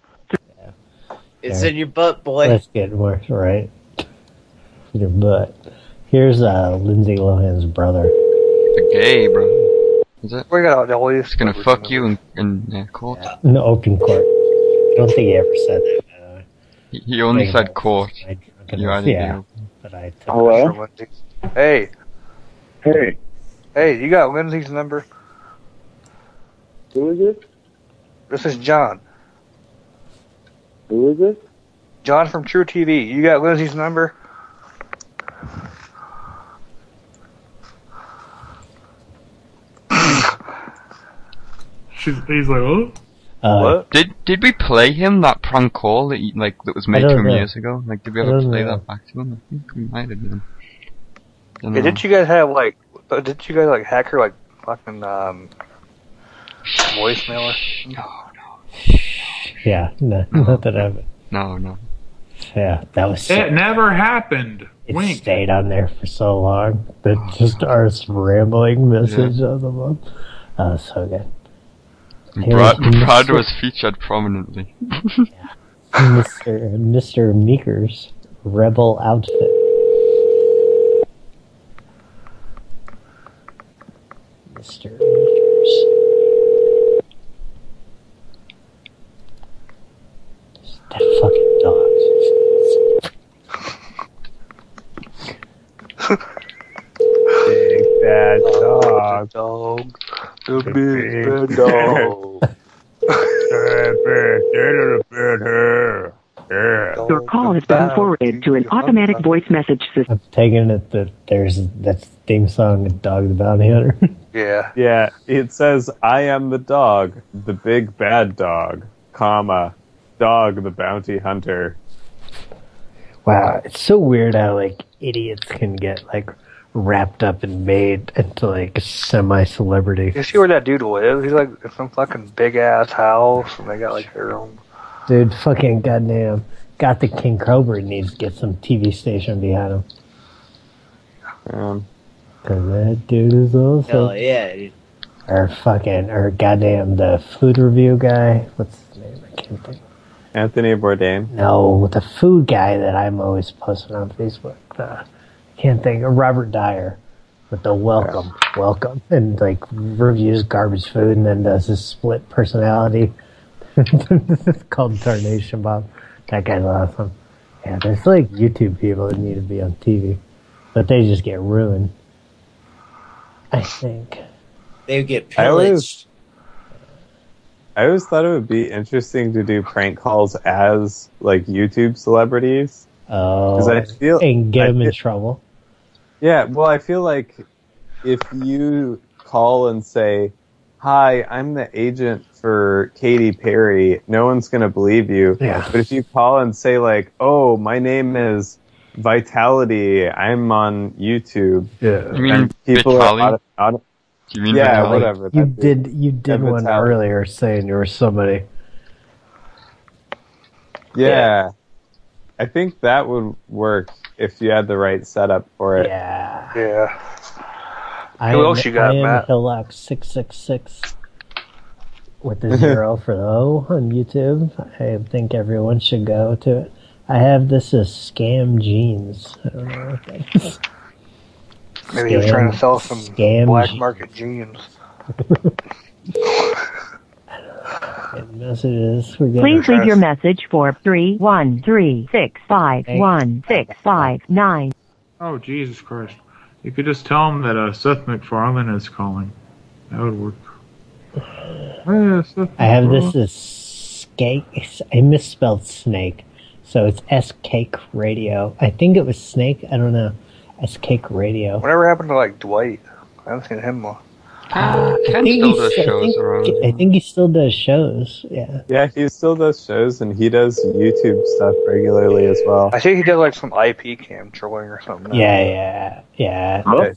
S3: It's
S1: Yeah.
S3: in your butt, boy.
S1: Let's get worse, right? Your butt. Here's uh, Lindsay Lohan's brother.
S2: The gay, bro. Is it?
S9: We got all these.
S2: It's gonna fuck you in, in uh, court.
S1: In the open court. I don't think he ever said that.
S2: He, he only
S1: Think
S2: said
S1: about
S2: court. You
S1: enough,
S2: had it,
S1: yeah.
S2: you.
S1: But I took
S24: Oh,
S9: Hello? Hey,
S24: Hey,
S9: hey, you got Lindsay's number?
S24: who is this?
S9: This is John.
S24: Who is this?
S9: John from True TV. You got Lindsay's number?
S16: She's, he's like, oh.
S2: what? Did did we play him that prank call that he, like that was
S16: I
S2: made
S16: don't
S2: to him
S16: know.
S2: years ago? Like, did we
S16: I
S2: ever
S16: don't
S2: play
S16: know.
S2: that back to him? I think we might have done. Dunno.
S9: Yeah, didn't you guys have like? Uh, didn't you guys like hack her like fucking um voicemail? No.
S1: Yeah, no, not that I've.
S2: No, no.
S1: Yeah, that was.
S16: It never happened.
S1: It stayed on there for so long that just our rambling message of the month. Oh,
S16: Ah,
S1: so good. Here's
S2: Brad, Brad
S1: Mr.
S2: was featured prominently.
S1: Mr. Mr. Meeker's rebel outfit. Mr. Meekers. That fucking dog.
S10: Big bad dog.
S9: Dog.
S10: The
S9: big bad dog.
S7: Your call has been forwarded to an automatic voice message system.
S1: I'm taking it that there's that theme song of Dog the Bounty Hunter.
S9: Yeah.
S10: Yeah. It says, I am the dog, the big bad dog, comma, dog the bounty hunter.
S1: Wow, it's so weird how like idiots can get like wrapped up and made into like semi celebrity.
S9: You see where that dude lives? He's like in some fucking big ass house, and they got like their own.
S1: Dude, fucking goddamn. Got the King Cobra needs to get some TV station behind him.
S10: Um,
S1: Cause that dude is
S3: Hell
S1: awesome.
S3: yeah, dude.
S1: Or fucking, or goddamn the food review guy. What's his name? I can't think.
S10: Anthony Bourdain.
S1: No, the food guy that I'm always posting on Facebook. The, can't think of Robert Dyer with the welcome, welcome, and like reviews garbage food and then does his split personality. it's called Tarnation Bob. That guy's awesome. Yeah, there's like YouTube people that need to be on TV, but they just get ruined. I think.
S3: They get
S10: I
S3: pillaged.
S10: always, I always thought it would be interesting to do prank calls as like YouTube celebrities.
S1: Oh,
S10: 'Cause I feel-
S1: and get
S10: I
S1: him in
S10: feel-
S1: trouble.
S10: Yeah, well, I feel like if you call and say, "Hi, I'm the agent for Katy Perry," no one's going to believe you.
S1: Yeah.
S10: But if you call and say like, "Oh, my name is Vitality. I'm on YouTube,"
S1: Yeah.
S2: You mean
S10: people are
S2: Vitali?
S10: auto- auto-
S2: Do you mean
S10: Yeah,
S2: Vitalik?
S10: whatever.
S1: You did you did one earlier saying you were somebody.
S10: Yeah. I think that would work if you had the right setup for it.
S1: Yeah.
S9: Yeah.
S1: I
S10: Who
S1: am,
S10: else you got,
S1: I am
S10: Matt?
S1: Hillock six six six with the zero for the O on YouTube. I think everyone should go to it. I have this as scam jeans. I don't know what that is.
S9: Maybe he was
S1: Scam-
S9: trying to sell some
S1: scam
S9: black
S1: jeans.
S9: market jeans.
S1: messages. We're getting
S7: Please leave your message for 313651659.
S16: Oh, Jesus Christ. You could just tell him that uh, Seth MacFarlane is calling. That would work. Hey, Seth
S1: I have
S16: MacFarlane.
S1: this as skake. I misspelled snake, so it's S cake radio. I think it was snake. I don't know. S cake radio.
S9: Whatever happened to like Dwight? I haven't seen him more.
S1: Uh, I think he s- I think- I think he still does shows. Yeah.
S10: Yeah, he still does shows and he does YouTube stuff regularly as well.
S9: I think he did like some IP cam trolling or something.
S1: Yeah, yeah, yeah.
S10: Hello?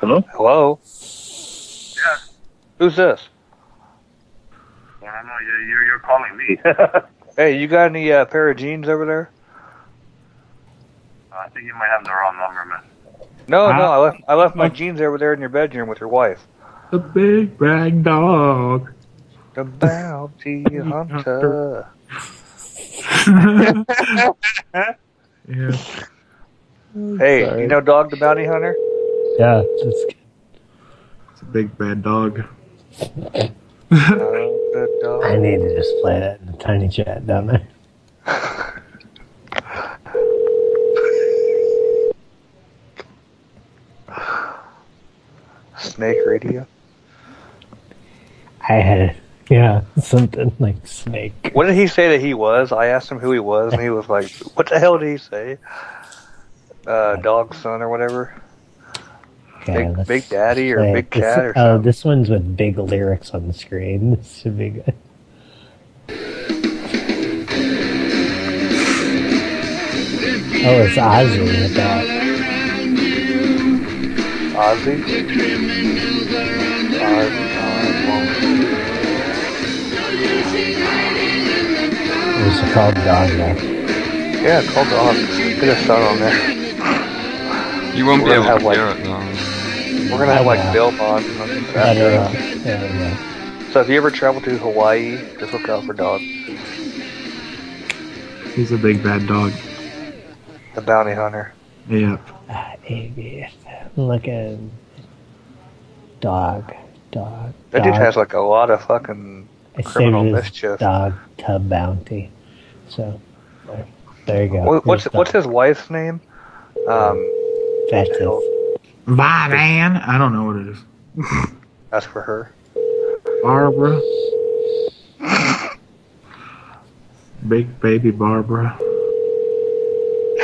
S9: Hello. Hello. Who's this?
S22: I don't know. You're, you're, you're calling me.
S9: hey, you got any uh, pair of jeans over there?
S22: I think you might have the wrong number, man.
S9: No, no.
S16: Huh?
S9: I left I left my jeans over there in your bedroom with your wife.
S16: The big rag dog.
S9: The bounty hunter.
S16: Yeah.
S9: Hey, you know Dog the Bounty Hunter?
S1: Yeah, that's
S16: It's a big bad dog.
S1: I need to just play that in the tiny chat, don't I?
S9: Snake Radio.
S1: I had yeah something like snake.
S9: What did he say that he was? I asked him who he was, and he was like, "What the hell did he say? Uh, dog son or whatever?
S1: Okay,
S9: big,
S1: let's
S9: big daddy or
S1: play
S9: big
S1: it. This-
S9: cat or
S1: oh, this one's with big lyrics on the screen. This should be good. Oh, it's Ozzy with that.
S9: Ozzy?
S1: It was called Dog Walk.
S9: Yeah, call dog. Get a son on there.
S2: You won't be
S9: We're
S2: able
S9: gonna
S2: to hear
S9: have,
S2: it though.
S9: We're gonna have like
S2: Yeah.
S9: Bill Bond. and nothing like that.
S1: Better, uh, there we go.
S9: So if you ever travel to Hawaii, just look out for dog,
S16: He's a big bad dog.
S9: the bounty hunter.
S16: Yeah.
S1: Look at dog, dog.
S9: That
S1: dog.
S9: dude has like a lot of fucking
S1: I
S9: criminal
S1: saved his
S9: mischief.
S1: Dog to bounty. So there- there you go.
S9: What, what's
S1: Here's
S9: what's
S1: dog.
S9: his wife's name? Um,
S1: That's it.
S16: Vivan? I don't know what it is.
S9: ask for her.
S16: Barbara. Big baby Barbara.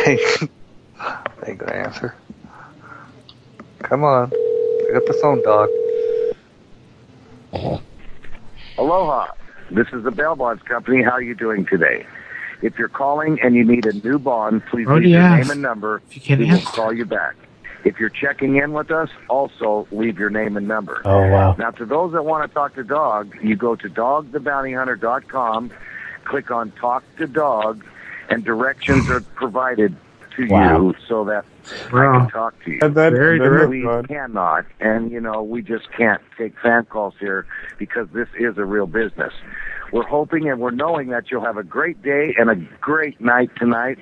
S9: Ain't gonna answer. Come on, pick up the phone, dog.
S24: Aloha. This is the Bell Bonds Company. How are you doing today? If you're calling and you need a new bond, please
S16: Oh,
S24: leave your
S16: yes.
S24: name and number.
S16: If you can
S24: we will
S16: answer.
S24: call you back. If you're checking in with us, also leave your name and number.
S1: Oh wow.
S24: Now, to those that want to talk to Dog, you go to dogthebountyhunter.com, click on Talk to Dog, and directions are provided to
S1: Wow.
S24: you so that I
S16: Wow.
S24: can talk to you.
S10: And then- Very
S24: But
S10: direct,
S24: we
S10: bud.
S24: cannot, and you know, we just can't take fan calls here because this is a real business. We're hoping and we're knowing that you'll have a great day and a great night tonight.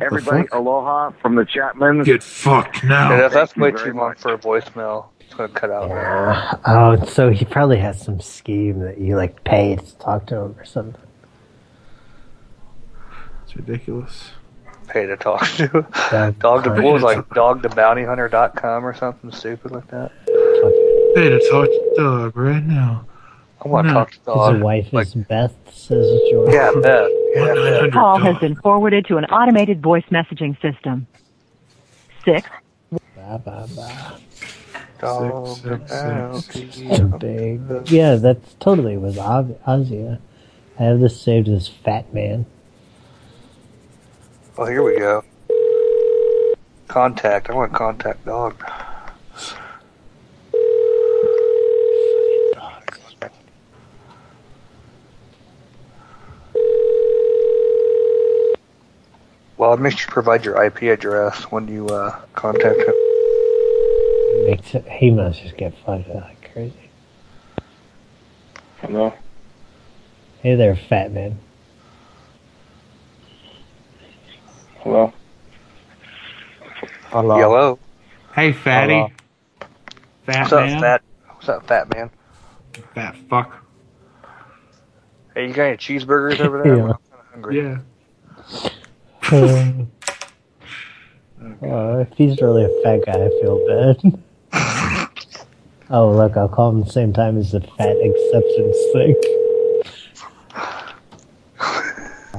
S24: Everybody,
S16: fuck?
S24: aloha from the Chapmans.
S16: Get fucked now.
S9: Yeah, that's, that's
S24: Thank you
S9: way
S24: very
S9: too long for a voicemail. It's gonna cut out.
S1: Oh, so he probably has some scheme that you like pay to talk to him or something.
S16: It's ridiculous.
S9: Pay to talk to.
S1: Dog,
S9: Dog the
S1: Hunter.
S9: what was like dogthebountyhunter.com or something stupid like that.
S16: Hey, to talk to dog right now.
S9: I want to
S16: No.
S9: talk to dog.
S1: His wife is Beth, says George.
S9: Yeah, Beth. Yeah,
S7: This
S9: Beth.
S7: call has been forwarded to an automated voice messaging system. Six.
S1: Ba, ba, ba.
S9: Dog
S16: Six, six,
S1: The
S9: the
S1: big- Yeah, that's totally was Oz- Ozzy. I have this saved as Fat Man.
S9: Oh, here we go. Contact. I want to contact dog. Well, make sure you provide your IP address when you uh, contact him.
S1: Makes it, he must just get fucked up like crazy.
S10: Hello.
S1: Hey there, fat man.
S10: Hello.
S9: Hello. Hello.
S16: Hey, fatty.
S9: Hello.
S16: Fat
S9: What's
S16: man.
S9: up, fat? What's up, fat man?
S16: Fat fuck.
S9: Hey, you got any cheeseburgers over there?
S1: Yeah.
S9: I'm kind of hungry.
S16: Yeah.
S1: Um, oh, if he's really a fat guy, I feel bad. oh, look, I'll call him the same time as the fat acceptance thing.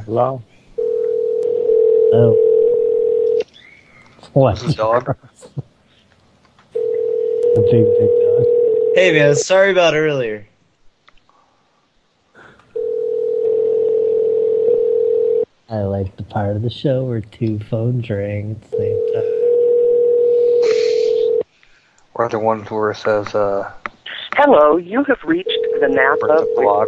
S10: Hello.
S1: Oh. What?
S9: This is dog.
S1: The big, big dog.
S3: Hey man, sorry about earlier.
S1: I like the part of the show where two phones ring at the same time.
S9: We're at the one where it says, uh,
S12: Hello, you have reached the NASA.
S9: blog.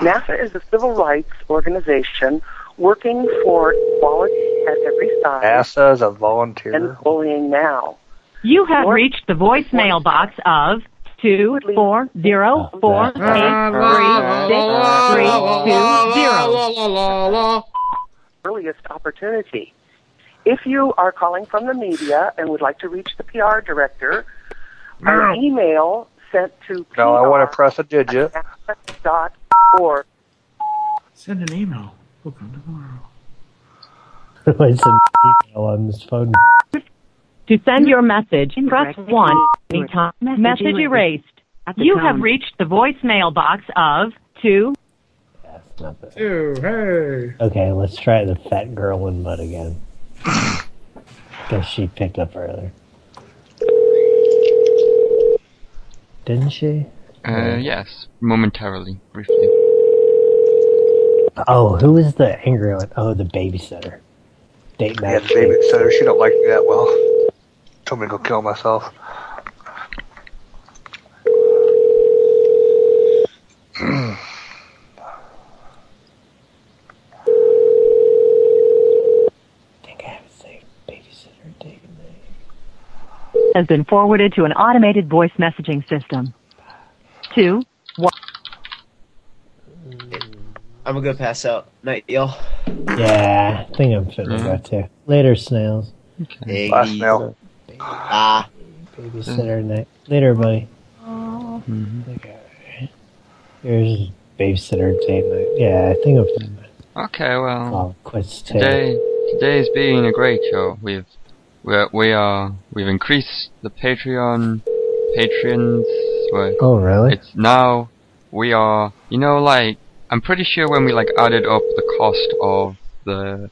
S12: NASA is a civil rights organization working for equality at every size
S9: NASA is a volunteer.
S12: Uh, and bullying now.
S7: You have reached the voicemail box of two four zero four eight three six three two zero.
S12: Earliest opportunity. If you are calling from the media and would like to reach the PR director, our email sent to
S9: No, I want to press a digit.
S12: pr.org.
S16: Send an email. We'll come tomorrow.
S1: I sent an email on this phone.
S7: To send your message, press one. Anytime. Message erased. You have reached the voicemail box of two.
S16: Ew, hey.
S1: Okay, let's try the fat girl in mud again. Guess she picked up earlier. Didn't she?
S2: Uh, yes, momentarily, briefly.
S1: Oh, who was the angry one? Oh, the babysitter. Date
S9: Yeah,
S1: night.
S9: the babysitter. She don't like me that well. Told me to go kill myself.
S7: Has been forwarded to an automated voice messaging system. Two one.
S3: I'm gonna go pass out. Night, y'all.
S1: Yeah, I think I'm fitting to go too. Later, snails.
S3: Hey.
S9: Last nail.
S3: Ah.
S1: Babysitter night. Later, buddy.
S2: Mm-hmm.
S1: Here's babysitter date night. Yeah, I think Oh, I'm fitting to
S2: Okay, well,
S1: quit too.
S2: today today has been a great show. We've we're, we are we've increased the Patreon patrons. We're,
S1: Oh, really?
S2: It's now we are. You know, like I'm pretty sure when we like added up the cost of the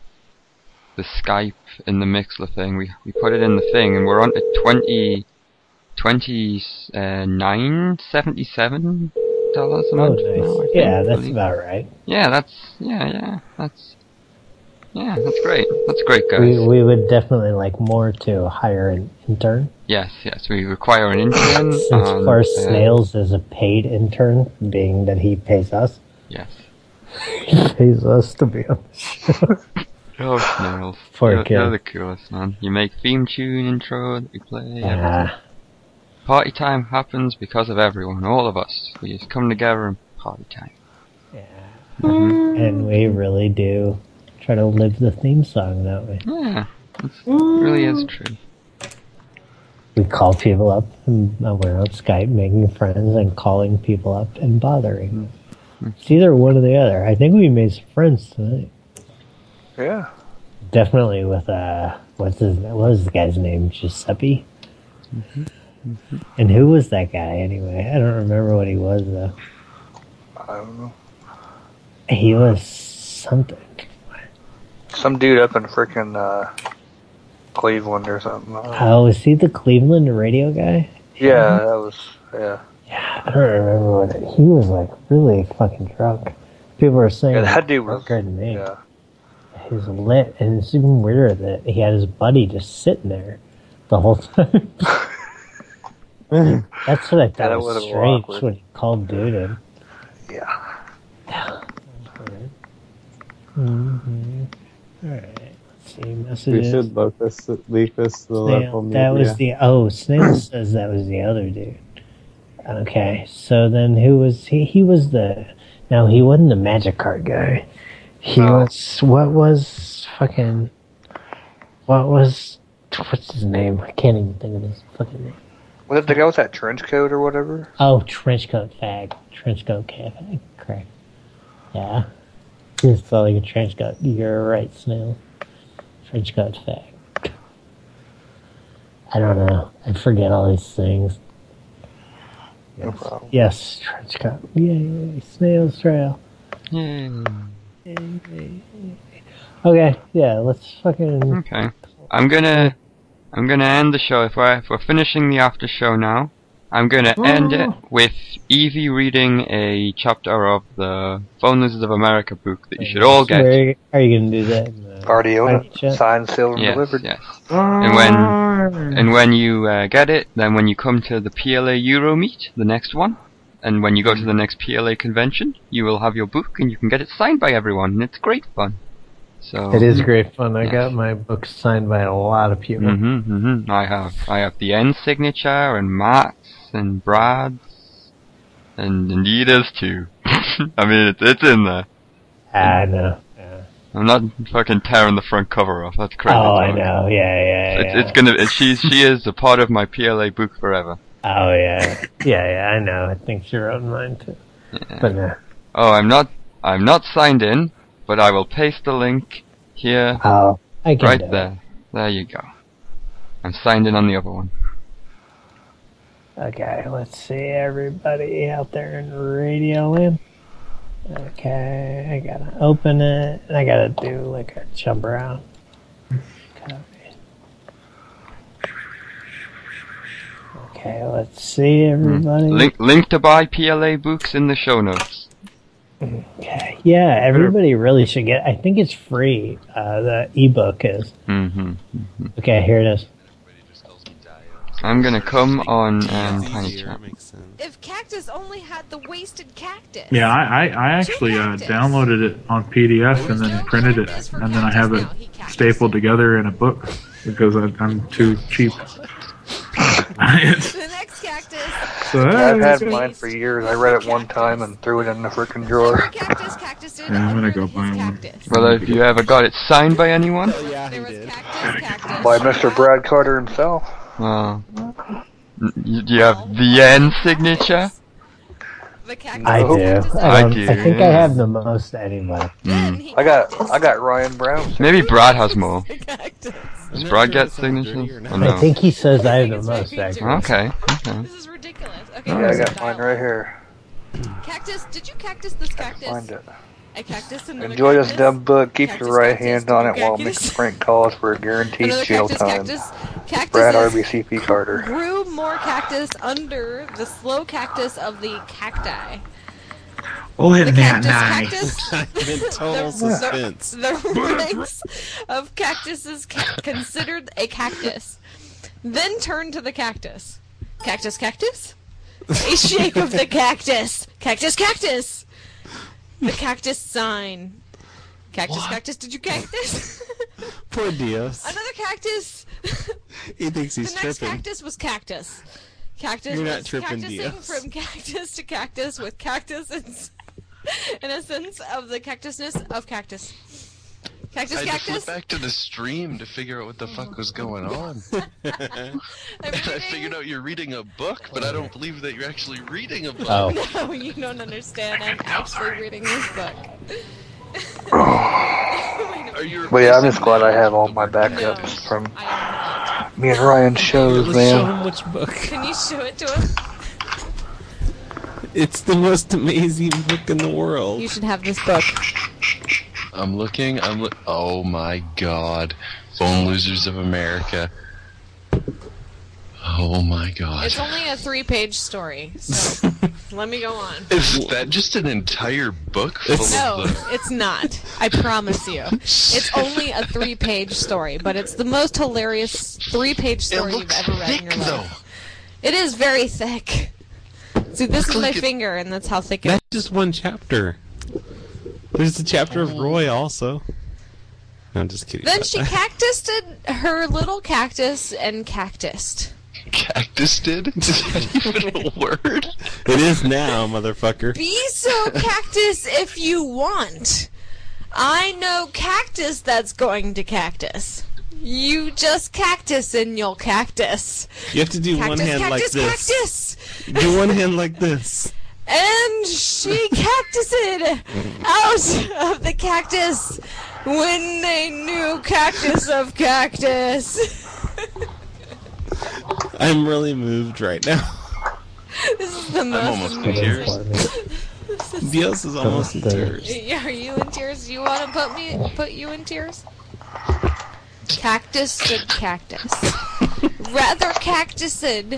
S2: the Skype and the Mixler thing, we we put it in the thing, and we're on to twenty twenty uh, nine seventy seven dollars a
S1: Oh,
S2: month.
S1: nice.
S2: now, I
S1: Yeah,
S2: think,
S1: that's
S2: believe.
S1: about right.
S2: Yeah, that's yeah, yeah, that's yeah, that's great. That's great, guys.
S1: We, we would definitely like more to hire an intern.
S2: Yes, yes, we require an intern.
S1: Since
S2: and,
S1: Far
S2: uh,
S1: Snails is a paid intern, being that he pays us.
S2: Yes.
S1: He pays us to be on the show.
S2: Oh, snails.
S1: Poor
S2: you're,
S1: kid.
S2: you're the coolest, man. You make theme tune, intro that we play. everything.
S1: Ah.
S2: Party time happens because of everyone, all of us. We just come together and party time.
S1: and we really do try to live the theme song that way.
S2: Yeah, it really is
S12: Mm.
S2: true.
S1: We call people up, and uh, we're on Skype making friends and calling people up and bothering them. It's either one or the other. I think we made some friends tonight.
S9: Yeah.
S1: Definitely with uh, what's his what was the guy's name? Giuseppe. And who was that guy anyway? I don't remember what he was though.
S9: I don't know.
S1: He was something.
S9: Some dude up in freaking uh, Cleveland or something. I don't know.
S1: Oh, was he the Cleveland radio guy?
S9: yeah, that was yeah.
S1: I don't remember what it, he was like. Really fucking drunk. People were saying
S9: Yeah, that dude was.
S1: drunker than me.
S9: Yeah.
S1: He was lit, and it's even weirder that he had his buddy just sitting there the whole time. That's what I thought
S9: Yeah, that
S1: was
S9: would've been
S1: strange
S9: awkward.
S1: when he called dude in.
S9: Yeah.
S1: Mhm. All right. Let's see.
S10: We
S1: Messages.
S10: should look this, leak this to the
S1: Snail.
S10: local media.
S1: That was the oh Snail says that was the other dude. Okay, so then who was he? He was the no, he wasn't the magic card guy. He was what was fucking what was what's his name? I can't even think of his fucking name.
S9: Was it the guy with that trench coat or whatever?
S1: Oh, trenchcoat fag, trenchcoat cafe, correct. Yeah, he's selling a trenchcoat. You're right, Snail. Trenchcoat fag. I don't know. I forget all these things.
S9: No problem.
S1: Yes, trench coat. Yay, snail's trail. Okay, yeah, let's fucking.
S2: Okay. I'm gonna I'm gonna end the show. If we're if we're finishing the after show now, I'm gonna end it
S1: Oh.
S2: with Evie reading a chapter of the Phone Lizards of America book that you should all get.
S1: Where are you gonna do that? in the-
S9: Already own
S1: Right,
S9: it. Signed, sealed, and
S2: Yes,
S9: delivered.
S2: yes. And
S16: Mm.
S2: when and when you uh, get it, then when you come to the PLA Euro meet, the next one, and when you go to the next PLA convention, you will have your book and you can get it signed by everyone, and it's great fun. So
S1: It is great fun. I got my book signed by a lot of people.
S2: hmm
S1: Mm-hmm.
S2: hmm I have I have the N signature and Matt's and Brad's and Anita's too. I mean, it's it's in there.
S1: I know.
S2: I'm not fucking tearing the front cover off. That's crazy.
S1: Oh, I
S2: talk.
S1: know. Yeah, yeah,
S2: It's,
S1: yeah.
S2: it's gonna. It, she's she is a part of my PLA book forever.
S1: Oh yeah, yeah, yeah. I know. I think you're on mine too. But no.
S2: Oh, I'm not. I'm not signed in, but I will paste the link here.
S1: Oh, I can
S2: right
S1: do it.
S2: there. There you go. I'm signed in on the other one.
S1: Okay, let's see everybody out there in Radio Land. Okay, I gotta open it. and I gotta do like a jump around. Copy. Okay, let's see everybody.
S2: Mm-hmm. Link link to buy PLA books in the show notes.
S1: Yeah, everybody really should get. I think it's free. Uh, the ebook is.
S2: Mm-hmm.
S1: Okay, here it is.
S2: I'm gonna come on um, Tiny Chat.
S8: If Cactus only had the wasted cactus.
S16: Yeah, I, I, I actually uh, downloaded it on PDF and then printed it, and then I have it stapled together in a book because I, I'm too cheap.
S8: The next cactus.
S16: So,
S9: yeah, I've had
S16: hey.
S9: mine for years. I read it one time and threw it in the freaking drawer.
S16: Yeah, I'm gonna go buy one.
S2: Whether if you ever got it signed by anyone?
S9: By Mr. Brad Carter himself.
S2: Well, n- you, do you have the N signature?
S1: I do. I,
S2: Oh. I
S1: don't-
S2: do,
S1: I think I
S2: yeah.
S1: have the most anyway.
S2: Mm.
S9: I got I got Ryan Brown.
S2: Maybe Brad has more. Does Brad get signatures? Or no?
S1: I think he says I have the most actually.
S2: Okay. Okay.
S9: Yeah, I got mine right here.
S8: Cactus, did you cactus this cactus?
S9: Find it.
S8: A cactus and
S9: Enjoy this dumb book. Keep your right hand on it while Mr. Frank calls for a guaranteed
S8: Another
S9: jail
S8: cactus,
S9: time.
S8: cactus, cactus
S9: Brad
S8: is-
S9: RBCP Carter.
S8: grew more cactus under the slow cactus of the cacti. Oh,
S16: Wasn't that
S8: cactus-
S14: I'm in total suspense.
S8: The, the ranks of cactuses ca- considered a cactus. Then turn to the cactus. Cactus, cactus? A shape of the cactus. Cactus, cactus! The cactus sign. Cactus, cactus, did you cactus?
S14: Poor Dios.
S8: Another cactus!
S14: He thinks he's
S8: the next
S14: tripping.
S8: cactus was cactus. Cactus
S14: You're not
S8: was
S14: tripping,
S8: cactusing
S14: Dios.
S8: from cactus to cactus with cactus and s- in a sense of the cactusness of cactus. Cactus,
S14: I had to
S8: cactus.
S14: flip back to the stream to figure out what the fuck was going on. and I figured out you're reading a book, but I don't believe that you're actually reading a book.
S8: No, you don't understand. I'm actually reading this book.
S9: But yeah, I'm just glad I have all my backups from me and Ryan shows, man.
S14: which book.
S8: Can you show it to us?
S14: It's the most amazing book in the world.
S8: You should have this book.
S14: I'm looking. I'm look. Oh my god, Phone Losers of America. Oh my god.
S8: It's only a three-page story, so let me go on.
S14: Is that just an entire book full
S8: No,
S14: of the?
S8: it's not. I promise you. It's only a three-page story, but it's the most hilarious three-page story you've ever read in your life. It is very thick. See, this is my finger, and that's how thick it is.
S14: That's just one chapter. There's the chapter of Roy also.
S10: I'm just kidding.
S8: Then she cactused her little cactus and cactused.
S10: cactus did? Is that even a word? It is now, motherfucker.
S8: Be so cactus if you want. I know cactus that's going to cactus. You just cactus and you'll cactus.
S10: You have to do
S8: cactus,
S10: one hand
S8: cactus,
S10: like this.
S8: cactus.
S10: Do one hand like this.
S8: And she cactused out of the cactus when they knew cactus of cactus.
S10: I'm really moved right now.
S8: this is the most.
S10: I'm almost in tears. Dios is almost in tears.
S8: Yeah, Are you in tears? You want to put me put you in tears? Cactus and cactus. Rather cactused.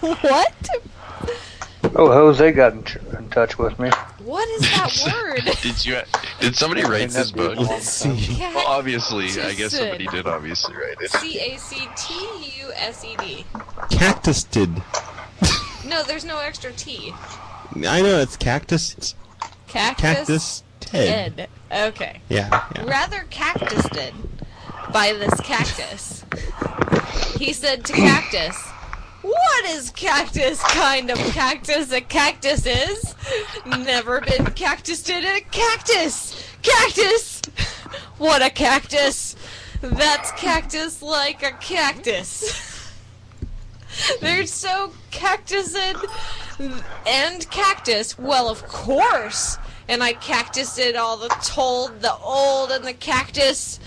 S8: what?
S25: Oh, Jose got in, tr- in touch with me.
S8: What is that word?
S26: Did you? Did somebody write this book?
S25: Let's
S26: see. Well, obviously, I guess
S8: Cactused.
S26: somebody did obviously write it.
S8: C A C T U S E D.
S10: Cactus did.
S8: No, there's no extra T.
S10: I know it's cactus.
S8: Cactus.
S10: Cactus Ted.
S8: Okay.
S10: Yeah, yeah.
S8: Rather cactused by this cactus. He said to cactus, "What is cactus? Kind of cactus a cactus is? Never been cactused in a cactus. Cactus. What a cactus. That's cactus like a cactus." They're so cactused and cactus. Well, of course. And I cactused all the told, the old, and the cactus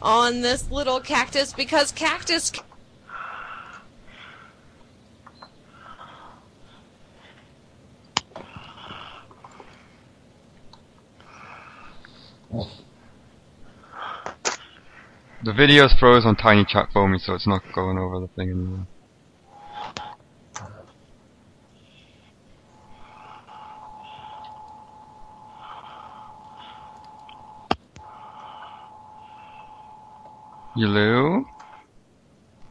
S8: on this little cactus because cactus.
S2: The video's froze on Tiny Chat for me, so it's not going over the thing anymore. Hello?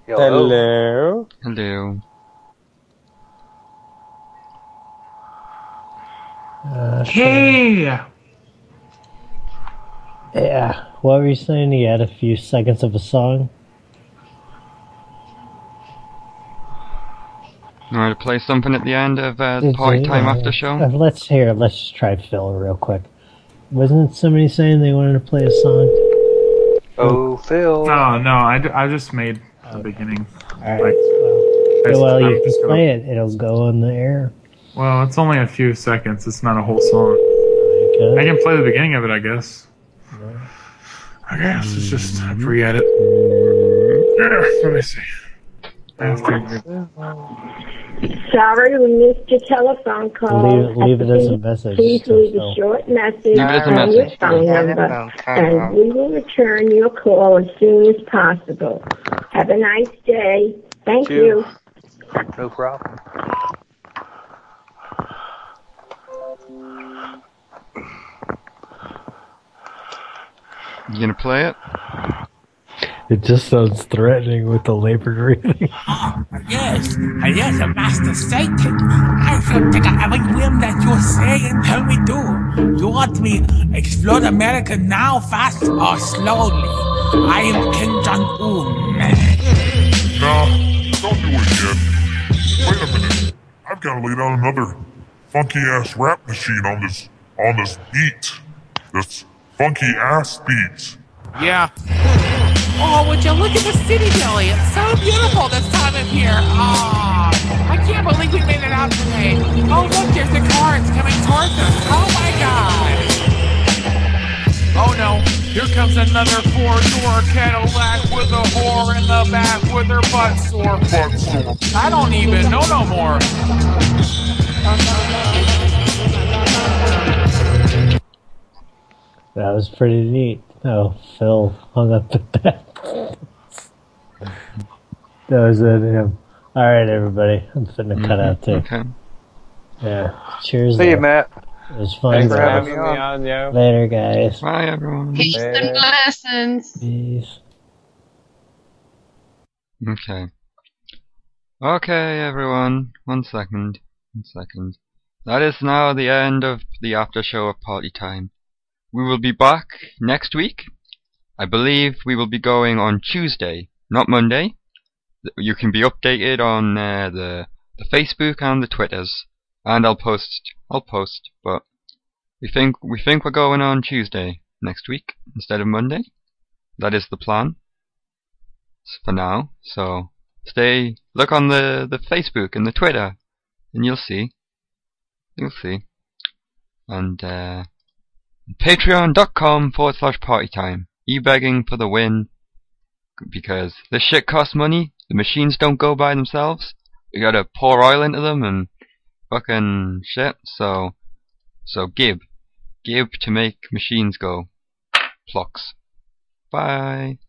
S27: Hello.
S2: Hello.
S1: Uh,
S16: Hey!
S1: Yeah. What were you saying? You had a few seconds of a song?
S2: You want to play something at the end of uh, the Party Time After Show?
S16: Hmm.
S1: Uh, let's hear. Let's just try Phil real quick. Wasn't somebody saying they wanted to play a song?
S25: Oh, Phil.
S16: No, no, I, d- I just made the beginning. Like, I just-
S1: well,
S16: I'm
S1: you
S16: just
S1: can
S16: gonna-
S1: play it. It'll go on the air.
S16: Well, it's only a few seconds. It's not a whole song. I can play the beginning of it, I guess. I guess it's just a
S1: Mm-hmm.
S16: pre-edit. Let me see. I have to-
S24: Sorry, we missed your telephone call.
S1: Leave, leave it
S24: At the
S1: as a
S24: beep,
S1: message.
S24: Please
S1: to
S24: leave a
S1: Phil.
S24: short
S1: Leave
S24: message
S1: it as a
S24: on your
S1: message.
S24: phone number, and we will return your call as soon as possible. Have a nice day. Thank
S25: You.
S24: you.
S25: No problem.
S2: You gonna play it?
S1: It just sounds threatening with the labored reading.
S5: Yes, yes, Master Satan. I shall take every whim that you say and tell me to. You want me explode America now, fast or slowly? I am King Jong Un.
S9: Nah, don't do it yet. Wait a minute. I've gotta lay down another funky ass rap machine on this on this beat. This funky ass beat.
S5: Yeah. Oh, would you look at the city, Billy? It's so beautiful this time of year. Ah, I can't believe we made it out today. Oh, look, there's a car. It's coming towards us. Oh my God.
S13: Oh no, here comes another four-door Cadillac with a whore in the back with her butt sore. I don't even know no more.
S1: That was pretty neat. Oh, Phil hung up the bat. that was it. Him. All right, everybody. I'm finna cut out too.
S2: Okay.
S1: Yeah. Cheers.
S25: See you,
S1: though.
S25: Matt.
S1: It was fun.
S25: Thanks for
S1: though.
S25: having me on. yo.
S1: Later, guys.
S2: Bye, everyone.
S23: Peace and blessings.
S1: Peace.
S2: Okay. Okay, everyone. One second. One second. That is now the end of the after show of Party Time. We will be back next week I believe we will be going on Tuesday, not Monday. Th- You can be updated on uh, the the Facebook and the Twitters, and I'll post. I'll post, but we think we think we're going on Tuesday next week instead of Monday. That is the plan s- for now. So stay look on the the Facebook and the Twitter, and you'll see. You'll see. And uh, patreon.com forward slash party time. E-begging for the win. Because this shit costs money. The machines don't go by themselves. We gotta pour oil into them and fucking shit. So, so give. Give to make machines go. Plucks. Bye.